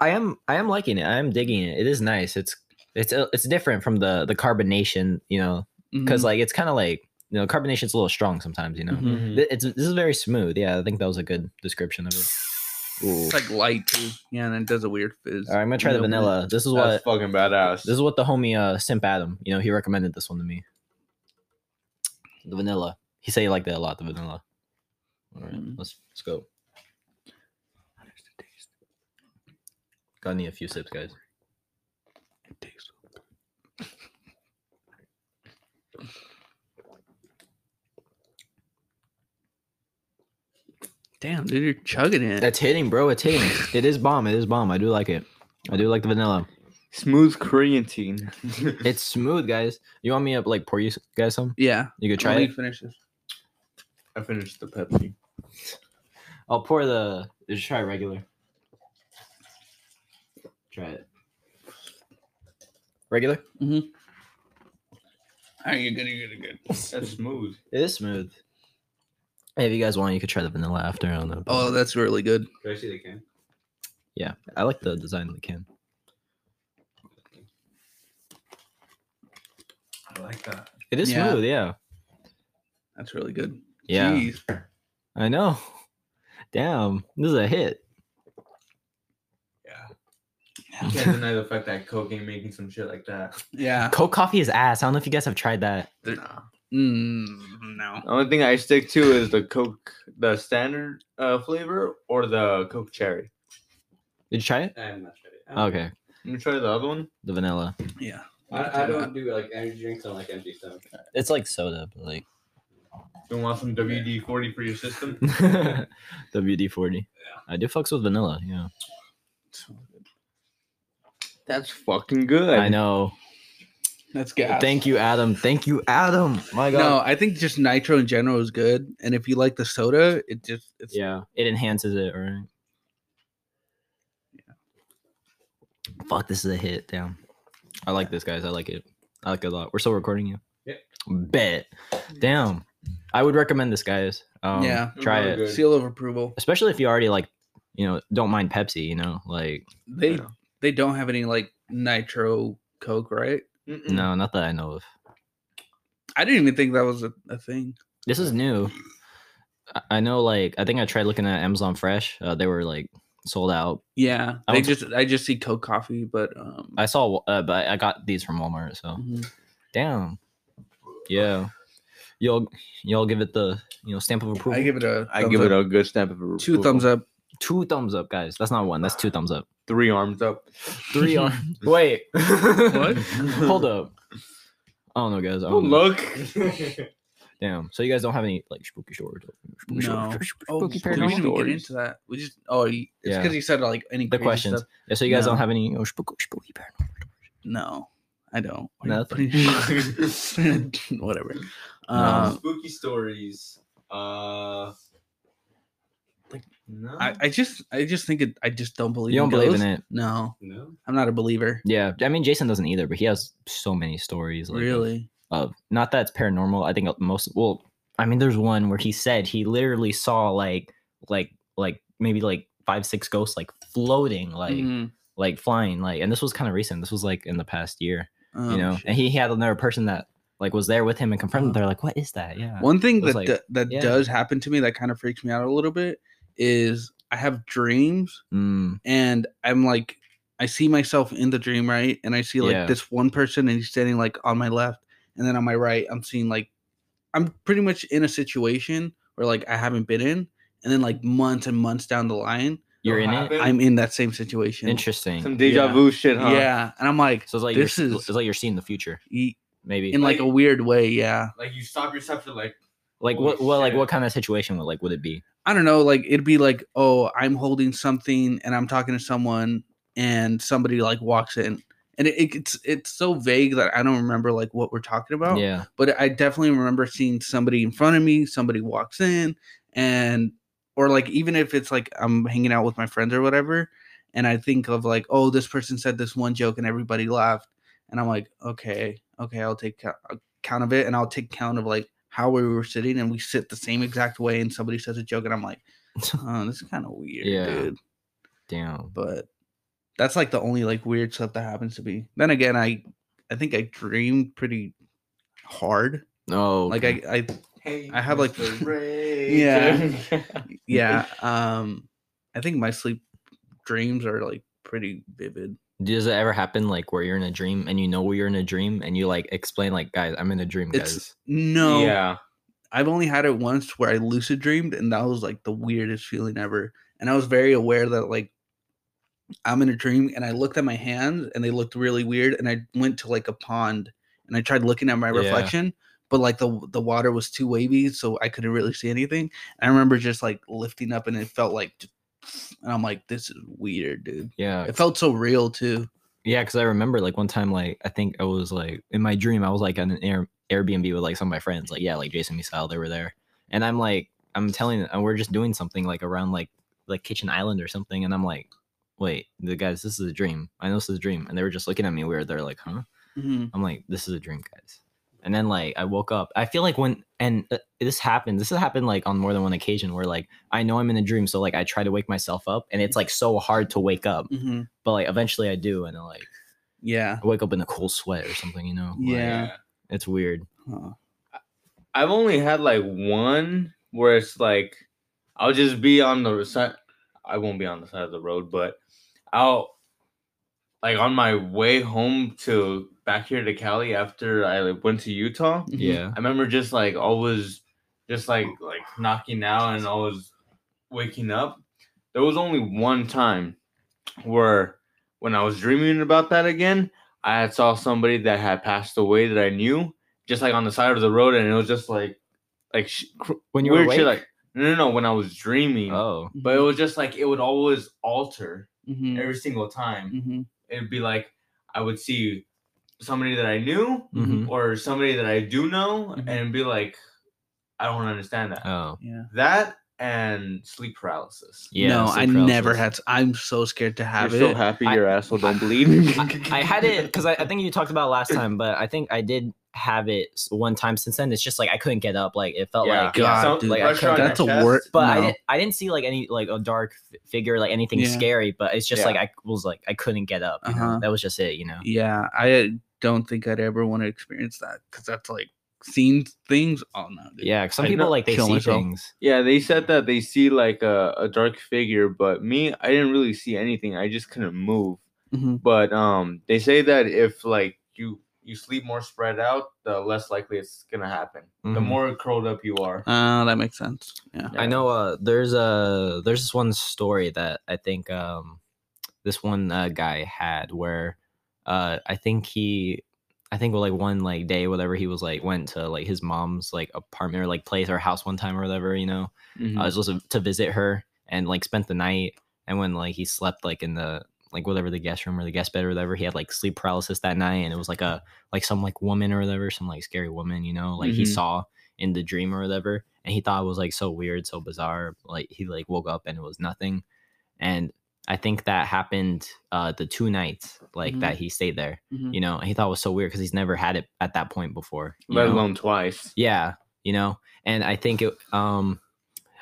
I am I am liking it. I am digging it. It is nice. It's it's uh, it's different from the the carbonation, you know, because
Mhm.
like it's kind of like you know carbonation's a little strong sometimes, you know.
Mhm.
Th- It's this is very smooth. Yeah, I think that was a good description of it.
Mm-hmm. it's like light too. Yeah, and it does a weird fizz.
All right, I'm gonna try the
When you open
vanilla. This is
That's
what
fucking badass.
this is what the homie uh Simp Adam, you know, he recommended this one to me. The vanilla. He say he liked that a lot. The vanilla. All right,
Mm.
let's let's go. Gotta need a few sips, guys.
it, it tastes- Damn, dude, you're chugging it.
That's hitting, bro. It's hitting. it is bomb. It is bomb. I do like it. I do like the vanilla.
Smooth creatine.
It's smooth, guys. You want me to like pour you s- guys some?
yeah.
You could try
Let me
it.
finish this.
I finished the Pepsi.
I'll pour the. Just try regular. Try it. Regular.
All right, you're good. You're good. You're good.
That's smooth.
It is smooth. Hey, if you guys want, you could try the vanilla after. I don't know.
Oh, that's really good.
Can I see the can?
yeah. I like the design of the can.
I like that.
It is
Yeah.
smooth. Yeah.
That's really good.
Yeah.
Jeez.
I know. Damn. This is a hit.
You can't deny the fact that Coke ain't making some shit like that.
Yeah.
Cold coffee is ass. I don't know if you guys have tried that.
Nah.
Mm, no.
The only thing I stick to is the Coke, the standard uh, flavor or the Coke cherry.
Did you try it?
I have not tried it. I don't-
Okay.
Let me try the other one.
The vanilla.
Yeah.
I, I don't do like energy drinks on like empty stomach.
It's like soda, but like
You want some WD forty for your system?
WD forty. I do fucks with vanilla. Yeah,
That's fucking good.
I know.
That's gas.
Thank you, Adam. Thank you, Adam. My God.
No, I think just nitro in general is good, and if you like the soda, it just it's
Yeah, it enhances it. Right. Fuck, this is a hit. Damn. I like this, guys. I like it. I like it a lot. We're still recording you.
Yep.
Bet. Damn. I would recommend this, guys. Um,
Yeah.
Try
Really
it,
good.
seal of approval.
especially if you already like, you know, don't mind Pepsi. You know, like
They
Yeah.
they don't have any like nitro coke, right?
Mm-mm.
no, not that I know of.
I didn't even think that was a, a thing.
This is new. I- I know, like, I think I tried looking at Amazon Fresh. Uh, they were like sold out.
Yeah,
I
they
was-
just I just see coke coffee, but um,
I saw, uh, but I got these from Walmart. So
mhm.
damn, yeah, y'all, y'all give it the you know stamp of approval.
I give it a
I
thumbs
give it
up.
a good stamp of approval.
two thumbs up.
two thumbs up, guys. That's not one. That's two thumbs up.
three arms up.
Three on. Wait,
What?
Hold up. I don't know, guys. I
Oh,
don't know.
look.
Damn. So you guys don't have any like spooky stories? Spooky
No.
stories,
Oh,
spooky
we didn't
paranormal
even get
stories.
into that. We just oh, you- it's
Yeah.
because you said like any
The
crazy
questions.
stuff.
Yeah, so you guys
No.
don't have any you know, spooky, spooky paranormal.
No, I don't. Why are you
Nothing.
putting- Whatever. Um,
Spooky stories. Uh, like no.
I, I just I just think it I just don't believe
You don't believe
ghosts.
in it.
No,
No.
I'm not a believer.
Yeah, I mean Jason doesn't either, but he has so many stories. Like, of-
really?
Of, not that it's paranormal. I think uh, most. Well, I mean, there's one where he said he literally saw like like like maybe like five six ghosts like floating like
Mhm.
like flying like, and this was kind of recent. This was like in the past year,
Um,
you know.
shit.
And he, he had another person that like was there with him and confronted.
Uh-huh.
They're like, "What is that?" Yeah.
One thing
It was
that
like-
do- that
yeah.
does happen to me that kind of freaks me out a little bit is I have dreams
Mm,
and I'm like I see myself in the dream right and I see like
Yeah.
this one person and he's standing like on my left and then on my right I'm seeing like I'm pretty much in a situation where like I haven't been in and then like months and months down the line
you're in
It'll
it.
happen.
I'm in that same situation.
Interesting.
Some deja
Yeah.
vu shit, huh?
Yeah, and I'm like
so it's like
this
you're,
is
it's like you're seeing the future,
y-
maybe.
in like a weird way yeah
Like you stop yourself. You're like,
like
holy
what? Well, like
shit.
what kind of situation would like would it be?
i don't know like it'd be like oh i'm holding something and i'm talking to someone and somebody like walks in and it, it's it's so vague that i don't remember like what we're talking about
Yeah.
but i definitely remember seeing somebody in front of me somebody walks in and or like even if it's like i'm hanging out with my friends or whatever and I think of like, oh, this person said this one joke and everybody laughed, and I'm like, okay, okay, I'll take ca- uh, count of it, and I'll take count of like how we were sitting, and we sit the same exact way, and somebody says a joke, and I'm like, oh, this is kind of weird,
Yeah.
dude.
Damn.
But that's like the only like weird stuff that happens to me. Then again, I I think I dream pretty hard.
No.
Like
okay.
I I
Hey,
I have, like,
Mr.
Yeah. yeah um i think my sleep dreams are like pretty vivid
does it ever happen like where you're in a dream and you know you're in a dream and you like explain like guys I'm in a dream guys.
It's- no
Yeah.
i've only had it once where i lucid dreamed and that was like the weirdest feeling ever and i was very aware that like i'm in a dream and i looked at my hands and they looked really weird and i went to like a pond and i tried looking at my
Yeah.
reflection but like the the water was too wavy so i couldn't really see anything i remember just like lifting up and it felt like and i'm like this is weird dude
yeah.
it felt so real too
Yeah, because I remember like one time, like I think I was like in my dream, I was like on an Air- Airbnb with like some of my friends, like yeah, like Jason Misal, they were there, and I'm like, I'm telling, and we're just doing something like around like like Kitchen Island or something, and I'm like, wait, the guys, this is a dream. I know this is a dream, and they were just looking at me weird. They're like, huh?
Mhm.
I'm like, this is a dream, guys. And then like I woke up. I feel like when and uh, this happened. This has happened like on more than one occasion where like I know I'm in a dream, so like I try to wake myself up, and it's like so hard to wake up,
Mhm.
but like eventually I do, and then, like.
Yeah.
I wake up in a cold sweat or something, you know?
Oh,
Like,
Yeah.
it's weird.
Huh.
I've only had like one where it's like I'll just be on the side. I won't be on the side of the road, but I'll like on my way home to back here to Cali after I like, went to Utah.
Mhm.
Yeah.
I remember just like always just like like knocking out and always waking up. There was only one time where when I was dreaming about that again, I had saw somebody that had passed away that I knew just like on the side of the road and it was just like like sh- cr-
When you were
weird
awake?
shit like no no no when I was dreaming.
oh.
Mm-hmm.
But it was just like it would always alter
Mm.
Mhm.
every single time.
Mhm.
It'd be like I would see somebody that I knew
hmm
or somebody that I do know
Mhm.
and be like, I don't understand that.
Oh.
Yeah.
that and sleep paralysis.
Yeah.
no,
sleep
I never
paralysis.
had. s- I'm so scared to have it.
happy
I-
asshole don't believe.
I had it because I, I think you talked about it last time, but I think I did have it s- one time since then. It's just like I couldn't get up. Like it felt like.
God, dude,
like,
like, I
pressure on
couldn't-
your
that's a
chest.
wor-
But I
No.
didn't. I didn't see like any like a dark f- figure, like anything
Yeah.
scary. But it's just
Yeah.
like I was like I couldn't get up. You
Uh-huh.
know? That was just it. You know.
Yeah, I uh, don't think I'd ever want to experience that because that's like seeing things. Oh no. dude.
Yeah. 'cause Some
I
people
know-
like they
kill
see
myself.
things.
Yeah, they said that they see like a, a dark figure, but me, I didn't really see anything. I just couldn't move.
Mhm.
But um, they say that if like you you sleep more spread out, the less likely it's gonna happen. The
Mhm.
more curled up you are.
Uh, that makes sense. Yeah.
I know uh there's a there's this one story that I think um this one uh, guy had where uh I think he I think like one like day whatever he was like went to like his mom's like apartment or like place or house one time or whatever you know I
Uh,
was supposed to visit her and like spent the night and when like he slept like in the like whatever the guest room or the guest bed or whatever he had like sleep paralysis that night and it was like a like some like woman or whatever some like scary woman you know like he
Mhm.
saw in the dream or whatever and he thought it was like so weird so bizarre like he like woke up and it was nothing and i think that happened uh the two nights like
Mhm.
that he stayed there
Mhm.
you know and he thought it was so weird because he's never had it at that point before you
Let
know?
alone twice.
Yeah, you know, and I think it. Um,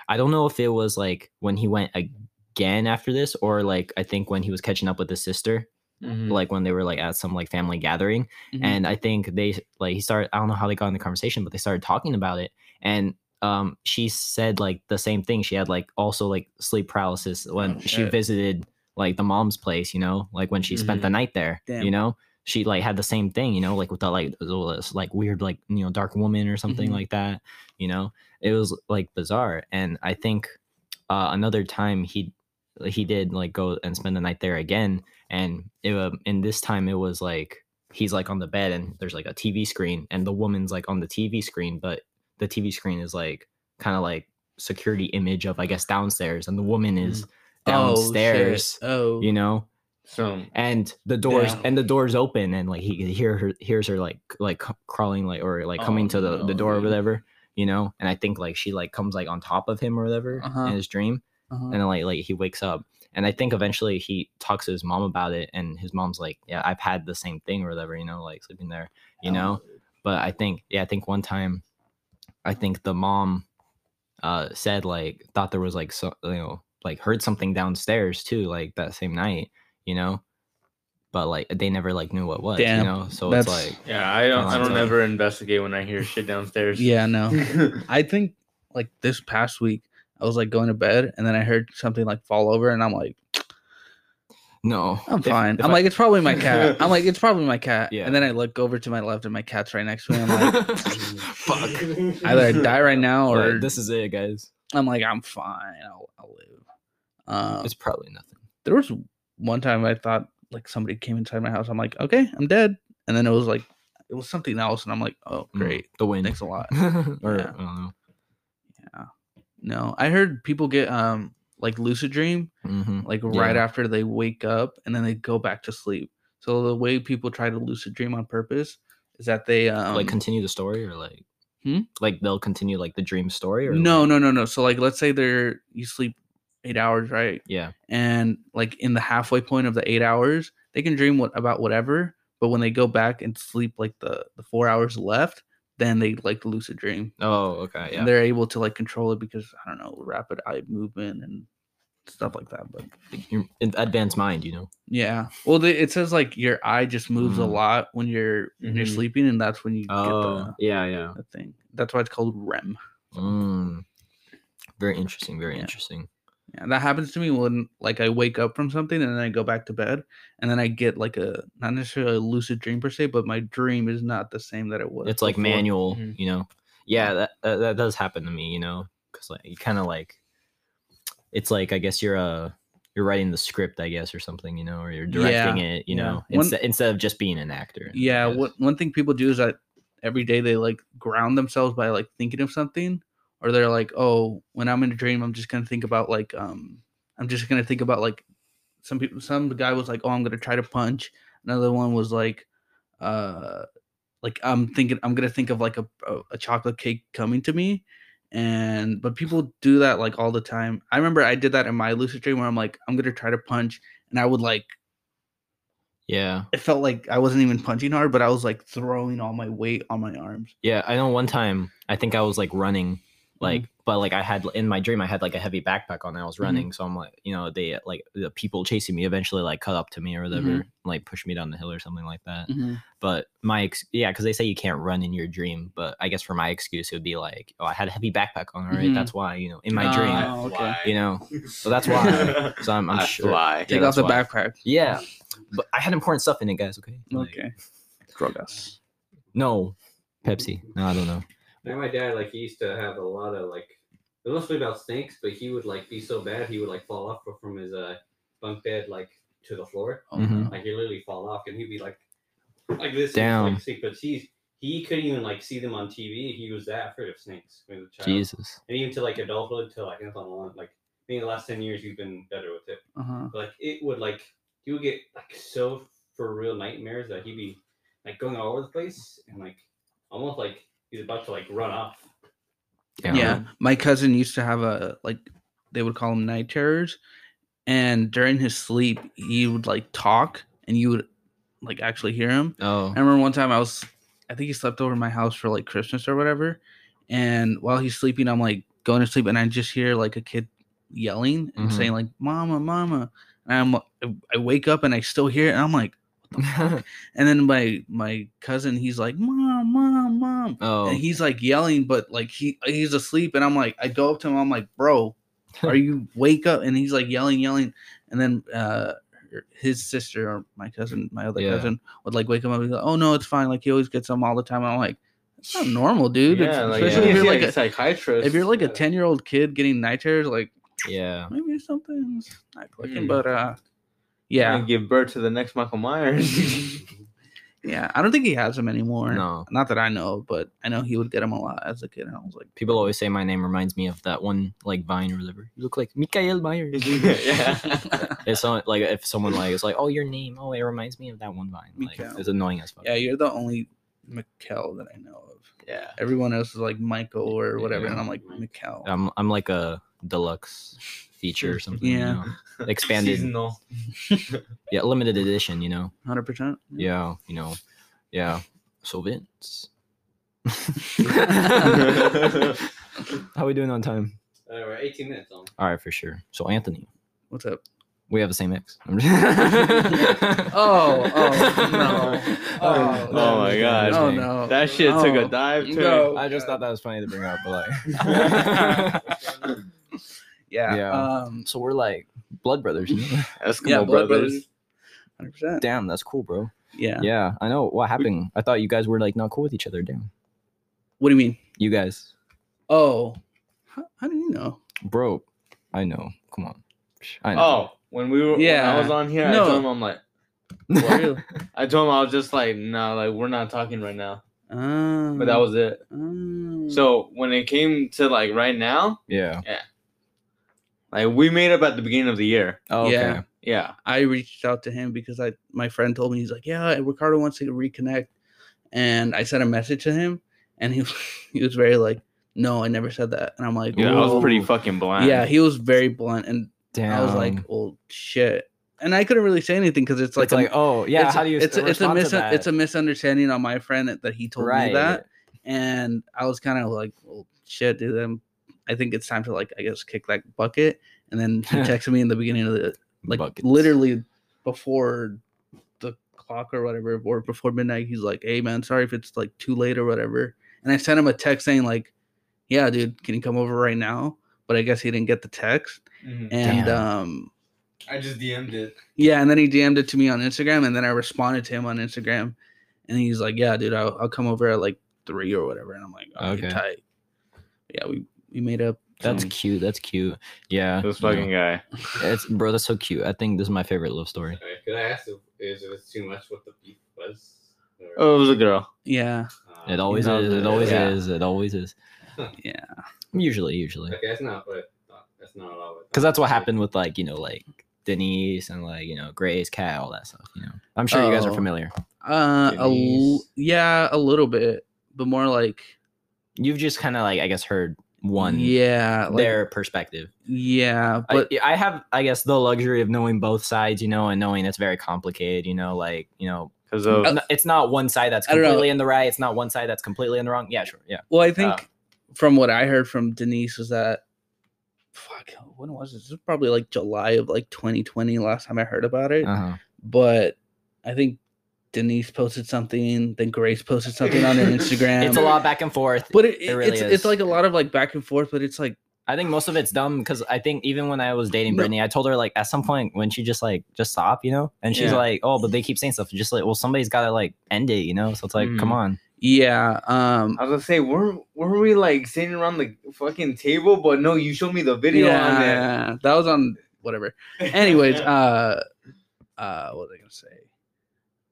I don't know if it was like when he went again after this, or like I think when he was catching up with his sister,
Mm-hmm. oh,
like when they were like at some like family gathering,
Mhm.
and I think they like he started. I don't know how they got in the conversation, but they started talking about it, and um, she said like the same thing. She had like also like sleep paralysis when
Oh,
she
shit.
visited like the mom's place, you know, like when she spent the night there,
Mm-hmm. Damn.
you know she like had the same thing, you know, like with the like the- this, like weird like you know dark woman or something
Mhm.
like that, you know. It was like bizarre, and I think uh, another time he he did like go and spend the night there again, and it um, and this time it was like he's like on the bed and there's like a TV screen and the woman's like on the TV screen, but the TV screen is like kind of like security image of I guess downstairs, and the woman is
Oh, shit.
downstairs,
Oh.
you know
So
and the doors
Yeah.
and the doors open and like he could hear her hears her like c- like c- crawling like or like coming
Oh,
to the,
no,
the door or
dude.
whatever you know and i think like she like comes like on top of him or whatever
Uh-huh.
in his dream
Uh-huh.
and then like like he wakes up And I think eventually he talks to his mom about it, and his mom's like, "Yeah, I've had the same thing or whatever, you know, like sleeping there, you know."
Oh.
But I think, yeah, I think one time, I think the mom uh said like thought there was like so you know like heard something downstairs too like that same night, you know. But like they never like knew what was,
Damn,
you know. So
that's-
it's like
Yeah, I don't. I
Oh,
don't
dude.
ever investigate when I hear shit downstairs.
Yeah, no.
Damn.
I think like this past week, I was like going to bed and then I heard something like fall over and I'm like,
no,
I'm
If-
fine.
if
I'm
I-
like, it's probably my cat. I'm like, it's probably my cat.
Yeah.
And then I look over to my left and my cat's right next to me. I'm like,
fuck.
either I die right now
Like,
or
this is it, guys.
I'm like, I'm fine. I'll, I'll live. Um,
It's probably nothing.
there was one time I thought like somebody came inside my house. I'm like, okay, I'm dead. And then it was like, it was something else. And I'm like, oh,
Mm,
great.
the wind.
Thanks a lot.
or
Yeah.
I don't know.
No, I heard people get um like lucid dream
hmm
like right
Yeah.
after they wake up and then they go back to sleep. So the way people try to lucid dream on purpose is that they um
like continue the story or like
Hmm?
like they'll continue like the dream story or
no
like-
no no no. So like let's say they're you sleep eight hours right
yeah
and like in the halfway point of the eight hours they can dream what about whatever but when they go back and sleep like the the four hours left then they like lucid dream
oh okay yeah
and they're able to like control it because I don't know rapid eye movement and stuff like that. But
Your in- advanced mind you know
Yeah. Well, they, it says like your eye just moves a
Mm.
lot when you're when you're
Mhm.
sleeping, and that's when you
oh
get uh,
yeah yeah
the, the thing. That's why it's called REM.
mm. very interesting very
Yeah.
interesting
Yeah, that happens to me when like I wake up from something and then I go back to bed, and then I get like a not necessarily a lucid dream per se, but my dream is not the Hmm. same that it was.
it's like
before.
manual
Mhm.
you know yeah that, that that does happen to me you know because like you kind of like it's like i guess you're uh you're writing the script i guess or something you know or you're directing it you
yeah.
know
One-
instead, instead of just being an actor I
Yeah.
guess.
What one thing people do is that every day they like ground themselves by like thinking of something, or they're like, oh, when I'm in a dream, I'm just gonna think about like um, I'm just gonna think about like some people. Some guy was like, oh, I'm gonna try to punch. Another one was like, uh, like I'm thinking I'm gonna think of like a a, a chocolate cake coming to me. And but people do that like all the time. I remember I did that in my lucid dream where I'm like, I'm gonna try to punch, and I would like
yeah
it felt like I wasn't even punching hard, but I was like throwing all my weight on my arms.
Yeah, I know one time I think I was like running
Mm-hmm.
like but like I had in my dream I had like a heavy backpack on and I was running so I'm like you know they like the people chasing me eventually like cut up to me or whatever
Mm-hmm.
like pushed me down the hill or something like that. But my ex- yeah cuz they say you can't run in your dream but I guess for my excuse it would be like oh I had a heavy backpack on right
Mhm.
that's why you know in my
Ah,
dream
Oh, okay.
Why?
you know so that's why so I'm, I'm
I
sure
fly.
Take
Yeah,
off the
that's
backpack.
yeah but I had important stuff in it guys okay Like,
Okay. Drogas.
no Pepsi no I don't know
Now my dad, like, he used to have a lot of like, it was mostly about snakes, but he would like be so bad he would like fall off from his uh bunk bed like to the floor,
Oh,
Mhm.
like he literally fall off, and he'd be like, like this and,
Damn.
like, snake, but he's he couldn't even like see them on TV. He was that afraid of snakes when he was a child,
Jesus
and even to like adulthood, to like I don't know, like maybe the last ten years he's been better with it.
Uh-huh.
But, like it would like he would get like so for real nightmares that he'd be like going all over the place and like almost like he's about to like run off.
Yeah. My cousin used to have a like they would call him night terrors. And during his sleep, he would like talk and you would like actually hear him.
oh
I remember one time I was, I think he slept over at my house for like Christmas or whatever. And while he's sleeping, I'm like going to sleep, and I just hear like a kid yelling and
Mhm.
saying like "Mama, Mama," and I'm I wake up and I still hear it, and I'm like, and then my my cousin he's like "Mom, Mom, Mom,"
oh
and he's like yelling, but like he he's asleep, and I'm like I go up to him, I'm like, "Bro, are you wake up?" And he's like yelling, yelling, and then uh her- his sister or my cousin, my other
Yeah.
cousin, would like wake him up and be like, "Oh no, it's fine." Like he always gets them all the time. And I'm like, "It's not normal, dude. It's-
yeah, like,
especially
yeah,
if you're
like,
like,
a
a,
psychiatrist.
if you're like a ten year old kid getting night terrors, like
Yeah.
maybe something's not clicking."
Hmm.
But uh,
yeah,
yeah,
give birth to the next Michael Myers.
yeah. I don't think he has them anymore.
No.
Not that I know, of, but I know he would get them a lot as a kid. And I was like,
People always say my name reminds me of that one like Vine or whatever. You look like Mikael Myers.
yeah.
It's so, like if someone like it's like, oh your name, oh it reminds me of that one Vine. Like
Mikael.
it's annoying as fuck.
"Yeah, you're the only Mikkel that I know of.
Yeah.
Everyone else is like Michael or whatever."
Yeah.
And I'm like, "Mikkel."
I'm I'm like a deluxe feature or something.
Yeah.
You know? Expanded.
Seasonal.
Yeah, limited edition, you know.
Hundred percent.
Yeah, you know. Yeah. So Vince. How we doing on time?
Uh, we're 18 minutes on.
All right, for sure. So Anthony,
What's up?
we have the same ex. I'm just-
Oh, oh, no.
Oh, my god.
Oh no.
That shit took
Oh.
a dive too.
No.
I just thought that was funny to bring up, but like.
Yeah. Yeah.
Yeah.
Um.
so we're like blood brothers. You know?
Eskimo
Yeah. Blood
brothers.
brothers. Hundred percent.
Damn, that's cool, bro.
Yeah.
Yeah, I know. What happened? I thought you guys were like not cool with each other. Damn,
What do you mean?
you guys,
Oh. How, how do you know?
bro. I know. Come on. I know.
Oh, when we were when
Yeah.
I was on here, I
No.
told him I'm like
Really?
I told him I was just like, no, like we're not talking right now.
um,
But that was it.
Um,
So when it came to like right now,
Yeah.
like we made up at the beginning of the year.
Oh, okay.
Yeah.
Yeah.
I reached out to him because I my friend told me he's like, yeah, Ricardo wants to reconnect, and I sent a message to him, and he was, he was very like, no, I never said that, and I'm like,
Yeah, I was pretty
"Whoa."
fucking blind.
Yeah, he was very blunt, and
Damn.
I was like, well, shit, and I couldn't really say anything because it's
it's like,
like a-
oh yeah.
it's-
how do you?
It's a, it's a
respond to
mis-
that?
it's a misunderstanding on my friend that, that he told me that, and I was kind of like, well, shit, dude, I'm, I think it's time to like, I guess, kick that bucket. And then he texted me in the beginning of the like
Buckets.
literally before the clock or whatever, or before midnight, he's like, "Hey man, sorry if it's like too late or whatever." And I sent him a text saying like, "Yeah, dude, can you come over right now?" But I guess he didn't get the text,
Mhm.
and
Damn.
um,
I just DM'd it.
yeah, and then he DM'd it to me on Instagram, and then I responded to him on Instagram, and he's like, "Yeah, dude, I'll, I'll come over at like three or whatever," and I'm like, "Okay,
Okay.
tight." Yeah, we we made up.
That's
some-
cute. That's cute. Yeah.
This
you know.
fucking guy.
It's bro. That's so cute. I think this is my favorite love story.
Alright, could I ask if, is if it's too much what the beef was? Or,
Oh, it was a girl.
yeah,
uh,
It always
know,
is. It always
yeah.
is. It always is.
Yeah.
Usually, usually.
Okay, that's not what I thought. That's not at all.
because that's what happened with like you know like Denise and like you know Grace, Cat, all that stuff. You know, I'm sure you guys are
Oh.
familiar.
uh, a l-
Denise.
yeah, a little bit, but more like
You've just kind of like I guess heard one
yeah, like,
their perspective.
yeah, but
I, I have I guess the luxury of knowing both sides, you know, and knowing it's very complicated. You know, like you know,
Because of
n- it's not one side that's
Uh, I don't know.
completely in the right. It's not one side that's completely in the wrong. Yeah, sure. Yeah.
well, I think
Oh.
from what I heard from Denise was that fuck, when was this? This was probably like July of like 2020 last time I heard about it.
Uh-huh.
but I think Denise posted something, then Grace posted something on her Instagram.
It's a lot back and forth.
but it,
It really
it's
is.
it's like a lot of like back and forth, but it's like
I think most of it's dumb because I think even when I was dating
No.
Brittany, I told her like at some point when she just like just stop, you know, and she's
Yeah.
like, oh, but they keep saying stuff. Just like, well, somebody's got to like end it, you know. So it's like, come
Mhm.
on,
yeah, um,
I was gonna say, were were we like sitting around the fucking table? But no, you showed me the video on there.
yeah, that was on whatever. Anyways, uh, uh, what was I gonna say?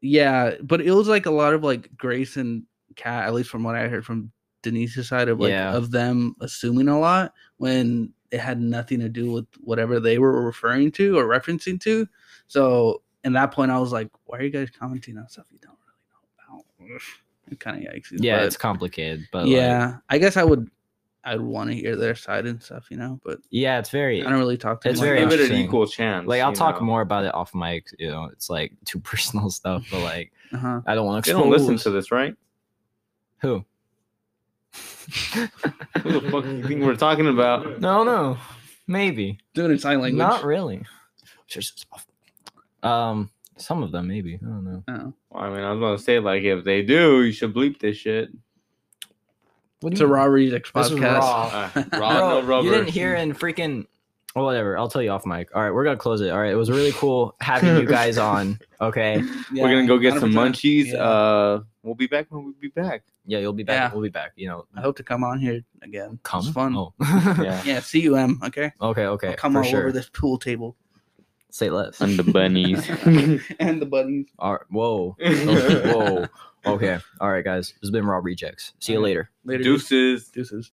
Yeah, but it was like a lot of like Grace and Kat, at least from what I heard from Denise's side of like
Yeah.
of them assuming a lot when it had nothing to do with whatever they were referring to or referencing to. So in that point, I was like, why are you guys commenting on stuff you don't really know about? kind of yikes.
yeah,
but-
it's complicated, but yeah,
yeah. I guess I would, I'd want to hear their side and stuff, you know. But
yeah, it's
I
very
don't really talk to.
It's
them
very
about
give it an
interesting.
equal chance.
like I'll
you
talk
know?
more about it off mic. You know, it's like too personal stuff, but like
it. Uh-huh.
I don't want to
They
expose
don't listen to this, right?
who.
Who the fuck do you think we're talking about?
No, no, maybe
Doing it in sign language.
not really. Just- Um, some of them maybe. I don't know.
Oh.
I mean, I was gonna say like if they do, you should bleep this shit.
What
It's
do
a
you-
raw rejects
This is
podcast.
raw.
Uh,
Oh. Bro,
raw, no rubber.
You didn't hear in freaking oh, whatever. I'll tell you off mic. All right, we're gonna close it. All right, it was really cool having you guys on. Okay,
We're gonna go get some
100%.
munchies.
Yeah.
Uh, we'll be back when we be back.
yeah, you'll be back.
Yeah.
We'll be back. You know,
I hope to come on here again.
come.
It's fun.
Oh.
Yeah,
Yeah, C U M. Okay.
okay, okay.
I'll come
for
all
sure.
over this pool table
Say less.
and the bunnies.
and the bunnies.
All right. Whoa. Oh, whoa. Okay. All right, guys. This has been Rob Rejects. See you later.
Later.
Deuces.
Deuces.